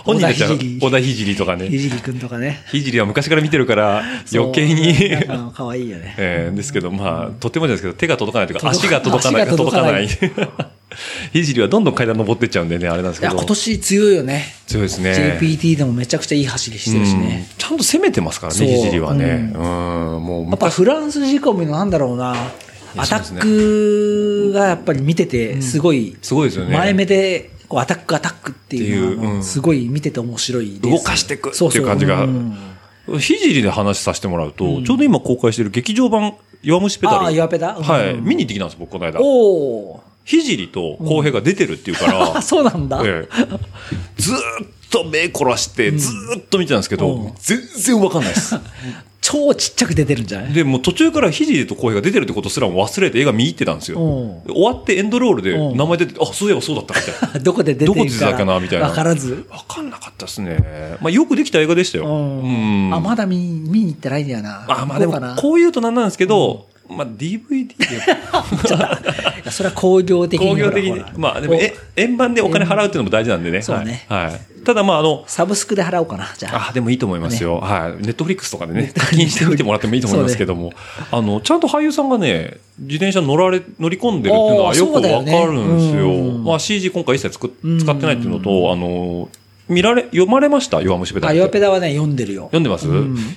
[SPEAKER 2] 本人たちは
[SPEAKER 3] 小田聖
[SPEAKER 2] 小田ひじりとか
[SPEAKER 3] ひ
[SPEAKER 2] ね。
[SPEAKER 3] じりくんとかね。
[SPEAKER 2] ひじりは昔から見てるから、
[SPEAKER 3] そう
[SPEAKER 2] 余計に。
[SPEAKER 3] なんか可愛いよ
[SPEAKER 2] <laughs>
[SPEAKER 3] ね。
[SPEAKER 2] えーですけど、まあ、とてもじゃないですけど、手が届かないというか、足
[SPEAKER 3] 届
[SPEAKER 2] が
[SPEAKER 3] か
[SPEAKER 2] 届かない、
[SPEAKER 3] 足が
[SPEAKER 2] 届
[SPEAKER 3] 届
[SPEAKER 2] か
[SPEAKER 3] か
[SPEAKER 2] な
[SPEAKER 3] ないい。
[SPEAKER 2] <laughs> ひじりはどんどん階段登ってっちゃうんでね、あれなんです
[SPEAKER 3] い
[SPEAKER 2] け
[SPEAKER 3] や、
[SPEAKER 2] ど。
[SPEAKER 3] 今年強いよね。
[SPEAKER 2] 強いですね。
[SPEAKER 3] JPT でもめちゃくちゃいい走りしてるしね。
[SPEAKER 2] うんちゃんと攻めてますから
[SPEAKER 3] そ
[SPEAKER 2] ね、
[SPEAKER 3] う
[SPEAKER 2] ひじりはね。うん、もう、
[SPEAKER 3] やっぱフランス仕込みのなんだろうな、
[SPEAKER 2] や
[SPEAKER 3] ア
[SPEAKER 2] そう
[SPEAKER 3] タ
[SPEAKER 2] ですね
[SPEAKER 3] ックがやっぱり見てて、すごい、
[SPEAKER 2] すごいですよね
[SPEAKER 3] 前目で、こうアタックアタックっていう
[SPEAKER 2] っていう
[SPEAKER 3] の
[SPEAKER 2] う
[SPEAKER 3] が、
[SPEAKER 2] ん
[SPEAKER 3] すごい見てて面白いです。
[SPEAKER 2] 動かしてくっていう
[SPEAKER 3] そそ
[SPEAKER 2] 感じが
[SPEAKER 3] うん
[SPEAKER 2] ひじりで話させてもらうと、ちょうど今公開してる劇場版、弱虫ペダル。
[SPEAKER 3] ああ、岩ペダ
[SPEAKER 2] はい、
[SPEAKER 3] うん
[SPEAKER 2] 見に行ってきたんです、僕、この間。
[SPEAKER 3] おー
[SPEAKER 2] ひじりと公平が出てるっていうから、
[SPEAKER 3] あ、 <laughs> そうなんだ。
[SPEAKER 2] ええずーっと目凝らして、ずーっと見てたんですけど、
[SPEAKER 3] うん
[SPEAKER 2] 全然わかんない
[SPEAKER 3] <laughs>
[SPEAKER 2] です。
[SPEAKER 3] 超ちっちゃく出てるんじゃない
[SPEAKER 2] で、もう途中からひじりと公平が出てるってことすらも忘れて映画見入ってたんですよ。
[SPEAKER 3] うん
[SPEAKER 2] 終わってエンドロールで
[SPEAKER 3] うん
[SPEAKER 2] 名前出てて、あ、そういえばそうだったみたいな。
[SPEAKER 3] <laughs> どこで出てる
[SPEAKER 2] どこで出てたかなみたいな
[SPEAKER 3] わからず。
[SPEAKER 2] わかんなかったですね。まあ、よくできた映画でしたよ。
[SPEAKER 3] う
[SPEAKER 2] うん
[SPEAKER 3] ん。あ、まだ見に見に行ってないんだよな。
[SPEAKER 2] あ、まあで
[SPEAKER 3] ど
[SPEAKER 2] も
[SPEAKER 3] うかな、
[SPEAKER 2] こう言うとなんなんですけど、まあ DVD で、
[SPEAKER 3] いやそれは工業的に。
[SPEAKER 2] 工業的
[SPEAKER 3] ほ
[SPEAKER 2] に
[SPEAKER 3] らほ、ら
[SPEAKER 2] まあでも、え、円盤でお金払うっていうのも大事なんでね。
[SPEAKER 3] そうね
[SPEAKER 2] はい。はい。ただまああの、
[SPEAKER 3] サブスクで払おうかな、じゃあ。
[SPEAKER 2] あ、でもいいと思いますよ。はい。ネットフリックスとかでね、課金してみてもらってもいいと思いますけども、あの、ちゃんと俳優さんがね、自転車乗られ、乗り込んでるっていうのは
[SPEAKER 3] あー
[SPEAKER 2] よく
[SPEAKER 3] そうだ
[SPEAKER 2] わ
[SPEAKER 3] よね
[SPEAKER 2] かるんですよ。
[SPEAKER 3] うん
[SPEAKER 2] まあ CG 今回一切つく
[SPEAKER 3] うん
[SPEAKER 2] 使ってないっていうのと、あの、見られ、読まれました弱虫ペダル
[SPEAKER 3] あ、
[SPEAKER 2] って。
[SPEAKER 3] ヨペダはね、読んでるよ。
[SPEAKER 2] 読んでます、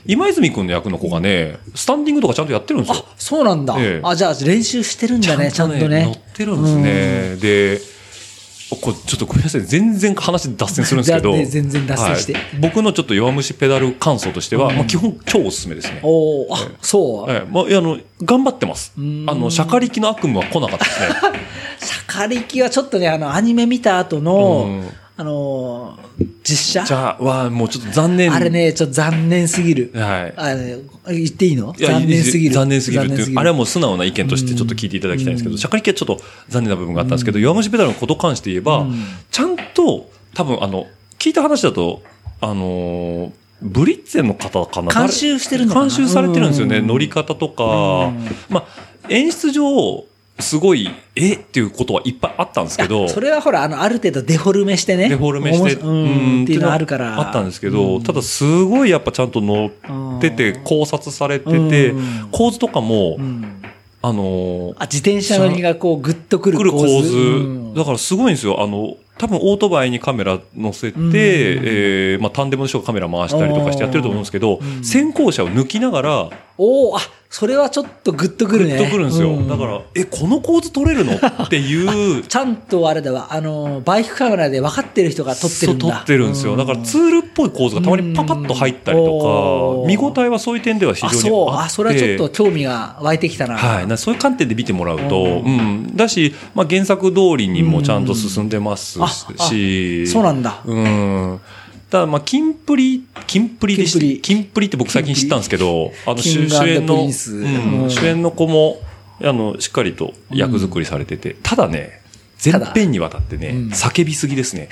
[SPEAKER 2] 今泉君の役の子がね、スタンディングとかちゃんとやってるんですよ。
[SPEAKER 3] そうなんだ。
[SPEAKER 2] ええ
[SPEAKER 3] あ、じゃあ練習してるんだね、ちゃんと
[SPEAKER 2] 乗
[SPEAKER 3] ね
[SPEAKER 2] っ。てるんですね。で、これちょっとごめんなさい、全然話脱線するんですけど、
[SPEAKER 3] じゃあね全然脱線して
[SPEAKER 2] はい僕のちょっと弱虫ペダル感想としては、まあ、基本超おすすめですね。
[SPEAKER 3] おおあ、そう。
[SPEAKER 2] ええまあ、いやあの頑張ってます。あ
[SPEAKER 3] ん
[SPEAKER 2] の、シャカリキの悪夢は来なかった
[SPEAKER 3] <laughs>
[SPEAKER 2] ですね。
[SPEAKER 3] シャカリキはちょっとね、あの、アニメ見た後
[SPEAKER 2] う
[SPEAKER 3] の
[SPEAKER 2] ん、
[SPEAKER 3] あのー、実
[SPEAKER 2] じ
[SPEAKER 3] 写
[SPEAKER 2] ゃあ、はもうちょっと残念。
[SPEAKER 3] あれね、ちょっと残念すぎる。
[SPEAKER 2] はい
[SPEAKER 3] あれ言っていいの
[SPEAKER 2] いや
[SPEAKER 3] 残念すぎる。
[SPEAKER 2] 残念すぎるって
[SPEAKER 3] 残
[SPEAKER 2] い
[SPEAKER 3] 念
[SPEAKER 2] う
[SPEAKER 3] すぎる
[SPEAKER 2] あれはもう素直な意見としてちょっと聞いていただきたいんですけど、シャカリキはちょっと残念な部分があったんですけど、弱虫ペダルのことに関して言えば、ちゃんと、多分あの、聞いた話だと、あのーブリッツェの方かな
[SPEAKER 3] 監修してるのかな
[SPEAKER 2] 監修されてるんですよね。
[SPEAKER 3] うん
[SPEAKER 2] 乗り方とか。まあ、演出上、すごい、えっていうことはいっぱいあったんですけど。
[SPEAKER 3] それはほら、あの、ある程度デフォルメしてね。
[SPEAKER 2] デフォルメして、
[SPEAKER 3] おもしうん、っていうのはあるから。
[SPEAKER 2] あったんですけど、
[SPEAKER 3] うん
[SPEAKER 2] ただすごいやっぱちゃんと乗ってて、
[SPEAKER 3] うん
[SPEAKER 2] 考察されてて、
[SPEAKER 3] うん
[SPEAKER 2] 構図とかも、
[SPEAKER 3] うん
[SPEAKER 2] あのー
[SPEAKER 3] あ、自転車乗りがこう、ぐっとくる
[SPEAKER 2] 来る構図、
[SPEAKER 3] うん
[SPEAKER 2] だからすごいんですよ。あの、多分オートバイにカメラ乗せて、
[SPEAKER 3] うん
[SPEAKER 2] えーまあタンデムでしょカメラ回したりとかしてやってると思うんですけど、
[SPEAKER 3] うん
[SPEAKER 2] 先行車を抜きながら、
[SPEAKER 3] おおあそれはちょっとグッとくるね
[SPEAKER 2] グッとくるんですよ、
[SPEAKER 3] う
[SPEAKER 2] だからえこの構図取れるのって
[SPEAKER 3] <laughs>
[SPEAKER 2] いう
[SPEAKER 3] ちゃんとあれだわあのバイクカメラで分かってる人が撮ってるんだ
[SPEAKER 2] そう撮ってるんですよだからツールっぽい構図がたまにパパッと入ったりと
[SPEAKER 3] う
[SPEAKER 2] か
[SPEAKER 3] ん
[SPEAKER 2] 見応えはそういう点では非常
[SPEAKER 3] あ
[SPEAKER 2] にあって
[SPEAKER 3] そうあそれはちょっと興味が湧いてきたな、
[SPEAKER 2] はい、なそういう観点で見てもらうと、うん、だし、まあ、原作通りにもちゃんと進んでます
[SPEAKER 3] あ
[SPEAKER 2] し、
[SPEAKER 3] あそうなんだ
[SPEAKER 2] うん。ただ、まあ、キンプリ、キンプリで
[SPEAKER 3] キン
[SPEAKER 2] し、
[SPEAKER 3] プリ
[SPEAKER 2] キンプリって僕最近知ったんですけど、あの、
[SPEAKER 3] キ
[SPEAKER 2] 主
[SPEAKER 3] ング
[SPEAKER 2] 主演
[SPEAKER 3] プ
[SPEAKER 2] の、
[SPEAKER 3] リンス
[SPEAKER 2] うん
[SPEAKER 3] うん
[SPEAKER 2] 主演の子も、あの、しっかりと役作りされてて、ただね、全
[SPEAKER 3] ただ
[SPEAKER 2] 編にわたってね、叫びすぎですね。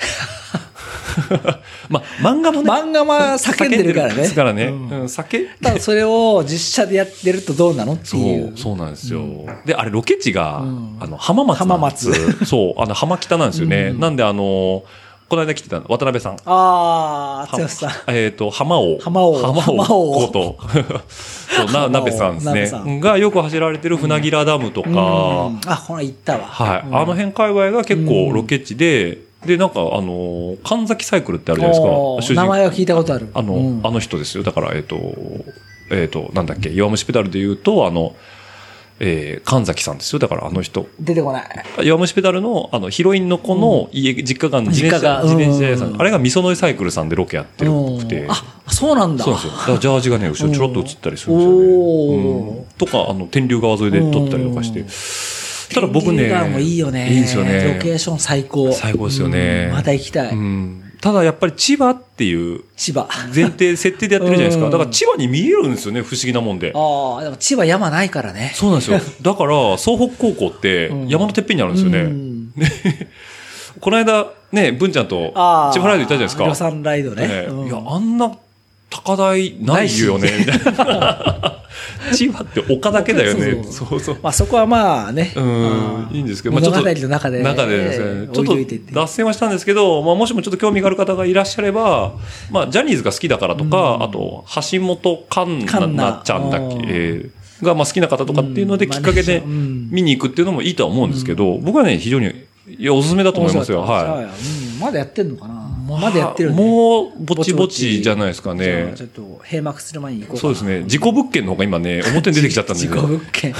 [SPEAKER 2] <laughs> まあ、漫画もね、
[SPEAKER 3] 漫画は叫んでるからね
[SPEAKER 2] ですからね。うん、叫
[SPEAKER 3] ただそれを実写でやってるとどうなのって
[SPEAKER 2] そ
[SPEAKER 3] いう
[SPEAKER 2] う、そうなんですよ。で、あれ、ロケ地が、
[SPEAKER 3] ん
[SPEAKER 2] あの、浜松なんです。
[SPEAKER 3] 浜
[SPEAKER 2] そう、あの、浜北なんですよね。なんで、あの、この間来てた渡辺さん。
[SPEAKER 3] ああ
[SPEAKER 2] は
[SPEAKER 3] 剛さん
[SPEAKER 2] えっ、と、浜尾。
[SPEAKER 3] 浜尾
[SPEAKER 2] 浜
[SPEAKER 3] 浜
[SPEAKER 2] 尾
[SPEAKER 3] 尾
[SPEAKER 2] こと。
[SPEAKER 3] <laughs>
[SPEAKER 2] そう、な、
[SPEAKER 3] 浜尾
[SPEAKER 2] 鍋さんで
[SPEAKER 3] 鍋
[SPEAKER 2] す
[SPEAKER 3] さ
[SPEAKER 2] ね。がよく走られてる船木良ダムとか、
[SPEAKER 3] うんあこの行ったわ
[SPEAKER 2] はい、あの辺界隈が結構ロケ地で、で、なんか、あの、神崎サイクルってあるじゃないですか。
[SPEAKER 3] おー
[SPEAKER 2] 主人
[SPEAKER 3] 名
[SPEAKER 2] 公
[SPEAKER 3] 前は聞いたことある
[SPEAKER 2] あの、
[SPEAKER 3] うん
[SPEAKER 2] あの人ですよ。だから、えっ、と、えっ、と、なんだっけ、弱虫ペダルで言うと、あの、えー神崎さんですよ。だから、あの人。
[SPEAKER 3] 出てこない
[SPEAKER 2] 弱虫ペダルの、あの、ヒロインの子の家、実家が自転
[SPEAKER 3] 実家
[SPEAKER 2] 車、
[SPEAKER 3] が
[SPEAKER 2] 自転車屋さ。
[SPEAKER 3] うんん
[SPEAKER 2] あれがみそのいサイクルさんでロケやってるっぽくて。
[SPEAKER 3] うんあそうなんだ
[SPEAKER 2] そうなんですよ。だからジャージがね、後ろちょろっと映ったりするんですよ
[SPEAKER 3] お
[SPEAKER 2] ね。
[SPEAKER 3] ー
[SPEAKER 2] うんとか、あの、天竜川沿いで撮ったりとかして。ただ僕
[SPEAKER 3] リ
[SPEAKER 2] ね
[SPEAKER 3] ーダーもいいよね
[SPEAKER 2] いいんですよね
[SPEAKER 3] ロケーション最高
[SPEAKER 2] 最高ですよね
[SPEAKER 3] うんまた行きたい、
[SPEAKER 2] うんただやっぱり千葉っていう
[SPEAKER 3] 千葉
[SPEAKER 2] 前提、設定でやってるじゃないですか。
[SPEAKER 3] うん
[SPEAKER 2] だから千葉に見えるんですよね、不思議なもんで。
[SPEAKER 3] ああでも千葉山ないからね
[SPEAKER 2] そうなんで
[SPEAKER 3] <laughs>
[SPEAKER 2] すよ。だから、総北高校って山のてっぺんにあるんですよね。
[SPEAKER 3] ん
[SPEAKER 2] この間、ね、文ちゃんと千
[SPEAKER 3] ああ
[SPEAKER 2] 葉ライド行ったじゃないですか。
[SPEAKER 3] 予算ライドね
[SPEAKER 2] ね
[SPEAKER 3] うん
[SPEAKER 2] いや、あんな高台ないよね、みたいな。 <laughs> 千葉って丘だけだよね。
[SPEAKER 3] そ
[SPEAKER 2] そうそう。
[SPEAKER 3] まあそこはまあね
[SPEAKER 2] うん
[SPEAKER 3] あ、ー
[SPEAKER 2] いいんですけど、まあ、
[SPEAKER 3] 物
[SPEAKER 2] ちょ
[SPEAKER 3] 語
[SPEAKER 2] っと、
[SPEAKER 3] の中で
[SPEAKER 2] 中でです
[SPEAKER 3] え
[SPEAKER 2] ね
[SPEAKER 3] ー、
[SPEAKER 2] ちょっ
[SPEAKER 3] 置いといて
[SPEAKER 2] と脱線はしたんですけど、まあ、もしもちょっと興味がある方がいらっしゃれば、まあ、ジャニーズが好きだからとか、あと、橋本環奈
[SPEAKER 3] 環奈
[SPEAKER 2] なっちゃんだっけ、
[SPEAKER 3] うん
[SPEAKER 2] えーが、まあ、好きな方とかっていうので、
[SPEAKER 3] うん
[SPEAKER 2] きっかけで
[SPEAKER 3] マネージャーうん
[SPEAKER 2] 見に行くっていうのもいいとは思うんですけど、僕はね、非常に、いや、おすすめだと思いますよ。
[SPEAKER 3] 面白かった
[SPEAKER 2] はい。
[SPEAKER 3] じゃあうんまだやってんのかな、まだやってるよね
[SPEAKER 2] もう、ぼちぼちじゃないですか
[SPEAKER 3] じゃあ
[SPEAKER 2] ね
[SPEAKER 3] ち。ょっと閉幕する前に行こうかな
[SPEAKER 2] そうですね。事故物件の方が今ね、表に出てきちゃったんで、
[SPEAKER 3] 事
[SPEAKER 2] ね、
[SPEAKER 3] 故物件。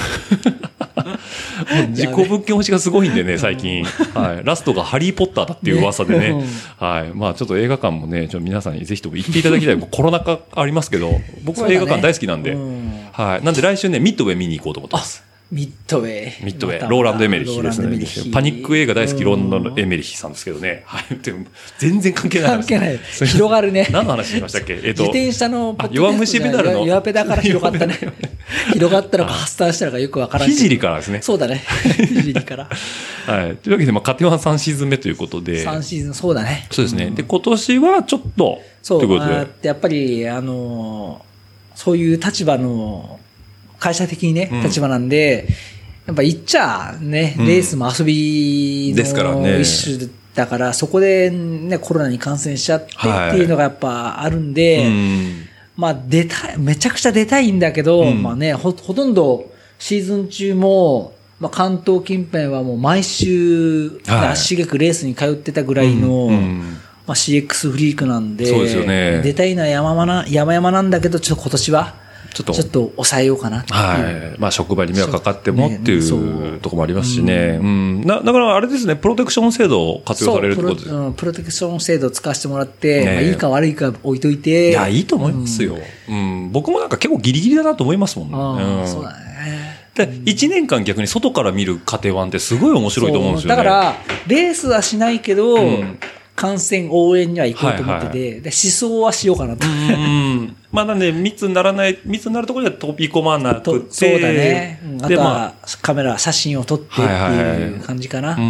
[SPEAKER 2] 自己物件推しがすごいんでね、最近。はい。ラストがハリーポッターだっていう噂でね
[SPEAKER 3] ね。
[SPEAKER 2] はい。まあちょっと映画館もね、ちょっと皆さんにぜひとも行っていただきたい。もうコロナ禍ありますけど、僕は映画館大好きなんで。
[SPEAKER 3] そうだねうん
[SPEAKER 2] はい。なんで来週ね、ミッドウェイ見に行こうと思ってます。
[SPEAKER 3] ミッドウェイ。
[SPEAKER 2] ミッドウェイ。
[SPEAKER 3] また
[SPEAKER 2] ローランド・エメリヒです
[SPEAKER 3] ローランドエメリヒ
[SPEAKER 2] ね。パニック映画大好きローランド・エメリヒさんですけどね。はい。でも、全然関係ない話。
[SPEAKER 3] 関係ない。
[SPEAKER 2] すません
[SPEAKER 3] 広がるね。
[SPEAKER 2] <laughs> 何の話しましたっけえっ
[SPEAKER 3] 自
[SPEAKER 2] と。
[SPEAKER 3] 転車の
[SPEAKER 2] あ弱虫ペダルの
[SPEAKER 3] 弱ペダから広がったね。
[SPEAKER 2] <laughs>
[SPEAKER 3] 広がったのか発散したのかよくわからんけど。
[SPEAKER 2] 聖からですね
[SPEAKER 3] そ
[SPEAKER 2] <laughs>
[SPEAKER 3] うだね。ひじりから。
[SPEAKER 2] はい。というわけで、まあ、カテワン3シーズン目ということで。
[SPEAKER 3] 3シーズン、そうだね。
[SPEAKER 2] そうですね。で、今年はちょっと、
[SPEAKER 3] そ
[SPEAKER 2] という
[SPEAKER 3] う、
[SPEAKER 2] こと
[SPEAKER 3] ああ
[SPEAKER 2] で
[SPEAKER 3] っ。てやっぱり、あのー、そういう立場の、会社的にね
[SPEAKER 2] うん、
[SPEAKER 3] 立場なんで、やっぱ行っちゃね、
[SPEAKER 2] うん
[SPEAKER 3] レースも遊び
[SPEAKER 2] ですからね
[SPEAKER 3] の一種だから、そこでね、コロナに感染しちゃって
[SPEAKER 2] はい
[SPEAKER 3] っていうのがやっぱあるん
[SPEAKER 2] う
[SPEAKER 3] で、
[SPEAKER 2] ん。
[SPEAKER 3] まあ出たい、めちゃくちゃ出たいんだけど、
[SPEAKER 2] うん
[SPEAKER 3] まあね、ほ、ほとんどシーズン中も、まあ関東近辺はもう毎週、
[SPEAKER 2] はい
[SPEAKER 3] 足げくレースに通ってたぐらいの、
[SPEAKER 2] うん
[SPEAKER 3] まあ、CX フリークなんで、
[SPEAKER 2] そうですよね
[SPEAKER 3] 出たいのは山々な山々なんだけど、ちょっと今年は、
[SPEAKER 2] ちょっと
[SPEAKER 3] ちょっと抑えようかなっていう。
[SPEAKER 2] はい。まあ、職場に迷惑かかってもってい
[SPEAKER 3] そうう
[SPEAKER 2] ところもありますしね。うん。なだから、あれですね、プロテクション制度を活用
[SPEAKER 3] そ
[SPEAKER 2] さ
[SPEAKER 3] う
[SPEAKER 2] れるって
[SPEAKER 3] プ
[SPEAKER 2] こ
[SPEAKER 3] ロ
[SPEAKER 2] とですね。
[SPEAKER 3] うんプロテクション制度を使わせてもらって、
[SPEAKER 2] ねえ
[SPEAKER 3] まあ、いいか悪いか置いといて、
[SPEAKER 2] いや、いいと思いますよ。うん。僕もなんか結構ギリギリだなと思いますもん
[SPEAKER 3] うん
[SPEAKER 2] ね。ん
[SPEAKER 3] そうだね。
[SPEAKER 2] で、1年間逆に外から見る家庭ワンってすごい面白いと思うんですよね。
[SPEAKER 3] そうだから、レースはしないけど、
[SPEAKER 2] ん
[SPEAKER 3] 観戦応援には行こうと思ってて、
[SPEAKER 2] はい
[SPEAKER 3] で思想はしようかなと。
[SPEAKER 2] うん。まあ、なんで、密にならない、密になるところには飛び込まなく
[SPEAKER 3] <laughs> と
[SPEAKER 2] て。
[SPEAKER 3] そうだね。うんあ
[SPEAKER 2] で、
[SPEAKER 3] と
[SPEAKER 2] まあ、
[SPEAKER 3] は、カメラ、写真を撮ってっていう感じかな。
[SPEAKER 2] う
[SPEAKER 3] うん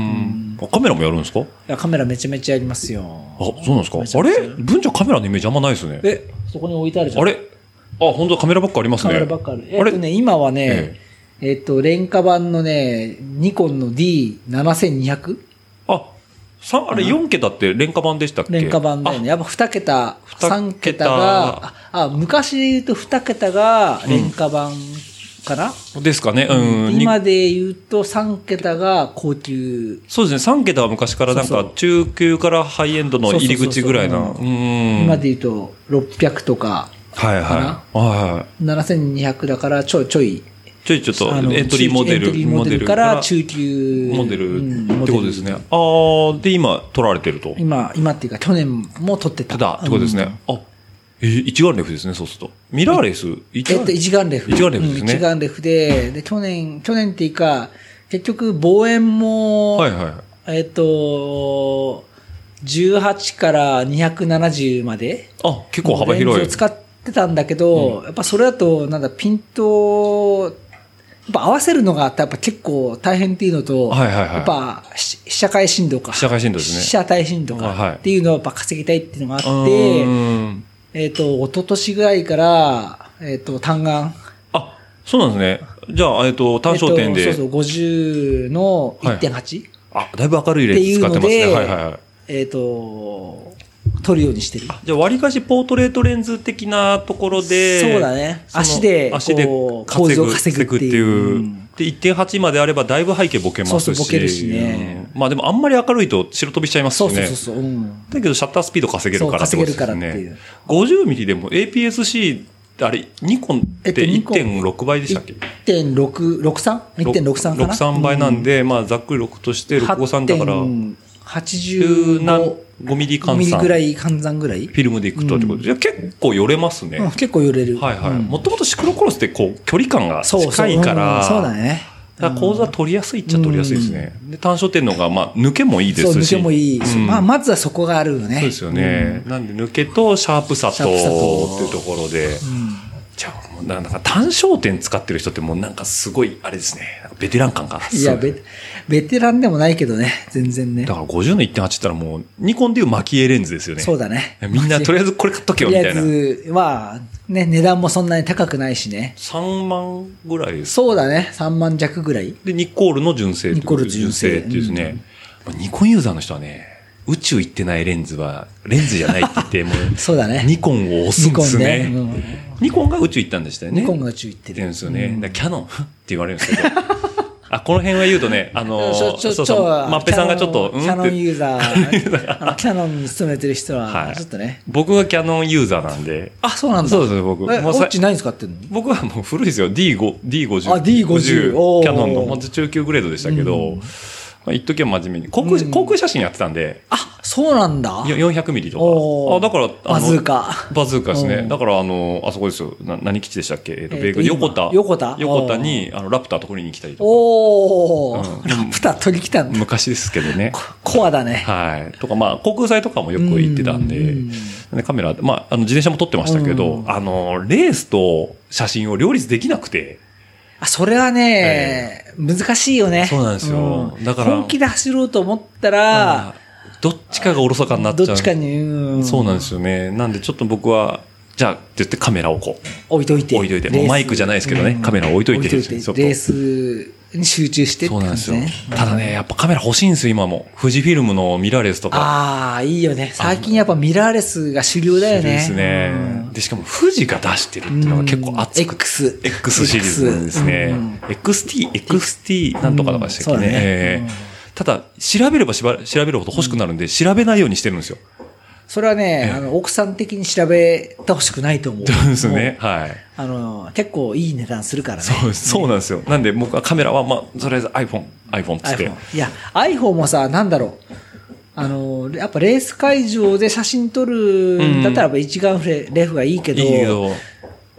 [SPEAKER 2] ん。カメラもやるんですか
[SPEAKER 3] いやカメラめちゃめちゃやりますよ。
[SPEAKER 2] あ、そうなんです
[SPEAKER 3] めちゃ
[SPEAKER 2] かあ
[SPEAKER 3] めちゃ
[SPEAKER 2] れ文ちゃんカメラのイメージあんまないですね。
[SPEAKER 3] え、そこに置いてあるじゃん。
[SPEAKER 2] あれあ、本当だカメラバッグあります
[SPEAKER 3] カ
[SPEAKER 2] ね。
[SPEAKER 3] メラばっかり。え
[SPEAKER 2] あ
[SPEAKER 3] っ
[SPEAKER 2] れ
[SPEAKER 3] とね、今はね、えっと、廉価版のね、ニコンの D7200?
[SPEAKER 2] あ、さあれ4桁って廉価版でしたっけ
[SPEAKER 3] 廉価版だよね。やっぱ2桁、
[SPEAKER 2] 桁
[SPEAKER 3] 3桁が、あ、あ昔で言うと2桁が廉価版かな、
[SPEAKER 2] あですかね。うん。に
[SPEAKER 3] 今で言うと3桁が高級。
[SPEAKER 2] そうですね。3桁は昔からなん
[SPEAKER 3] そう
[SPEAKER 2] か中級からハイエンドの入り口ぐらいな。
[SPEAKER 3] そう
[SPEAKER 2] う。
[SPEAKER 3] そうそうそうん今で言うと600とか
[SPEAKER 2] はいはい。は
[SPEAKER 3] 7200だからちょいちょい
[SPEAKER 2] い。ちょいちょっ
[SPEAKER 3] あ
[SPEAKER 2] と
[SPEAKER 3] の
[SPEAKER 2] エントリーモデ
[SPEAKER 3] エン
[SPEAKER 2] ル。
[SPEAKER 3] トリーモデルから中級
[SPEAKER 2] モデル
[SPEAKER 3] うん
[SPEAKER 2] ってことですね。ああ、で、今、取られてると。
[SPEAKER 3] 今今っていうか去年も取ってた
[SPEAKER 2] ただ、ってことですね。あ、えー、一眼レフですね、そうすると。ミラーレス一
[SPEAKER 3] えっと、一眼レフ。
[SPEAKER 2] 一眼レフですね
[SPEAKER 3] うん一眼レフで、で、去年、去年っていうか、結局、望遠も、
[SPEAKER 2] はいはい。
[SPEAKER 3] えっと、18から270まで、
[SPEAKER 2] あ、結構幅
[SPEAKER 3] レ
[SPEAKER 2] 広
[SPEAKER 3] ン
[SPEAKER 2] い。
[SPEAKER 3] ズを使ってたんだけど、やっぱそれだと、なんだ、ピント、やっぱ合わせるのが、やっぱ結構大変っていうのと、
[SPEAKER 2] はいはいはい
[SPEAKER 3] やっぱ、し被写界深度か。
[SPEAKER 2] 被写界深度ですね
[SPEAKER 3] 被写体深度
[SPEAKER 2] あはい
[SPEAKER 3] か。っていうのをやっぱ稼ぎたいっていうのが
[SPEAKER 2] う
[SPEAKER 3] あって、
[SPEAKER 2] ーん
[SPEAKER 3] えっ、と、一昨年ぐらいから、えっ、と、単眼。
[SPEAKER 2] あ、そうなんですね。じゃあ、えっと、単焦点
[SPEAKER 3] えっ
[SPEAKER 2] で
[SPEAKER 3] と。そうそう、50の1.8、
[SPEAKER 2] あ、だいぶ明るいレンズ使ってます
[SPEAKER 3] っていう
[SPEAKER 2] ね。
[SPEAKER 3] ので
[SPEAKER 2] はいはいはい。
[SPEAKER 3] えっ、と、撮るようにしてる。
[SPEAKER 2] じゃあ、割かしポートレートレンズ的なところで。
[SPEAKER 3] そうだね
[SPEAKER 2] その
[SPEAKER 3] 足で
[SPEAKER 2] 足で
[SPEAKER 3] こう
[SPEAKER 2] 稼ぐ
[SPEAKER 3] 構図を稼ぐっていううん
[SPEAKER 2] で、1.8まであればだいぶ背景ボケますし。
[SPEAKER 3] そうそうボケるしね
[SPEAKER 2] うんまあでも、あんまり明るいと白飛びしちゃいますし
[SPEAKER 3] そう
[SPEAKER 2] ね。
[SPEAKER 3] そうそうそう、うん。
[SPEAKER 2] だけど、シャッタースピード稼げるからってことです
[SPEAKER 3] そう稼げるからってい
[SPEAKER 2] ね
[SPEAKER 3] う。
[SPEAKER 2] 50ミリでも APS-C、あれ、ニコンって
[SPEAKER 3] ニコン
[SPEAKER 2] 1.6倍でしたっけ
[SPEAKER 3] 1.63?1.63 かな
[SPEAKER 2] 63倍なんで、まあ、ざっくり6として653だから、
[SPEAKER 3] 85
[SPEAKER 2] 17ミリ換
[SPEAKER 3] ミリ
[SPEAKER 2] 算。
[SPEAKER 3] ぐらい換算ぐらい、
[SPEAKER 2] フィルムでいくとってことで、いや結構寄れますね。
[SPEAKER 3] うん、結構揺れる。
[SPEAKER 2] はいはい。
[SPEAKER 3] うん
[SPEAKER 2] もともとシクロクロスってこう、距離感が
[SPEAKER 3] そうそう
[SPEAKER 2] 近いから、
[SPEAKER 3] うんそうだね。
[SPEAKER 2] だから構図は取りやすいっちゃ取りやすいですね。で、単焦点の方が、まあ、抜けもいいですし。
[SPEAKER 3] そう、抜けもいい、
[SPEAKER 2] うん
[SPEAKER 3] そうまあ、まずはそこがあるよね。
[SPEAKER 2] そうですよね。なんで、抜けとシャープさと、っ
[SPEAKER 3] シ
[SPEAKER 2] て
[SPEAKER 3] ャープさと
[SPEAKER 2] いうところで。じゃあ、もうなんか単焦点使ってる人ってもうなんかすごい、あれですね。なんかベテラン感がすご
[SPEAKER 3] いや、ベ、ベテランでもないけどね、全然ね
[SPEAKER 2] だ。から50の1.8って言ったらもう、ニコンでいう巻き絵レンズですよね。
[SPEAKER 3] そうだね。
[SPEAKER 2] みんなとりあえずこれ買っとけ
[SPEAKER 3] と
[SPEAKER 2] よ、
[SPEAKER 3] り
[SPEAKER 2] み
[SPEAKER 3] あ
[SPEAKER 2] た
[SPEAKER 3] え
[SPEAKER 2] いな。
[SPEAKER 3] ずは、ね、値段もそんなに高くないしね。
[SPEAKER 2] 3万ぐらいです
[SPEAKER 3] そうだね、3万弱ぐらい。
[SPEAKER 2] で、ニコールの純正ってことで
[SPEAKER 3] ニコール純正
[SPEAKER 2] っていうですね。まあニコンユーザーの人はね、宇宙行ってないレンズは、レンズじゃないって言って、もう、
[SPEAKER 3] <laughs> そうだね
[SPEAKER 2] ニコンを押すんですね。
[SPEAKER 3] ニコンね
[SPEAKER 2] ニコンが宇宙行ったんでしたよね。
[SPEAKER 3] ニコンが宇宙行って
[SPEAKER 2] っ
[SPEAKER 3] る
[SPEAKER 2] てるんですよね。だからキャノン <laughs> って言われるんですけど。 <laughs> あ、この辺は言うとね、あのー、
[SPEAKER 3] <laughs> ちょちょ
[SPEAKER 2] そう
[SPEAKER 3] ち
[SPEAKER 2] そう、
[SPEAKER 3] ょ
[SPEAKER 2] マッペさんがちょっと、
[SPEAKER 3] キャノンキャノンユーザ
[SPEAKER 2] <laughs>
[SPEAKER 3] ー、あのキャノンに勤めてる人
[SPEAKER 2] は
[SPEAKER 3] は、
[SPEAKER 2] い
[SPEAKER 3] ちょっとね。
[SPEAKER 2] 僕がキャノンユーザーなんで、
[SPEAKER 3] あ、そうなんだ。
[SPEAKER 2] そうです僕
[SPEAKER 3] え
[SPEAKER 2] も
[SPEAKER 3] ウ
[SPEAKER 2] う
[SPEAKER 3] ォ
[SPEAKER 2] さ
[SPEAKER 3] ッチ何使ってんの
[SPEAKER 2] 僕はもう古いですよ。D5、D50。
[SPEAKER 3] あ D50 おー
[SPEAKER 2] キャノンの、本当中級グレードでしたけど、まあ、一時は真面目に。航空、航空写真やってたんで、
[SPEAKER 3] あ、そうなんだ。
[SPEAKER 2] よ400ミリとか。
[SPEAKER 3] おー
[SPEAKER 2] あ、だから、あの
[SPEAKER 3] バズーカ。
[SPEAKER 2] バズーカです
[SPEAKER 3] う
[SPEAKER 2] ね。
[SPEAKER 3] ん
[SPEAKER 2] だから、あの、あそこですよ。な何基地でしたっけえっと、
[SPEAKER 3] えーと
[SPEAKER 2] 米軍、
[SPEAKER 3] 今
[SPEAKER 2] 横田。
[SPEAKER 3] 横田
[SPEAKER 2] 横田に、あの、ラプターとこりに来たりと
[SPEAKER 3] おー、
[SPEAKER 2] うん
[SPEAKER 3] ラプター取り来たん
[SPEAKER 2] か。
[SPEAKER 3] だ。
[SPEAKER 2] 昔ですけど
[SPEAKER 3] <laughs>
[SPEAKER 2] ね。
[SPEAKER 3] ココアだね。
[SPEAKER 2] はい。とか、まあ、航空祭とかもよく行ってたん
[SPEAKER 3] う
[SPEAKER 2] で
[SPEAKER 3] ん、
[SPEAKER 2] でカメラ、まあ、あの、自転車も撮ってましたけど、あの、レースと写真を両立できなくて、
[SPEAKER 3] あ、それはね、難しいよね。
[SPEAKER 2] そうなんですよだから
[SPEAKER 3] 本気で走ろうと思ったら、
[SPEAKER 2] どっちかがおろそかになっちゃう。
[SPEAKER 3] どっちかに、うん
[SPEAKER 2] そうなんですよね。なんで、ちょっと僕は、じゃあ、って言ってカメラをこう。
[SPEAKER 3] 置いといて。
[SPEAKER 2] 置いといて
[SPEAKER 3] レース
[SPEAKER 2] もうマイクじゃないですけどねカメラ置いといてちょっと
[SPEAKER 3] レースに集中してって
[SPEAKER 2] そうなん
[SPEAKER 3] 感
[SPEAKER 2] で
[SPEAKER 3] じ
[SPEAKER 2] す
[SPEAKER 3] ね
[SPEAKER 2] よ。ただね、やっぱカメラ欲しいんですよ、今も。富士フィルムのミラーレスとか。
[SPEAKER 3] ああ、いいよね。最近やっぱミラーレスが主流だよね。
[SPEAKER 2] ですね
[SPEAKER 3] うん。
[SPEAKER 2] で、しかも富士が出してるっていうのが結構熱く。
[SPEAKER 3] X。
[SPEAKER 2] X シリーズなんですね。XT、XT なんとかとかでしたっけね
[SPEAKER 3] うんそうだね
[SPEAKER 2] えー。ただ、調べればしば調べるほど欲しくなるんで、調べないようにしてるんですよ。
[SPEAKER 3] それはね、あの、奥さん的に調べてほしくないと思う。
[SPEAKER 2] そうですね。 <laughs> はい。
[SPEAKER 3] あの、結構いい値段するからね。
[SPEAKER 2] そうそうなんですよ。なんで僕はカメラは、まあ、とりあえず iPhone、iPhone っつって。
[SPEAKER 3] iPhone。いや、iPhone もさ、なんだろう。あの、やっぱレース会場で写真撮るんだったら、やっぱ一眼レレフがいいけど、
[SPEAKER 2] いいけど、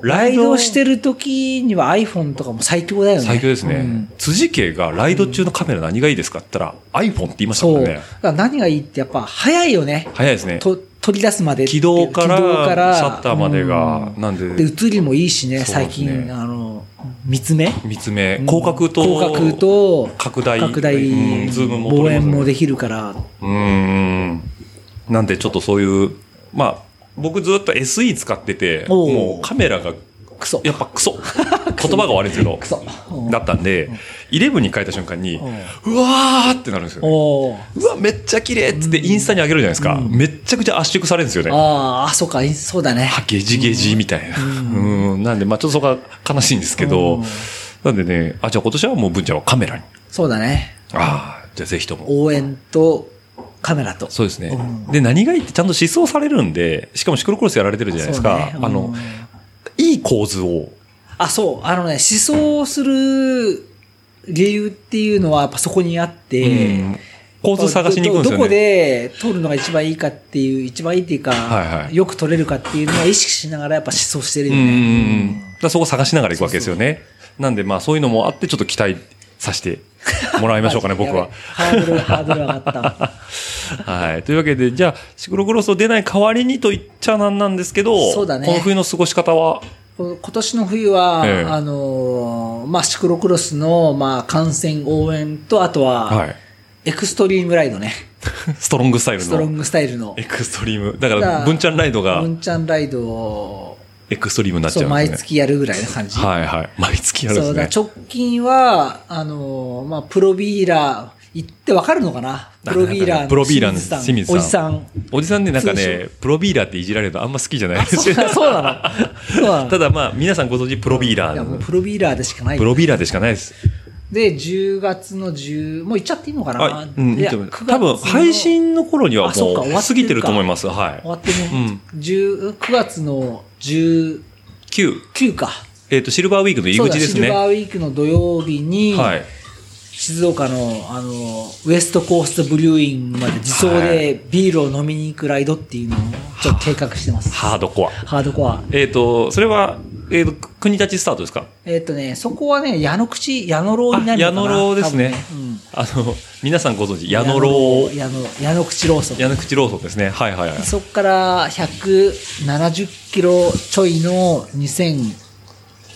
[SPEAKER 3] ライドしてる時には iPhone とかも最強だよね。
[SPEAKER 2] 最強ですね、
[SPEAKER 3] うん
[SPEAKER 2] 辻家がライド中のカメラ何がいいですかって言ったら iPhone って言いましたも
[SPEAKER 3] そ
[SPEAKER 2] ん
[SPEAKER 3] う。
[SPEAKER 2] ね
[SPEAKER 3] だから何がいいってやっぱ早いよね。
[SPEAKER 2] 早いですね
[SPEAKER 3] と取り出すまでってい
[SPEAKER 2] 軌道
[SPEAKER 3] う。
[SPEAKER 2] から
[SPEAKER 3] 軌道から
[SPEAKER 2] シャッターまでが、なんで
[SPEAKER 3] で、映りもいいしね、
[SPEAKER 2] そうですね
[SPEAKER 3] 最近、あの、見つめ
[SPEAKER 2] 見つめ広角と
[SPEAKER 3] 広角と、
[SPEAKER 2] 拡大
[SPEAKER 3] 拡大、
[SPEAKER 2] うんズームも撮
[SPEAKER 3] 望
[SPEAKER 2] れますね
[SPEAKER 3] 遠もできるから、
[SPEAKER 2] うーんなんでちょっとそういうまあ僕ずっと SE 使ってて
[SPEAKER 3] おう
[SPEAKER 2] もうカメラが
[SPEAKER 3] クソ。
[SPEAKER 2] やっぱクソ言葉が悪いですけど
[SPEAKER 3] <laughs> クソ。うん
[SPEAKER 2] だったんで11に変えた瞬間にうわーってなるんですよね
[SPEAKER 3] おー
[SPEAKER 2] うわめっちゃ綺麗っつってインスタに上げるじゃないですか、めっちゃくちゃ圧縮されるんですよね
[SPEAKER 3] あーあ、そうか、そうだね。
[SPEAKER 2] あゲジゲジみたいな。うん、なんで、まあちょっとそこが悲しいんですけど、なんでね、あ、じゃあ今年はもう文ちゃんはカメラに。
[SPEAKER 3] そうだね。
[SPEAKER 2] ああ、じゃあぜひとも。
[SPEAKER 3] 応援とカメラと。
[SPEAKER 2] そうですね。で、何がいいってちゃんと思想されるんで、しかもシクロクロスやられてるじゃないですか。
[SPEAKER 3] そうねうん
[SPEAKER 2] あの、いい構図を。
[SPEAKER 3] あ、そう。あのね、思想する理由っていうのはやっぱそこにあって、
[SPEAKER 2] うん構図探しに行くんですよね。
[SPEAKER 3] どどこで取るのが一番いいかっていう、一番いいっていうか、
[SPEAKER 2] はいはい
[SPEAKER 3] よく取れるかっていうのは意識しながらやっぱ思想してるよ
[SPEAKER 2] うんうんう
[SPEAKER 3] ね。
[SPEAKER 2] んだからそこ探しながら行くわけですよね。なんで、まあそういうのもあって、ちょっと期待させてもらいましょうかね、
[SPEAKER 3] <laughs> やばい
[SPEAKER 2] 僕は。
[SPEAKER 3] ハードル、ハードル上が
[SPEAKER 2] <laughs>
[SPEAKER 3] った。
[SPEAKER 2] はい。というわけで、じゃあ、シクロクロスを出ない代わりにと言っちゃなんなんですけど、
[SPEAKER 3] そうだね
[SPEAKER 2] この冬の過ごし方は、
[SPEAKER 3] こ今年の冬は、
[SPEAKER 2] ええ
[SPEAKER 3] あのーまあ、シクロクロスの、まあ、観戦応援と、あとは、 <laughs>
[SPEAKER 2] はい。
[SPEAKER 3] エクストリームライドね。
[SPEAKER 2] ストロングスタイル
[SPEAKER 3] ストロ
[SPEAKER 2] の
[SPEAKER 3] ングスタイルの
[SPEAKER 2] エ、クストリーム。だか、
[SPEAKER 3] だからら
[SPEAKER 2] ブンちゃんライドが
[SPEAKER 3] ムンチャンライドを、
[SPEAKER 2] エクストリームになっちゃ
[SPEAKER 3] そう、
[SPEAKER 2] うんです
[SPEAKER 3] 毎
[SPEAKER 2] ね。
[SPEAKER 3] 月やるぐらいな感じ。
[SPEAKER 2] はいはい。毎月やる
[SPEAKER 3] そうん
[SPEAKER 2] で
[SPEAKER 3] だから
[SPEAKER 2] すね。
[SPEAKER 3] 直近は、あのーまあ、プロビーラー、行ってわかるのかなプロビーラーの
[SPEAKER 2] プロビーラーの
[SPEAKER 3] 清水さん。
[SPEAKER 2] 清水さ
[SPEAKER 3] おじさん。
[SPEAKER 2] おじさんね、なんかね
[SPEAKER 3] 通、
[SPEAKER 2] プロビーラーっていじられるのあんま好きじゃないです
[SPEAKER 3] そう
[SPEAKER 2] よ。
[SPEAKER 3] な <laughs> そうなの。そうなの。
[SPEAKER 2] <laughs> ただまあ、皆さんご存知、プロビーラ
[SPEAKER 3] いやもう
[SPEAKER 2] ー。
[SPEAKER 3] プロビーラーでしかない
[SPEAKER 2] プ。ロビーラーでしかないです。
[SPEAKER 3] で、10月の10、もう行っちゃっていいのかな
[SPEAKER 2] あ、うん、いいと思います多分、配
[SPEAKER 3] 終
[SPEAKER 2] 信の頃には
[SPEAKER 3] あそ
[SPEAKER 2] も
[SPEAKER 3] っか
[SPEAKER 2] う
[SPEAKER 3] 終わってるか
[SPEAKER 2] 過ぎてると思います。は
[SPEAKER 3] わってね、
[SPEAKER 2] う
[SPEAKER 3] 10 9月の19
[SPEAKER 2] い。9、
[SPEAKER 3] か。
[SPEAKER 2] えっ、と、シルバーウィークの入
[SPEAKER 3] そう
[SPEAKER 2] り
[SPEAKER 3] だ
[SPEAKER 2] 口です
[SPEAKER 3] シルバ
[SPEAKER 2] ね。
[SPEAKER 3] ーウィークの土曜日に、
[SPEAKER 2] はい。
[SPEAKER 3] 静岡の、あの、ウエストコーストブリューイングまで自走でビールを飲みに行くライドっていうのをちょっと計画してます。
[SPEAKER 2] ハードコア。
[SPEAKER 3] ハードコア。
[SPEAKER 2] えっ、と、それは、えっ、と、国立スタートですか
[SPEAKER 3] えっ、とね、そこはね、矢野口、矢野郎
[SPEAKER 2] あ
[SPEAKER 3] になるの
[SPEAKER 2] 矢
[SPEAKER 3] かな
[SPEAKER 2] 野郎ですね
[SPEAKER 3] 多分うん。
[SPEAKER 2] あの、皆さんご存知、矢野郎。
[SPEAKER 3] 矢野、矢野口ローソン。
[SPEAKER 2] 矢野口ローソンですね。はいはいはい。
[SPEAKER 3] そこから170キロちょいの2500、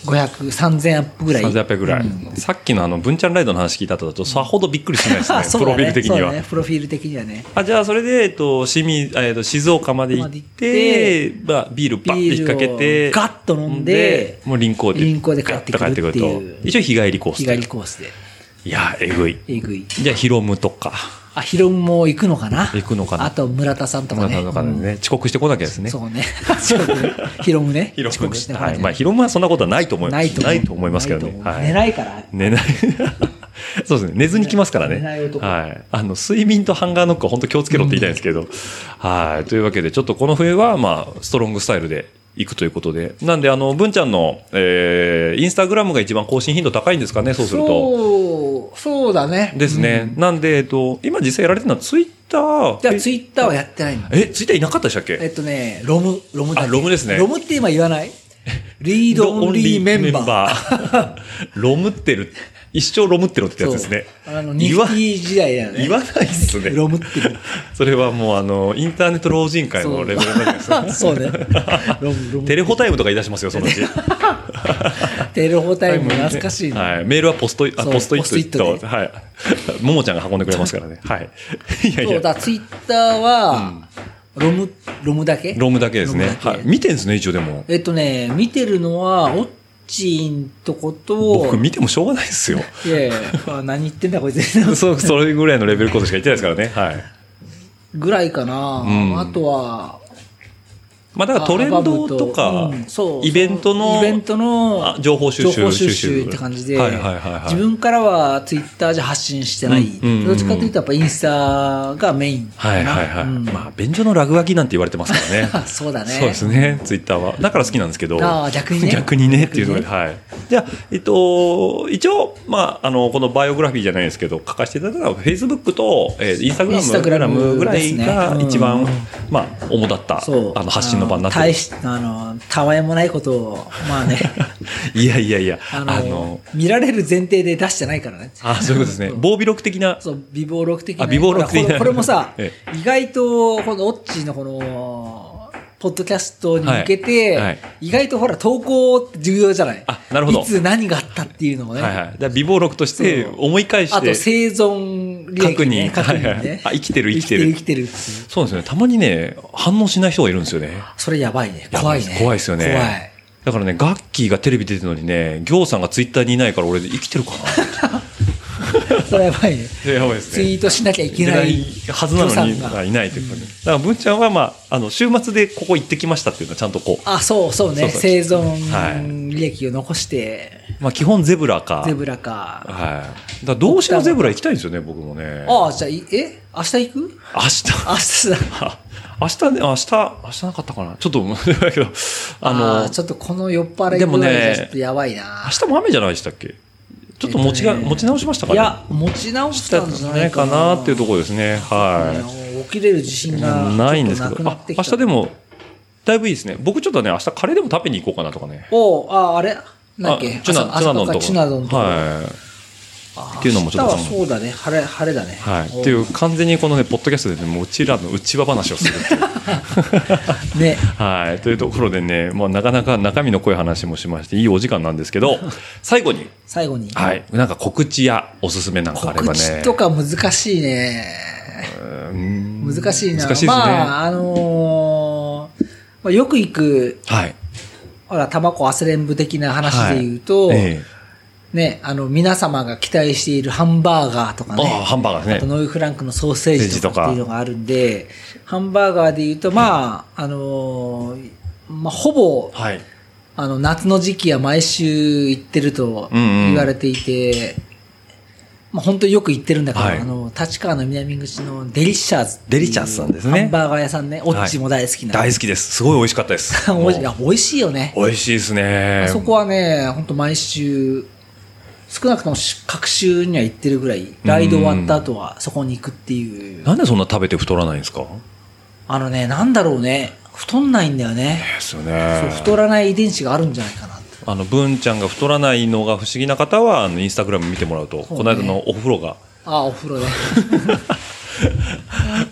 [SPEAKER 3] 3000アップぐらい。
[SPEAKER 2] 3800ぐらい、
[SPEAKER 3] うん
[SPEAKER 2] さっきのあの、文ちゃんライドの話聞いた後だと、さほどびっくりしない
[SPEAKER 3] <laughs>
[SPEAKER 2] ですね。
[SPEAKER 3] そう
[SPEAKER 2] プ
[SPEAKER 3] だ
[SPEAKER 2] ロフィール的に
[SPEAKER 3] そう
[SPEAKER 2] は。
[SPEAKER 3] だねプロフィール的にはね。
[SPEAKER 2] あじゃあ、それで、えっと、市民、あえっと、静岡まで行っ
[SPEAKER 3] まで
[SPEAKER 2] て、まあ、ビールバッて引っ掛け
[SPEAKER 3] ビー
[SPEAKER 2] て、
[SPEAKER 3] ルをガッと飲んで
[SPEAKER 2] もう輪行で。
[SPEAKER 3] 輪行で帰ってくるっていう
[SPEAKER 2] ガッと帰ってくると一応、日帰りコース
[SPEAKER 3] 日
[SPEAKER 2] で。
[SPEAKER 3] 帰りコースで。
[SPEAKER 2] いや、えぐい。
[SPEAKER 3] えぐい。
[SPEAKER 2] じゃあ、ヒロムとか、
[SPEAKER 3] あ、ヒロムも行くのかな
[SPEAKER 2] 行くのかな
[SPEAKER 3] あと村田さんとか
[SPEAKER 2] な
[SPEAKER 3] ね。
[SPEAKER 2] んかね、遅刻してこなきゃです
[SPEAKER 3] うん
[SPEAKER 2] ね。
[SPEAKER 3] そうね。そうねヒロムね。
[SPEAKER 2] <laughs> ヒロムね
[SPEAKER 3] 遅刻してこ
[SPEAKER 2] は。
[SPEAKER 3] ないい
[SPEAKER 2] まあ、ヒロムはそんなことはないと思いま
[SPEAKER 3] ない
[SPEAKER 2] す。
[SPEAKER 3] と思う
[SPEAKER 2] ないと思いますけど
[SPEAKER 3] な
[SPEAKER 2] ね。
[SPEAKER 3] いと思う
[SPEAKER 2] はい
[SPEAKER 3] 寝ないから。
[SPEAKER 2] 寝ない。 <laughs> そうですね。寝ずに来ますからね。
[SPEAKER 3] 寝ない男
[SPEAKER 2] はい。あの、睡眠とハンガーノックは本当気をつけろって言いたいんですけど。はい。というわけで、ちょっとこの冬は、まあ、ストロングスタイルで行くということで。なんで、あの、文ちゃんの、えー、インスタグラムが一番更新頻度高いんですかね、そうすると。
[SPEAKER 3] そう、そうだね。
[SPEAKER 2] ですね。なんで、えっと、今実際やられてるのはツイッター。
[SPEAKER 3] じゃあ、ツイッターはやってないの
[SPEAKER 2] え、ツイッターいなかったでしたっ
[SPEAKER 3] え
[SPEAKER 2] け
[SPEAKER 3] っとね、ロム、ロムだけ
[SPEAKER 2] あロムですね
[SPEAKER 3] ロムって今言わないリードオンリーメンバー。
[SPEAKER 2] ー。 <laughs> ロムってる。一生ロムってろってやつですね。
[SPEAKER 3] そうあの、ニ
[SPEAKER 2] 言
[SPEAKER 3] フ
[SPEAKER 2] わ
[SPEAKER 3] ティ時代だよね。
[SPEAKER 2] 言わないっすね。
[SPEAKER 3] ロムって
[SPEAKER 2] <laughs>
[SPEAKER 3] る。
[SPEAKER 2] それはもうあの、インターネット老人会のレベルになりますよ
[SPEAKER 3] そうね。ロム、ロム。
[SPEAKER 2] <laughs> テレホタイムとか言い出しますよ、そのうち。
[SPEAKER 3] テレホタイム懐かしいね。
[SPEAKER 2] はい。メールはポストイ、あ、
[SPEAKER 3] そう
[SPEAKER 2] ポストイ
[SPEAKER 3] ポストイ
[SPEAKER 2] ッ
[SPEAKER 3] ット
[SPEAKER 2] ト
[SPEAKER 3] で
[SPEAKER 2] と。はい。ももちゃんが運んでくれますからね。はい。いやい
[SPEAKER 3] そう
[SPEAKER 2] や、
[SPEAKER 3] だ、ツイッターは、ロム、ロムだけ
[SPEAKER 2] ロムだけですね
[SPEAKER 3] ロム。だけ
[SPEAKER 2] はい。見てんですね、一応でも。
[SPEAKER 3] えっとね、見てるのは、オッチーんとこと、
[SPEAKER 2] 僕見てもしょうがないですよ。 <laughs>
[SPEAKER 3] いやいやあ何言ってんだこいつ。
[SPEAKER 2] そう、それぐらいのレベルコードしか言ってないですからね。はい。
[SPEAKER 3] ぐらいかな。
[SPEAKER 2] ん
[SPEAKER 3] あとは、
[SPEAKER 2] まあだからトレンドとか
[SPEAKER 3] うんそ、う
[SPEAKER 2] イベントの、
[SPEAKER 3] イベントの
[SPEAKER 2] あ情報収集
[SPEAKER 3] 情報収
[SPEAKER 2] 収集
[SPEAKER 3] 集って感じで、
[SPEAKER 2] はいはいはいはい
[SPEAKER 3] 自分からはツイッターじゃ発信してない、
[SPEAKER 2] うんうんうん
[SPEAKER 3] どっちかというとやっぱインスタがメインか
[SPEAKER 2] はい
[SPEAKER 3] な
[SPEAKER 2] はいはい。
[SPEAKER 3] うん
[SPEAKER 2] まあ、便所の落書きなんて言われてますからね。
[SPEAKER 3] <laughs> そうだね
[SPEAKER 2] そうですね、ツイッターは。だから好きなんですけど。
[SPEAKER 3] ああ逆にね
[SPEAKER 2] <laughs> 逆にねっていうの
[SPEAKER 3] 逆
[SPEAKER 2] が、はい。じゃあ、えっと、一応、まあ、あの、このバイオグラフィーじゃないですけど、書かせていただいたのは、Facebook と、えー、Instagram
[SPEAKER 3] Instagram
[SPEAKER 2] ぐらいが
[SPEAKER 3] ですね
[SPEAKER 2] 一番、
[SPEAKER 3] うん
[SPEAKER 2] まあ、主だった、
[SPEAKER 3] そう
[SPEAKER 2] あの、発信の場になって
[SPEAKER 3] あの
[SPEAKER 2] る
[SPEAKER 3] 大しあのたわいもないことをまあね
[SPEAKER 2] <laughs> いやいやいや、
[SPEAKER 3] あ
[SPEAKER 2] あ
[SPEAKER 3] の
[SPEAKER 2] の、
[SPEAKER 3] 見られる前提で出してないからね
[SPEAKER 2] あそういうことですね。防備録的な、
[SPEAKER 3] そう微暴録的な、
[SPEAKER 2] あ微暴録的な
[SPEAKER 3] これこれもさ、
[SPEAKER 2] <laughs> え
[SPEAKER 3] 意外とこのオッチーのこのポッドキャストに向けて、
[SPEAKER 2] はいはい
[SPEAKER 3] 意外とほら投稿って重要じゃない
[SPEAKER 2] あなるほど
[SPEAKER 3] いつ何があったっていうのをね、
[SPEAKER 2] はいはい。だ微暴録として
[SPEAKER 3] そう
[SPEAKER 2] 思い返して。
[SPEAKER 3] あと生存利益、ね、
[SPEAKER 2] 確認はいはいあ生きてる生きてる
[SPEAKER 3] 生きてる生きてるっていう
[SPEAKER 2] そうですね。たまにね、反応しない人がいるんですよね。
[SPEAKER 3] それやばいね怖いね
[SPEAKER 2] 怖いですよね。
[SPEAKER 3] 怖い
[SPEAKER 2] だからね、ガッキーがテレビ出てるのにね、行さんがツイッターにいないから俺生きてるか
[SPEAKER 3] そ <laughs> れやば
[SPEAKER 2] <laughs>
[SPEAKER 3] いね
[SPEAKER 2] な。やばいで
[SPEAKER 3] ツイ。ートしなきゃい
[SPEAKER 2] い
[SPEAKER 3] け
[SPEAKER 2] けな
[SPEAKER 3] ないい
[SPEAKER 2] はずなのに
[SPEAKER 3] 予算が
[SPEAKER 2] いないというかね。だから文ちゃんは、まあ、あの、週末でここ行ってきましたっていうのはちゃんとこう、
[SPEAKER 3] あそうそうね
[SPEAKER 2] そうそう
[SPEAKER 3] 生
[SPEAKER 2] は
[SPEAKER 3] 存利益を残して、
[SPEAKER 2] まあ、基本ゼブラか。
[SPEAKER 3] ゼブラか
[SPEAKER 2] はい。だからどうしてもゼブラ行きたいんですよね、僕もね。
[SPEAKER 3] ああじゃあいえ明日行く
[SPEAKER 2] 明日。 <laughs>
[SPEAKER 3] 明日だ。
[SPEAKER 2] 明日ね、明日、明日なかったかな。ちょっと、 <laughs> だけど、あの、
[SPEAKER 3] あーちょっとこの酔っ払い
[SPEAKER 2] でもね
[SPEAKER 3] 具合じゃちょっとやばいな
[SPEAKER 2] 明。日も雨じゃないでしたっけちょっと持ちが、
[SPEAKER 3] えっとね
[SPEAKER 2] 持ち直しましたか
[SPEAKER 3] い
[SPEAKER 2] ね
[SPEAKER 3] や、持ち直したんじゃない
[SPEAKER 2] か
[SPEAKER 3] かな。
[SPEAKER 2] なっていうところですね。
[SPEAKER 3] あ
[SPEAKER 2] は
[SPEAKER 3] の起きれる自
[SPEAKER 2] い。
[SPEAKER 3] 信が
[SPEAKER 2] ないんですけ
[SPEAKER 3] ちょっ
[SPEAKER 2] ど、
[SPEAKER 3] とな
[SPEAKER 2] あ
[SPEAKER 3] くなっ、てき
[SPEAKER 2] 明
[SPEAKER 3] た
[SPEAKER 2] 日で。も、だいぶいいですね。僕ちょっとね、明日カレーでも食べに行こうかなとかね。
[SPEAKER 3] おうあ、あれなんだっけ
[SPEAKER 2] あチュナ、
[SPEAKER 3] あ
[SPEAKER 2] チュナ
[SPEAKER 3] そう
[SPEAKER 2] 丼と
[SPEAKER 3] あ
[SPEAKER 2] か。
[SPEAKER 3] チュナ丼とか。
[SPEAKER 2] はい。
[SPEAKER 3] あ
[SPEAKER 2] っていうのもちょっと
[SPEAKER 3] 明日はそうだね。晴れ、晴れだね。
[SPEAKER 2] はい。
[SPEAKER 3] お
[SPEAKER 2] っていう、完全にこのね、ポッドキャストでね、もううちらの内輪話をするって
[SPEAKER 3] <laughs>
[SPEAKER 2] いう。
[SPEAKER 3] ね。
[SPEAKER 2] はい。というところでね、まあ、なかなか中身の濃い話もしまして、いいお時間なんですけど、最後に、
[SPEAKER 3] 最後に。
[SPEAKER 2] はい。なんか告知やおすすめなんかあればね。
[SPEAKER 3] 告知とか難しいね。
[SPEAKER 2] うん
[SPEAKER 3] 難しいな。
[SPEAKER 2] 難しいですね。
[SPEAKER 3] まあ、あのーまあ、よく行く、
[SPEAKER 2] はい。
[SPEAKER 3] ほら、タバコアセレンブ的な話で言うと、
[SPEAKER 2] はいええ
[SPEAKER 3] ね、あの、皆様が期待しているハンバーガーとかね。
[SPEAKER 2] ああ、ハンバーガー
[SPEAKER 3] あ
[SPEAKER 2] です
[SPEAKER 3] と
[SPEAKER 2] ね。
[SPEAKER 3] ノイフランクのソーセージとかっていうのがあるんで、ハンバーガーで言うと、まあ、あのーまあ、ほぼ、
[SPEAKER 2] はい。
[SPEAKER 3] あの、夏の時期は毎週行ってると
[SPEAKER 2] うんうん
[SPEAKER 3] 言われていて、まあ、本当によく行ってるんだけど、
[SPEAKER 2] はい
[SPEAKER 3] あの、立川の南口のデリッシャーズっていう
[SPEAKER 2] デリシャーズさんですね
[SPEAKER 3] ハンバーガー屋さんね、オッチも大好きな。 <laughs>
[SPEAKER 2] 大好きです。すごい美味しかったです。
[SPEAKER 3] 美味しいい
[SPEAKER 2] も
[SPEAKER 3] や美味しいよね。
[SPEAKER 2] う美味しいですね。
[SPEAKER 3] そこはね、本当毎週、少なくともし各週には行ってるぐらい、ライド終わった後はそこに行くっていう。
[SPEAKER 2] なんでそんな食べて太らないんですか
[SPEAKER 3] あのね、なんだろうね。太んないんだよね。
[SPEAKER 2] ですよ
[SPEAKER 3] そう
[SPEAKER 2] ね
[SPEAKER 3] 太らない遺伝子があるんじゃないかなって。
[SPEAKER 2] あの、文ちゃんが太らないのが不思議な方は、あの、インスタグラム見てもらうと、この間のお風呂が、
[SPEAKER 3] ああ、お風呂ね。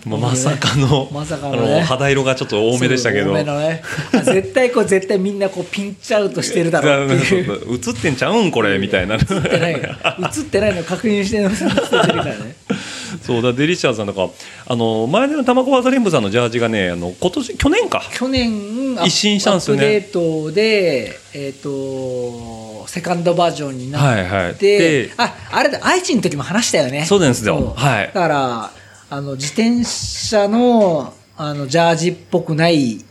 [SPEAKER 2] まあまさかの、
[SPEAKER 3] まさか
[SPEAKER 2] あ
[SPEAKER 3] のね
[SPEAKER 2] の、肌色がちょっと多めでしたけ
[SPEAKER 3] そう
[SPEAKER 2] ど。
[SPEAKER 3] 多めのね。あ絶対こう、絶対みんなこう、ピンチアウトしてるだろうって
[SPEAKER 2] <laughs>
[SPEAKER 3] いう。
[SPEAKER 2] 映ってんちゃうんこれみたいな
[SPEAKER 3] 映ってないよ映ってないの確認してるからね。
[SPEAKER 2] <laughs> そうだデリシャーさんとかあの前のタマコワザリンブさんのジャージがねあの今年去年か
[SPEAKER 3] 去年、アップ
[SPEAKER 2] 一新したんですよね
[SPEAKER 3] アップデートで、えっ、と、セカンドバージョンになって、
[SPEAKER 2] はいはいで
[SPEAKER 3] あ、あれだ、愛知の時も話したよね。
[SPEAKER 2] そうなんですよ
[SPEAKER 3] そう
[SPEAKER 2] はい
[SPEAKER 3] だから、あの、自転車の、あの、ジャージっぽくない、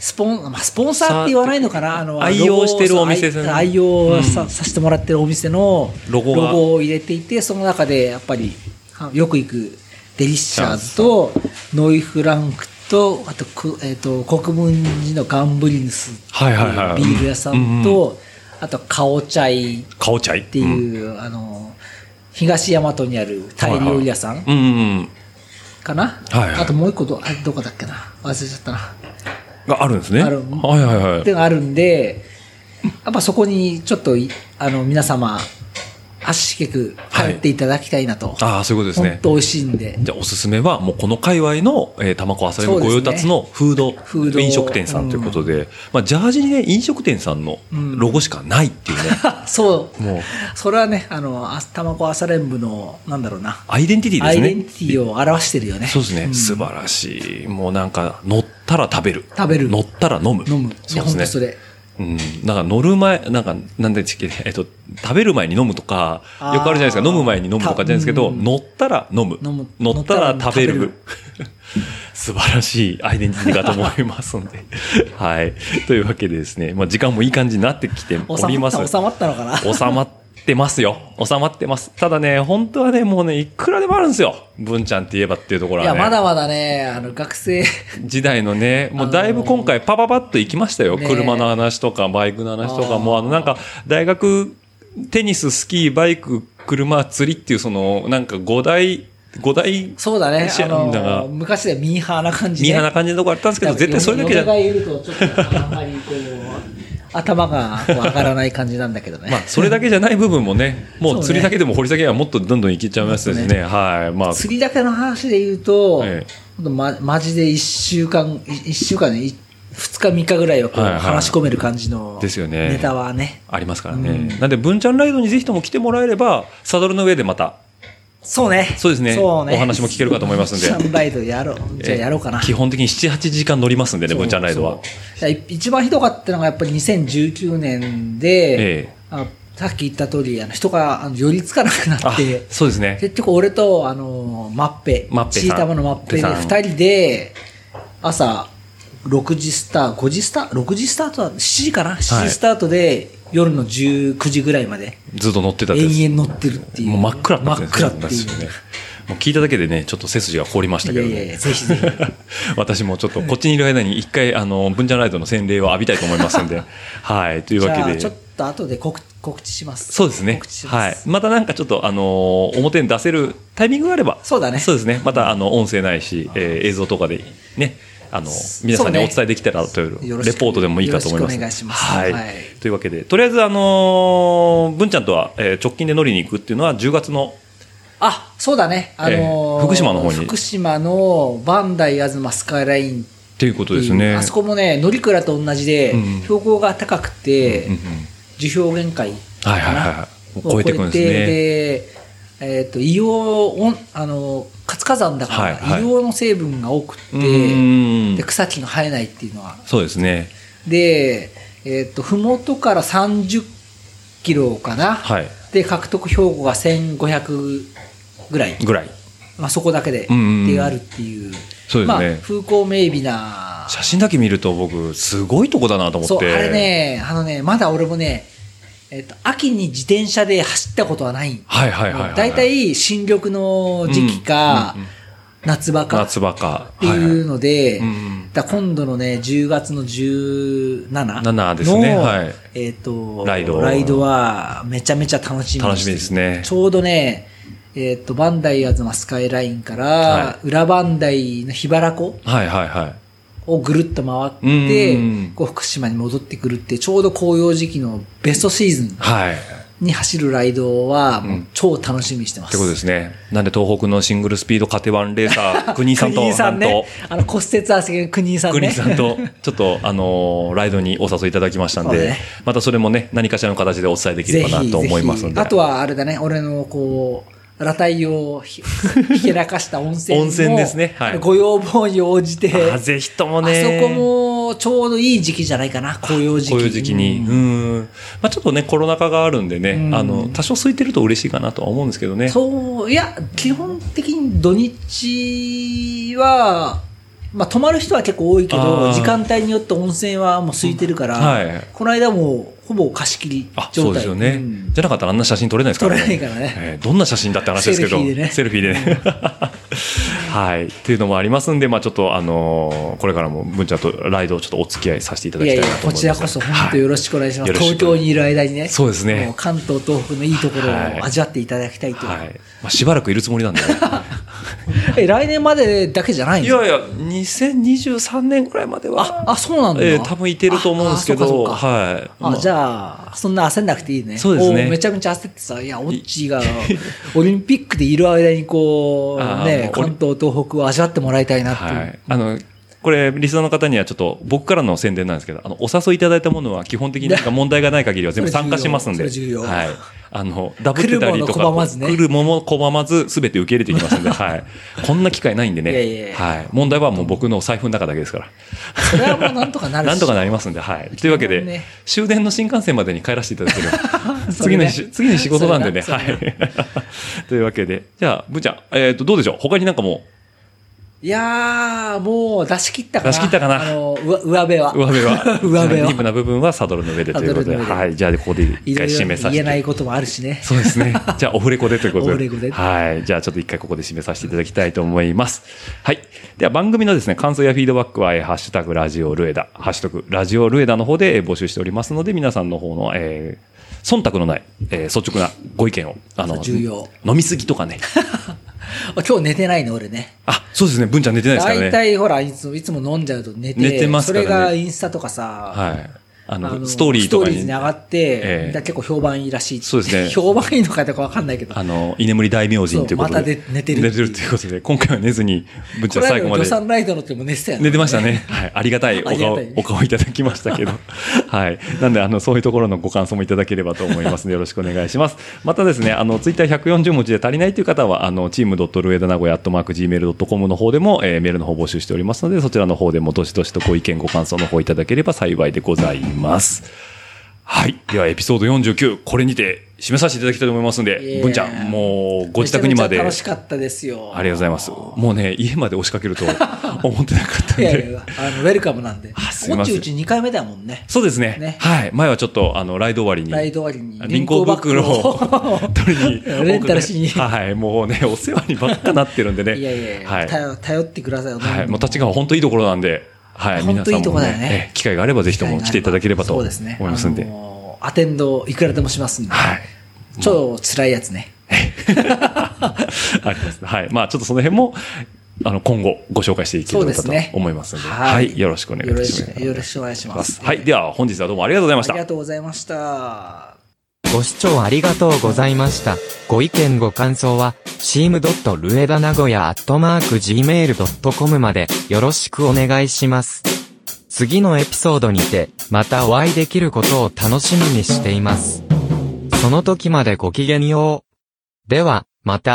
[SPEAKER 3] スポン、まあ、スポンサーって言わないのかなあの、
[SPEAKER 2] 愛用してるお店です
[SPEAKER 3] で
[SPEAKER 2] ね
[SPEAKER 3] 愛用さ,、
[SPEAKER 2] うん
[SPEAKER 3] させてもらってるお店の
[SPEAKER 2] ロゴが
[SPEAKER 3] を入れていて、その中で、やっぱり、あよく行く、デリッシャーズと、ノイフランクと、あと、くえっ、と、国分寺のガンブリンスって
[SPEAKER 2] はいはいはい
[SPEAKER 3] ビール屋さんと、あと、カオチャイっ
[SPEAKER 2] カオチャイって
[SPEAKER 3] いう、あの、東大和にあるタイ料理屋さん
[SPEAKER 2] うんうんうん
[SPEAKER 3] かな、
[SPEAKER 2] はいはい
[SPEAKER 3] あともう一個ど、あどこだっけな忘れちゃったな。
[SPEAKER 2] があるんですね
[SPEAKER 3] ある
[SPEAKER 2] はいはいはい
[SPEAKER 3] ってのがあるんで、やっぱそこにちょっとい、あの、皆様、足しげく
[SPEAKER 2] はい
[SPEAKER 3] 入っていただきたいなと。
[SPEAKER 2] ああそういうことです
[SPEAKER 3] 本
[SPEAKER 2] ね
[SPEAKER 3] 当美味しいんで。
[SPEAKER 2] じゃあおすすめはもうこの界隈のえータマコアサリの御用達のフード,、
[SPEAKER 3] フード
[SPEAKER 2] 飲食店さんということで、まあ、ジャージにね飲食店さんのロゴしかないっていうね、
[SPEAKER 3] <laughs> そう。
[SPEAKER 2] もう
[SPEAKER 3] それはね、あの、あたまこ朝練部の、なんだろうな、
[SPEAKER 2] アイデンティティで
[SPEAKER 3] ア
[SPEAKER 2] す
[SPEAKER 3] イ
[SPEAKER 2] ね
[SPEAKER 3] デンティティを表してるよね。
[SPEAKER 2] そうですね、
[SPEAKER 3] ん
[SPEAKER 2] 素晴らしいもうなんか乗ったら食べる
[SPEAKER 3] 食べる
[SPEAKER 2] 乗ったら飲む
[SPEAKER 3] 飲
[SPEAKER 2] そう
[SPEAKER 3] む。
[SPEAKER 2] です
[SPEAKER 3] いや本当
[SPEAKER 2] ね
[SPEAKER 3] それ。
[SPEAKER 2] うん、なんか乗る前、なんか、なんでちっけ、えっと、食べる前に飲むとか、
[SPEAKER 3] あー
[SPEAKER 2] よくあるじゃないですか、飲む前に飲むとかじゃないですけど、
[SPEAKER 3] うん
[SPEAKER 2] 乗ったら飲む。
[SPEAKER 3] 飲む
[SPEAKER 2] 乗ったら食べる。
[SPEAKER 3] 乗ったら
[SPEAKER 2] <laughs> 素晴らしいアイデンティティだと思いますん
[SPEAKER 3] <laughs>
[SPEAKER 2] で。はい。というわけでですね、まあ時間もいい感じになってきており
[SPEAKER 3] 収
[SPEAKER 2] ま
[SPEAKER 3] まっ
[SPEAKER 2] す。
[SPEAKER 3] た、収まったのかな。
[SPEAKER 2] 収まってますよ。収まってます。ただね、本当はね、もうね、いくらでもあるんですよ。文ちゃんって言えばっていうところ
[SPEAKER 3] い
[SPEAKER 2] は
[SPEAKER 3] や、
[SPEAKER 2] ね。
[SPEAKER 3] まだまだね、あの、学生、 <laughs>
[SPEAKER 2] 時代のね、もうだいぶ今回パパパッと行きましたよ。
[SPEAKER 3] ねえ
[SPEAKER 2] 車の話とか、バイクの話と
[SPEAKER 3] あ
[SPEAKER 2] か、
[SPEAKER 3] ー
[SPEAKER 2] もうあのなんか、大学、テニス、スキー、バイク、車、釣りっていうその、なんか5大、5大、
[SPEAKER 3] そうだね、
[SPEAKER 2] シェ
[SPEAKER 3] あ
[SPEAKER 2] アみたいな
[SPEAKER 3] の、昔ではミーハーな感じ
[SPEAKER 2] ミ
[SPEAKER 3] ね
[SPEAKER 2] ーハーな感じのとこあったんですけど、絶対それだけじゃ
[SPEAKER 3] 嫁がいると、ちょっとあんまりこう、頭がこう上がらない感じなんだけ
[SPEAKER 2] <laughs>
[SPEAKER 3] どね。
[SPEAKER 2] まあ、それだけじゃない部分も
[SPEAKER 3] <laughs>
[SPEAKER 2] ね、も
[SPEAKER 3] そう
[SPEAKER 2] う
[SPEAKER 3] ね
[SPEAKER 2] 釣りだけでも掘り下げはもっとどんどん行けちゃいますし
[SPEAKER 3] そう
[SPEAKER 2] ね。
[SPEAKER 3] ね
[SPEAKER 2] はい。まあ、
[SPEAKER 3] 釣りだけの話で言うと、
[SPEAKER 2] ええ
[SPEAKER 3] ほんとま、マジで1週間、1週間ね、2日3日ぐらいはこう
[SPEAKER 2] はいはい
[SPEAKER 3] 話し込める感じの
[SPEAKER 2] ですよね
[SPEAKER 3] ネタはね。
[SPEAKER 2] ありますから
[SPEAKER 3] う
[SPEAKER 2] ね
[SPEAKER 3] ん。
[SPEAKER 2] なんで、文ちゃんライドにぜひとも来てもらえれば、サドルの上でまた、
[SPEAKER 3] そうね。
[SPEAKER 2] そうですねお話も聞けるかと思いますんで
[SPEAKER 3] シャンライドやろう。じゃあやろうかな。
[SPEAKER 2] 基本的に7、8時間乗りますんでね、文ちゃんライドは。
[SPEAKER 3] そういやい一番ひどかったのがやっぱり2019年で、
[SPEAKER 2] ええ
[SPEAKER 3] あさっき言った通り、あの人があの寄りつかなくな
[SPEAKER 2] あ
[SPEAKER 3] って、、
[SPEAKER 2] そうですね。
[SPEAKER 3] 結局俺と、あのーマッペ、
[SPEAKER 2] マッペさん
[SPEAKER 3] チータマのマッペで
[SPEAKER 2] マッペさ
[SPEAKER 3] 2人で、朝6時スタート、5時スタート、6時スタートだ、7時かな ?7 時スタートで、夜の19時ぐらいまで、
[SPEAKER 2] ずっと乗ってたんです
[SPEAKER 3] 延々乗ってるっていう。
[SPEAKER 2] もう真っ暗だ
[SPEAKER 3] 真っ暗って
[SPEAKER 2] です
[SPEAKER 3] い
[SPEAKER 2] よ
[SPEAKER 3] う。
[SPEAKER 2] ね。もう聞いただけでね、ちょっと背筋が凍りましたけど
[SPEAKER 3] いやいやい
[SPEAKER 2] ね
[SPEAKER 3] や。ぜひぜひ
[SPEAKER 2] <laughs> 私もちょっとこっちにいる間に一回、あの、文ちゃんライトの洗礼を浴びたいと思いますんで。はい、という
[SPEAKER 3] じ
[SPEAKER 2] わけで。
[SPEAKER 3] ゃあちょっと後で告告知します
[SPEAKER 2] そうですね
[SPEAKER 3] 告知し。ます、
[SPEAKER 2] はい。またなんかちょっと、あのー表に出せるタイミングがあれば。
[SPEAKER 3] そうだね
[SPEAKER 2] そうですね。また、あの、音声ないし、えー映像とかで、ね。あの、皆さんに
[SPEAKER 3] そう
[SPEAKER 2] お
[SPEAKER 3] ね
[SPEAKER 2] 伝えできたらという、
[SPEAKER 3] よろし
[SPEAKER 2] レ
[SPEAKER 3] く
[SPEAKER 2] ポートでもいいかと思います。
[SPEAKER 3] よろしくお願いします
[SPEAKER 2] はい。
[SPEAKER 3] はい
[SPEAKER 2] というわけで、とりあえず、あのー文ちゃんとは、えー直近で乗りに行くっていうのは10月の、
[SPEAKER 3] あそうだね、あのー
[SPEAKER 2] ええ福島の方に
[SPEAKER 3] 福島のバンダイ東スカイラインって
[SPEAKER 2] っていうこと
[SPEAKER 3] いう
[SPEAKER 2] ですね。
[SPEAKER 3] あそこもね乗鞍と同じで、
[SPEAKER 2] うん
[SPEAKER 3] 標高が高くて、
[SPEAKER 2] うんうん
[SPEAKER 3] 樹氷限界
[SPEAKER 2] はいはいはいはい。超えてくんで
[SPEAKER 3] ですねえっと硫黄温あの活火山だから、
[SPEAKER 2] はいはい
[SPEAKER 3] 硫黄の成分が多く
[SPEAKER 2] すね。う
[SPEAKER 3] て
[SPEAKER 2] ん。
[SPEAKER 3] で草木の生えないっていうのは
[SPEAKER 2] そうですね。
[SPEAKER 3] でえっ、と麓から30キロかな、
[SPEAKER 2] はい。
[SPEAKER 3] で獲得標高が1500ぐらい
[SPEAKER 2] ぐらい。
[SPEAKER 3] まあ、そこだけでって
[SPEAKER 2] うんうんうん
[SPEAKER 3] いうあるっていう,、
[SPEAKER 2] そうですね
[SPEAKER 3] まあ、風光明媚な
[SPEAKER 2] 写真だけ見ると僕、すごいとこだなと思って。
[SPEAKER 3] そうあれねあのねまだ俺もね、えっと秋に自転車で走ったことはない
[SPEAKER 2] はいはいはいはい、
[SPEAKER 3] 大体新緑の時期か、
[SPEAKER 2] うんうんうん
[SPEAKER 3] 夏場かっ
[SPEAKER 2] 夏場か。
[SPEAKER 3] ていうので、
[SPEAKER 2] はいはいうんうん
[SPEAKER 3] だから今度のね10月の17
[SPEAKER 2] 7ですね
[SPEAKER 3] の
[SPEAKER 2] はい
[SPEAKER 3] えっと
[SPEAKER 2] ライド
[SPEAKER 3] はめちゃめちゃ楽しみ
[SPEAKER 2] 楽しみですね
[SPEAKER 3] ちょうどねえっとバンダイアズマスカイラインから、
[SPEAKER 2] は
[SPEAKER 3] 裏バンダイの桧原湖
[SPEAKER 2] はいはいはい。
[SPEAKER 3] をぐるっと回っ
[SPEAKER 2] う
[SPEAKER 3] て
[SPEAKER 2] ん
[SPEAKER 3] こう福島に戻ってくるってちょうど紅葉時期のベストシーズン
[SPEAKER 2] はい。っ
[SPEAKER 3] に走るライドはもう超楽しみにしてます、
[SPEAKER 2] てことですね。なんで東北のシングルスピードカテワンレー
[SPEAKER 3] <laughs>
[SPEAKER 2] サー、国井さんと、
[SPEAKER 3] 国井さ
[SPEAKER 2] な
[SPEAKER 3] ん
[SPEAKER 2] ん
[SPEAKER 3] ね
[SPEAKER 2] と。
[SPEAKER 3] あの骨折汗が国井さんね
[SPEAKER 2] 国井さんと、ちょっと、あのーライドにお誘いいただきましたん
[SPEAKER 3] そう
[SPEAKER 2] で、
[SPEAKER 3] ね
[SPEAKER 2] またそれもね、何かしらの形でお伝えでき
[SPEAKER 3] ぜ
[SPEAKER 2] れ
[SPEAKER 3] ひ
[SPEAKER 2] ばなと思いますの
[SPEAKER 3] ぜ
[SPEAKER 2] で。
[SPEAKER 3] ひあとはあれだね俺のこう裸体をひひけらかした温泉も
[SPEAKER 2] 温泉ですねはい
[SPEAKER 3] ご要望に応じて
[SPEAKER 2] あー、ぜひともね。
[SPEAKER 3] あそこもちょうどいい時期じゃないかな紅葉時期
[SPEAKER 2] こういう時期に。
[SPEAKER 3] うん
[SPEAKER 2] うん。まあちょっとね、コロナ禍があるんでね、
[SPEAKER 3] うん
[SPEAKER 2] あの、多少空いてると嬉しいかなとは思うんですけどね。
[SPEAKER 3] そういや基本的に土日はまあ、泊まる人は結構多いけ
[SPEAKER 2] あー
[SPEAKER 3] ど、時間帯によって温泉はもう空いてるから、
[SPEAKER 2] はい
[SPEAKER 3] この間もうほぼ貸し切り
[SPEAKER 2] あ、そ
[SPEAKER 3] 状態
[SPEAKER 2] うですよね。
[SPEAKER 3] うん
[SPEAKER 2] じゃなかったらあんな写真撮れないですか
[SPEAKER 3] 撮
[SPEAKER 2] ら
[SPEAKER 3] れ
[SPEAKER 2] ね。
[SPEAKER 3] ないからね。
[SPEAKER 2] えーどんな写真だって話ですけど、
[SPEAKER 3] セルフィーでね
[SPEAKER 2] セルフィーでね。 <laughs> はい。っていうのもありますんで、まあちょっと、あのーこれからも、文ちゃんとライドをちょっとお付き合いさせていただ
[SPEAKER 3] い
[SPEAKER 2] きた
[SPEAKER 3] や
[SPEAKER 2] い
[SPEAKER 3] い
[SPEAKER 2] な
[SPEAKER 3] や
[SPEAKER 2] と思い、ま
[SPEAKER 3] こ
[SPEAKER 2] す。
[SPEAKER 3] ちらこそ本当
[SPEAKER 2] はい
[SPEAKER 3] よろしくお願いします。
[SPEAKER 2] よろしく
[SPEAKER 3] 東京にいる間にね。
[SPEAKER 2] そうですね
[SPEAKER 3] も関東、東北のいいところ
[SPEAKER 2] はい
[SPEAKER 3] を味わっていただきたいと。
[SPEAKER 2] はい。まあ、しばらくいるつもりなんで、ね。
[SPEAKER 3] え、来年までだけじゃない
[SPEAKER 2] い
[SPEAKER 3] の
[SPEAKER 2] やいや、2023年ぐらいまでは、
[SPEAKER 3] あ、そうなんだ。
[SPEAKER 2] えー多分いてると思うんですけ
[SPEAKER 3] ああそ
[SPEAKER 2] ど、
[SPEAKER 3] うかそうか
[SPEAKER 2] はい。ま
[SPEAKER 3] あ、じゃあ、そんな焦んなくていいね。
[SPEAKER 2] そうですね
[SPEAKER 3] おめちゃめちゃ焦ってさ、いや、オッチ
[SPEAKER 2] <laughs>
[SPEAKER 3] ーが、オリンピックでいる間にこ
[SPEAKER 2] あー
[SPEAKER 3] う、ね、
[SPEAKER 2] もう
[SPEAKER 3] 関東、東北を味わってもらいたいなってい
[SPEAKER 2] は
[SPEAKER 3] う
[SPEAKER 2] い。。あの、これ、リスナーの方にはちょっと、僕からの宣伝なんですけど、あの、お誘いいただいたものは基本的になんか問題がない限りは全部参加しますんで。
[SPEAKER 3] それ重要それ重
[SPEAKER 2] はい
[SPEAKER 3] 要。
[SPEAKER 2] あの、ダブってたりとか、
[SPEAKER 3] 来るもの拒まずね
[SPEAKER 2] 来るもの拒まず、すべて受け入れてきますんで、はい。こんな機会ないんでね。
[SPEAKER 3] いやいやいや
[SPEAKER 2] はい。問題はもう僕のお財布の中だけですから。
[SPEAKER 3] それはもうなんとかなるし。
[SPEAKER 2] なんとかなりますんで、はい。というわけで、
[SPEAKER 3] そうね
[SPEAKER 2] 終電の新幹線までに帰らせていただければ、
[SPEAKER 3] <laughs> それ
[SPEAKER 2] 次
[SPEAKER 3] ね
[SPEAKER 2] のし、次の仕事なんでね、
[SPEAKER 3] それ
[SPEAKER 2] は。
[SPEAKER 3] ない
[SPEAKER 2] というわ <laughs> けで、じゃあ、ぶーちゃん、えっ、と、どうでしょう他になんかも
[SPEAKER 3] いやー、もう出し切ったかな。
[SPEAKER 2] 出し切ったかな
[SPEAKER 3] あの、うわ上辺は。、
[SPEAKER 2] う、上辺は
[SPEAKER 3] <laughs> 上辺は
[SPEAKER 2] ディープな部分はサドルの上でということで、
[SPEAKER 3] サドルの上で
[SPEAKER 2] はい。じゃあ、ここで一
[SPEAKER 3] いろ
[SPEAKER 2] 回
[SPEAKER 3] いろ
[SPEAKER 2] 締めさせて。
[SPEAKER 3] 言えないこともあるしね。
[SPEAKER 2] そうですね。 <laughs> じゃあ、オフレコでということで。
[SPEAKER 3] オフレコで
[SPEAKER 2] はい。じゃあ、ちょっと一回ここで締めさせていただきたいと思います。はい。では、番組のですね、感想やフィードバックは、えーハッシュタグラジオルエダ、ハッシュタグラジオルエダの方でえー募集しておりますので、皆さんの方の、えー忖度のない、えー率直なご意見を、あの、
[SPEAKER 3] 重要
[SPEAKER 2] 飲みすぎとか
[SPEAKER 3] <laughs>
[SPEAKER 2] ね。
[SPEAKER 3] 今日寝てないの俺ね。
[SPEAKER 2] あ、そうですね。文ちゃん寝てないですから
[SPEAKER 3] 大
[SPEAKER 2] ね。
[SPEAKER 3] 体ほらいつも、いつも飲んじゃうと寝て、
[SPEAKER 2] 寝てますからね
[SPEAKER 3] それがインスタとかさ、
[SPEAKER 2] はい。あの、ストーリーとか
[SPEAKER 3] ストーリー
[SPEAKER 2] に
[SPEAKER 3] に上。がって、
[SPEAKER 2] ええ
[SPEAKER 3] だから結構評判いいらしい。
[SPEAKER 2] そうですね
[SPEAKER 3] <laughs> 評判いいのかどうかわかんないけど。
[SPEAKER 2] あの、居眠り大名人ということで。
[SPEAKER 3] そうまたで寝てるってい
[SPEAKER 2] 寝
[SPEAKER 3] う
[SPEAKER 2] てるということで、今回は寝ずに、文ちゃん最後ま
[SPEAKER 3] この間の
[SPEAKER 2] で
[SPEAKER 3] ジョ。サンライドのっても寝てたよね。
[SPEAKER 2] 寝てましたね。 <laughs> はい。ありがたいお
[SPEAKER 3] ありが
[SPEAKER 2] 顔
[SPEAKER 3] たい、
[SPEAKER 2] お顔いただきましたけ
[SPEAKER 3] <laughs>
[SPEAKER 2] ど。はい。なんで、あの、そういうところのご感想もいただければと思いますので、よろしくお願いします。 <laughs> またですね、あの、ツイッター140文字で足りないという方は、あの、チームドットルエダ名古屋アットマーク Gmail.com の方でも、えーメールの方募集しておりますので、そちらの方でも、どしどしとご意見、ご感想の方いただければ幸いでございます。はい。では、エピソード49、これにて、締めさせていただきたいと思いますん
[SPEAKER 3] い
[SPEAKER 2] で、
[SPEAKER 3] え
[SPEAKER 2] 文ちゃん、もうご自宅にま
[SPEAKER 3] めちゃめちゃ
[SPEAKER 2] で。
[SPEAKER 3] 楽しかったですよ。
[SPEAKER 2] ありがとうございます。もうね、家まで押しかけると思ってなかったん
[SPEAKER 3] いや
[SPEAKER 2] で
[SPEAKER 3] い。や、あの、ウェルカムなんで。
[SPEAKER 2] あすい
[SPEAKER 3] こ
[SPEAKER 2] ま
[SPEAKER 3] っ
[SPEAKER 2] せ
[SPEAKER 3] ち
[SPEAKER 2] ん
[SPEAKER 3] うち2回目だもんね。
[SPEAKER 2] そうですね
[SPEAKER 3] ね
[SPEAKER 2] はい。前はちょっと、あの、ライド終わりに。
[SPEAKER 3] ライド終わりに
[SPEAKER 2] 輪行袋を取りに。
[SPEAKER 3] <laughs> レンタルしに
[SPEAKER 2] 僕ねはい。もうね、お世話にばっかなってるんでね。
[SPEAKER 3] <laughs> いやいやいや、
[SPEAKER 2] はい。
[SPEAKER 3] 頼頼ってくださいよ。
[SPEAKER 2] はい。もう立ちが本当いいところなんで、はい。
[SPEAKER 3] 本
[SPEAKER 2] 皆
[SPEAKER 3] 当
[SPEAKER 2] さん
[SPEAKER 3] いいと
[SPEAKER 2] も
[SPEAKER 3] こだよね
[SPEAKER 2] え機会があればぜひとも来ていただければと
[SPEAKER 3] そう
[SPEAKER 2] 思い
[SPEAKER 3] ですね
[SPEAKER 2] ますんで
[SPEAKER 3] あ。のーアテンドいくらでもしますんで。
[SPEAKER 2] はい。 <laughs>
[SPEAKER 3] 超辛いやつね。
[SPEAKER 2] あります。はい。まあ、ちょっとその辺も、あの、今後ご紹介していけれ
[SPEAKER 3] そう
[SPEAKER 2] ば
[SPEAKER 3] です
[SPEAKER 2] と
[SPEAKER 3] ね。
[SPEAKER 2] 思いますので、はい。よろしくお願いいたします。
[SPEAKER 3] よろしくお願いします。
[SPEAKER 2] はい。では、本日はどうもありがとうございまし
[SPEAKER 3] あ
[SPEAKER 2] た
[SPEAKER 3] り。がとうございました。
[SPEAKER 5] ご視聴ありがとうございました。ご意見ご感想は、s e a m r u e d a n a g o y a g m a i l c o m までよろしくお願いします。次のエピソードにて、またお会いできることを楽しみにしています。その時までごきげんよう。では、また。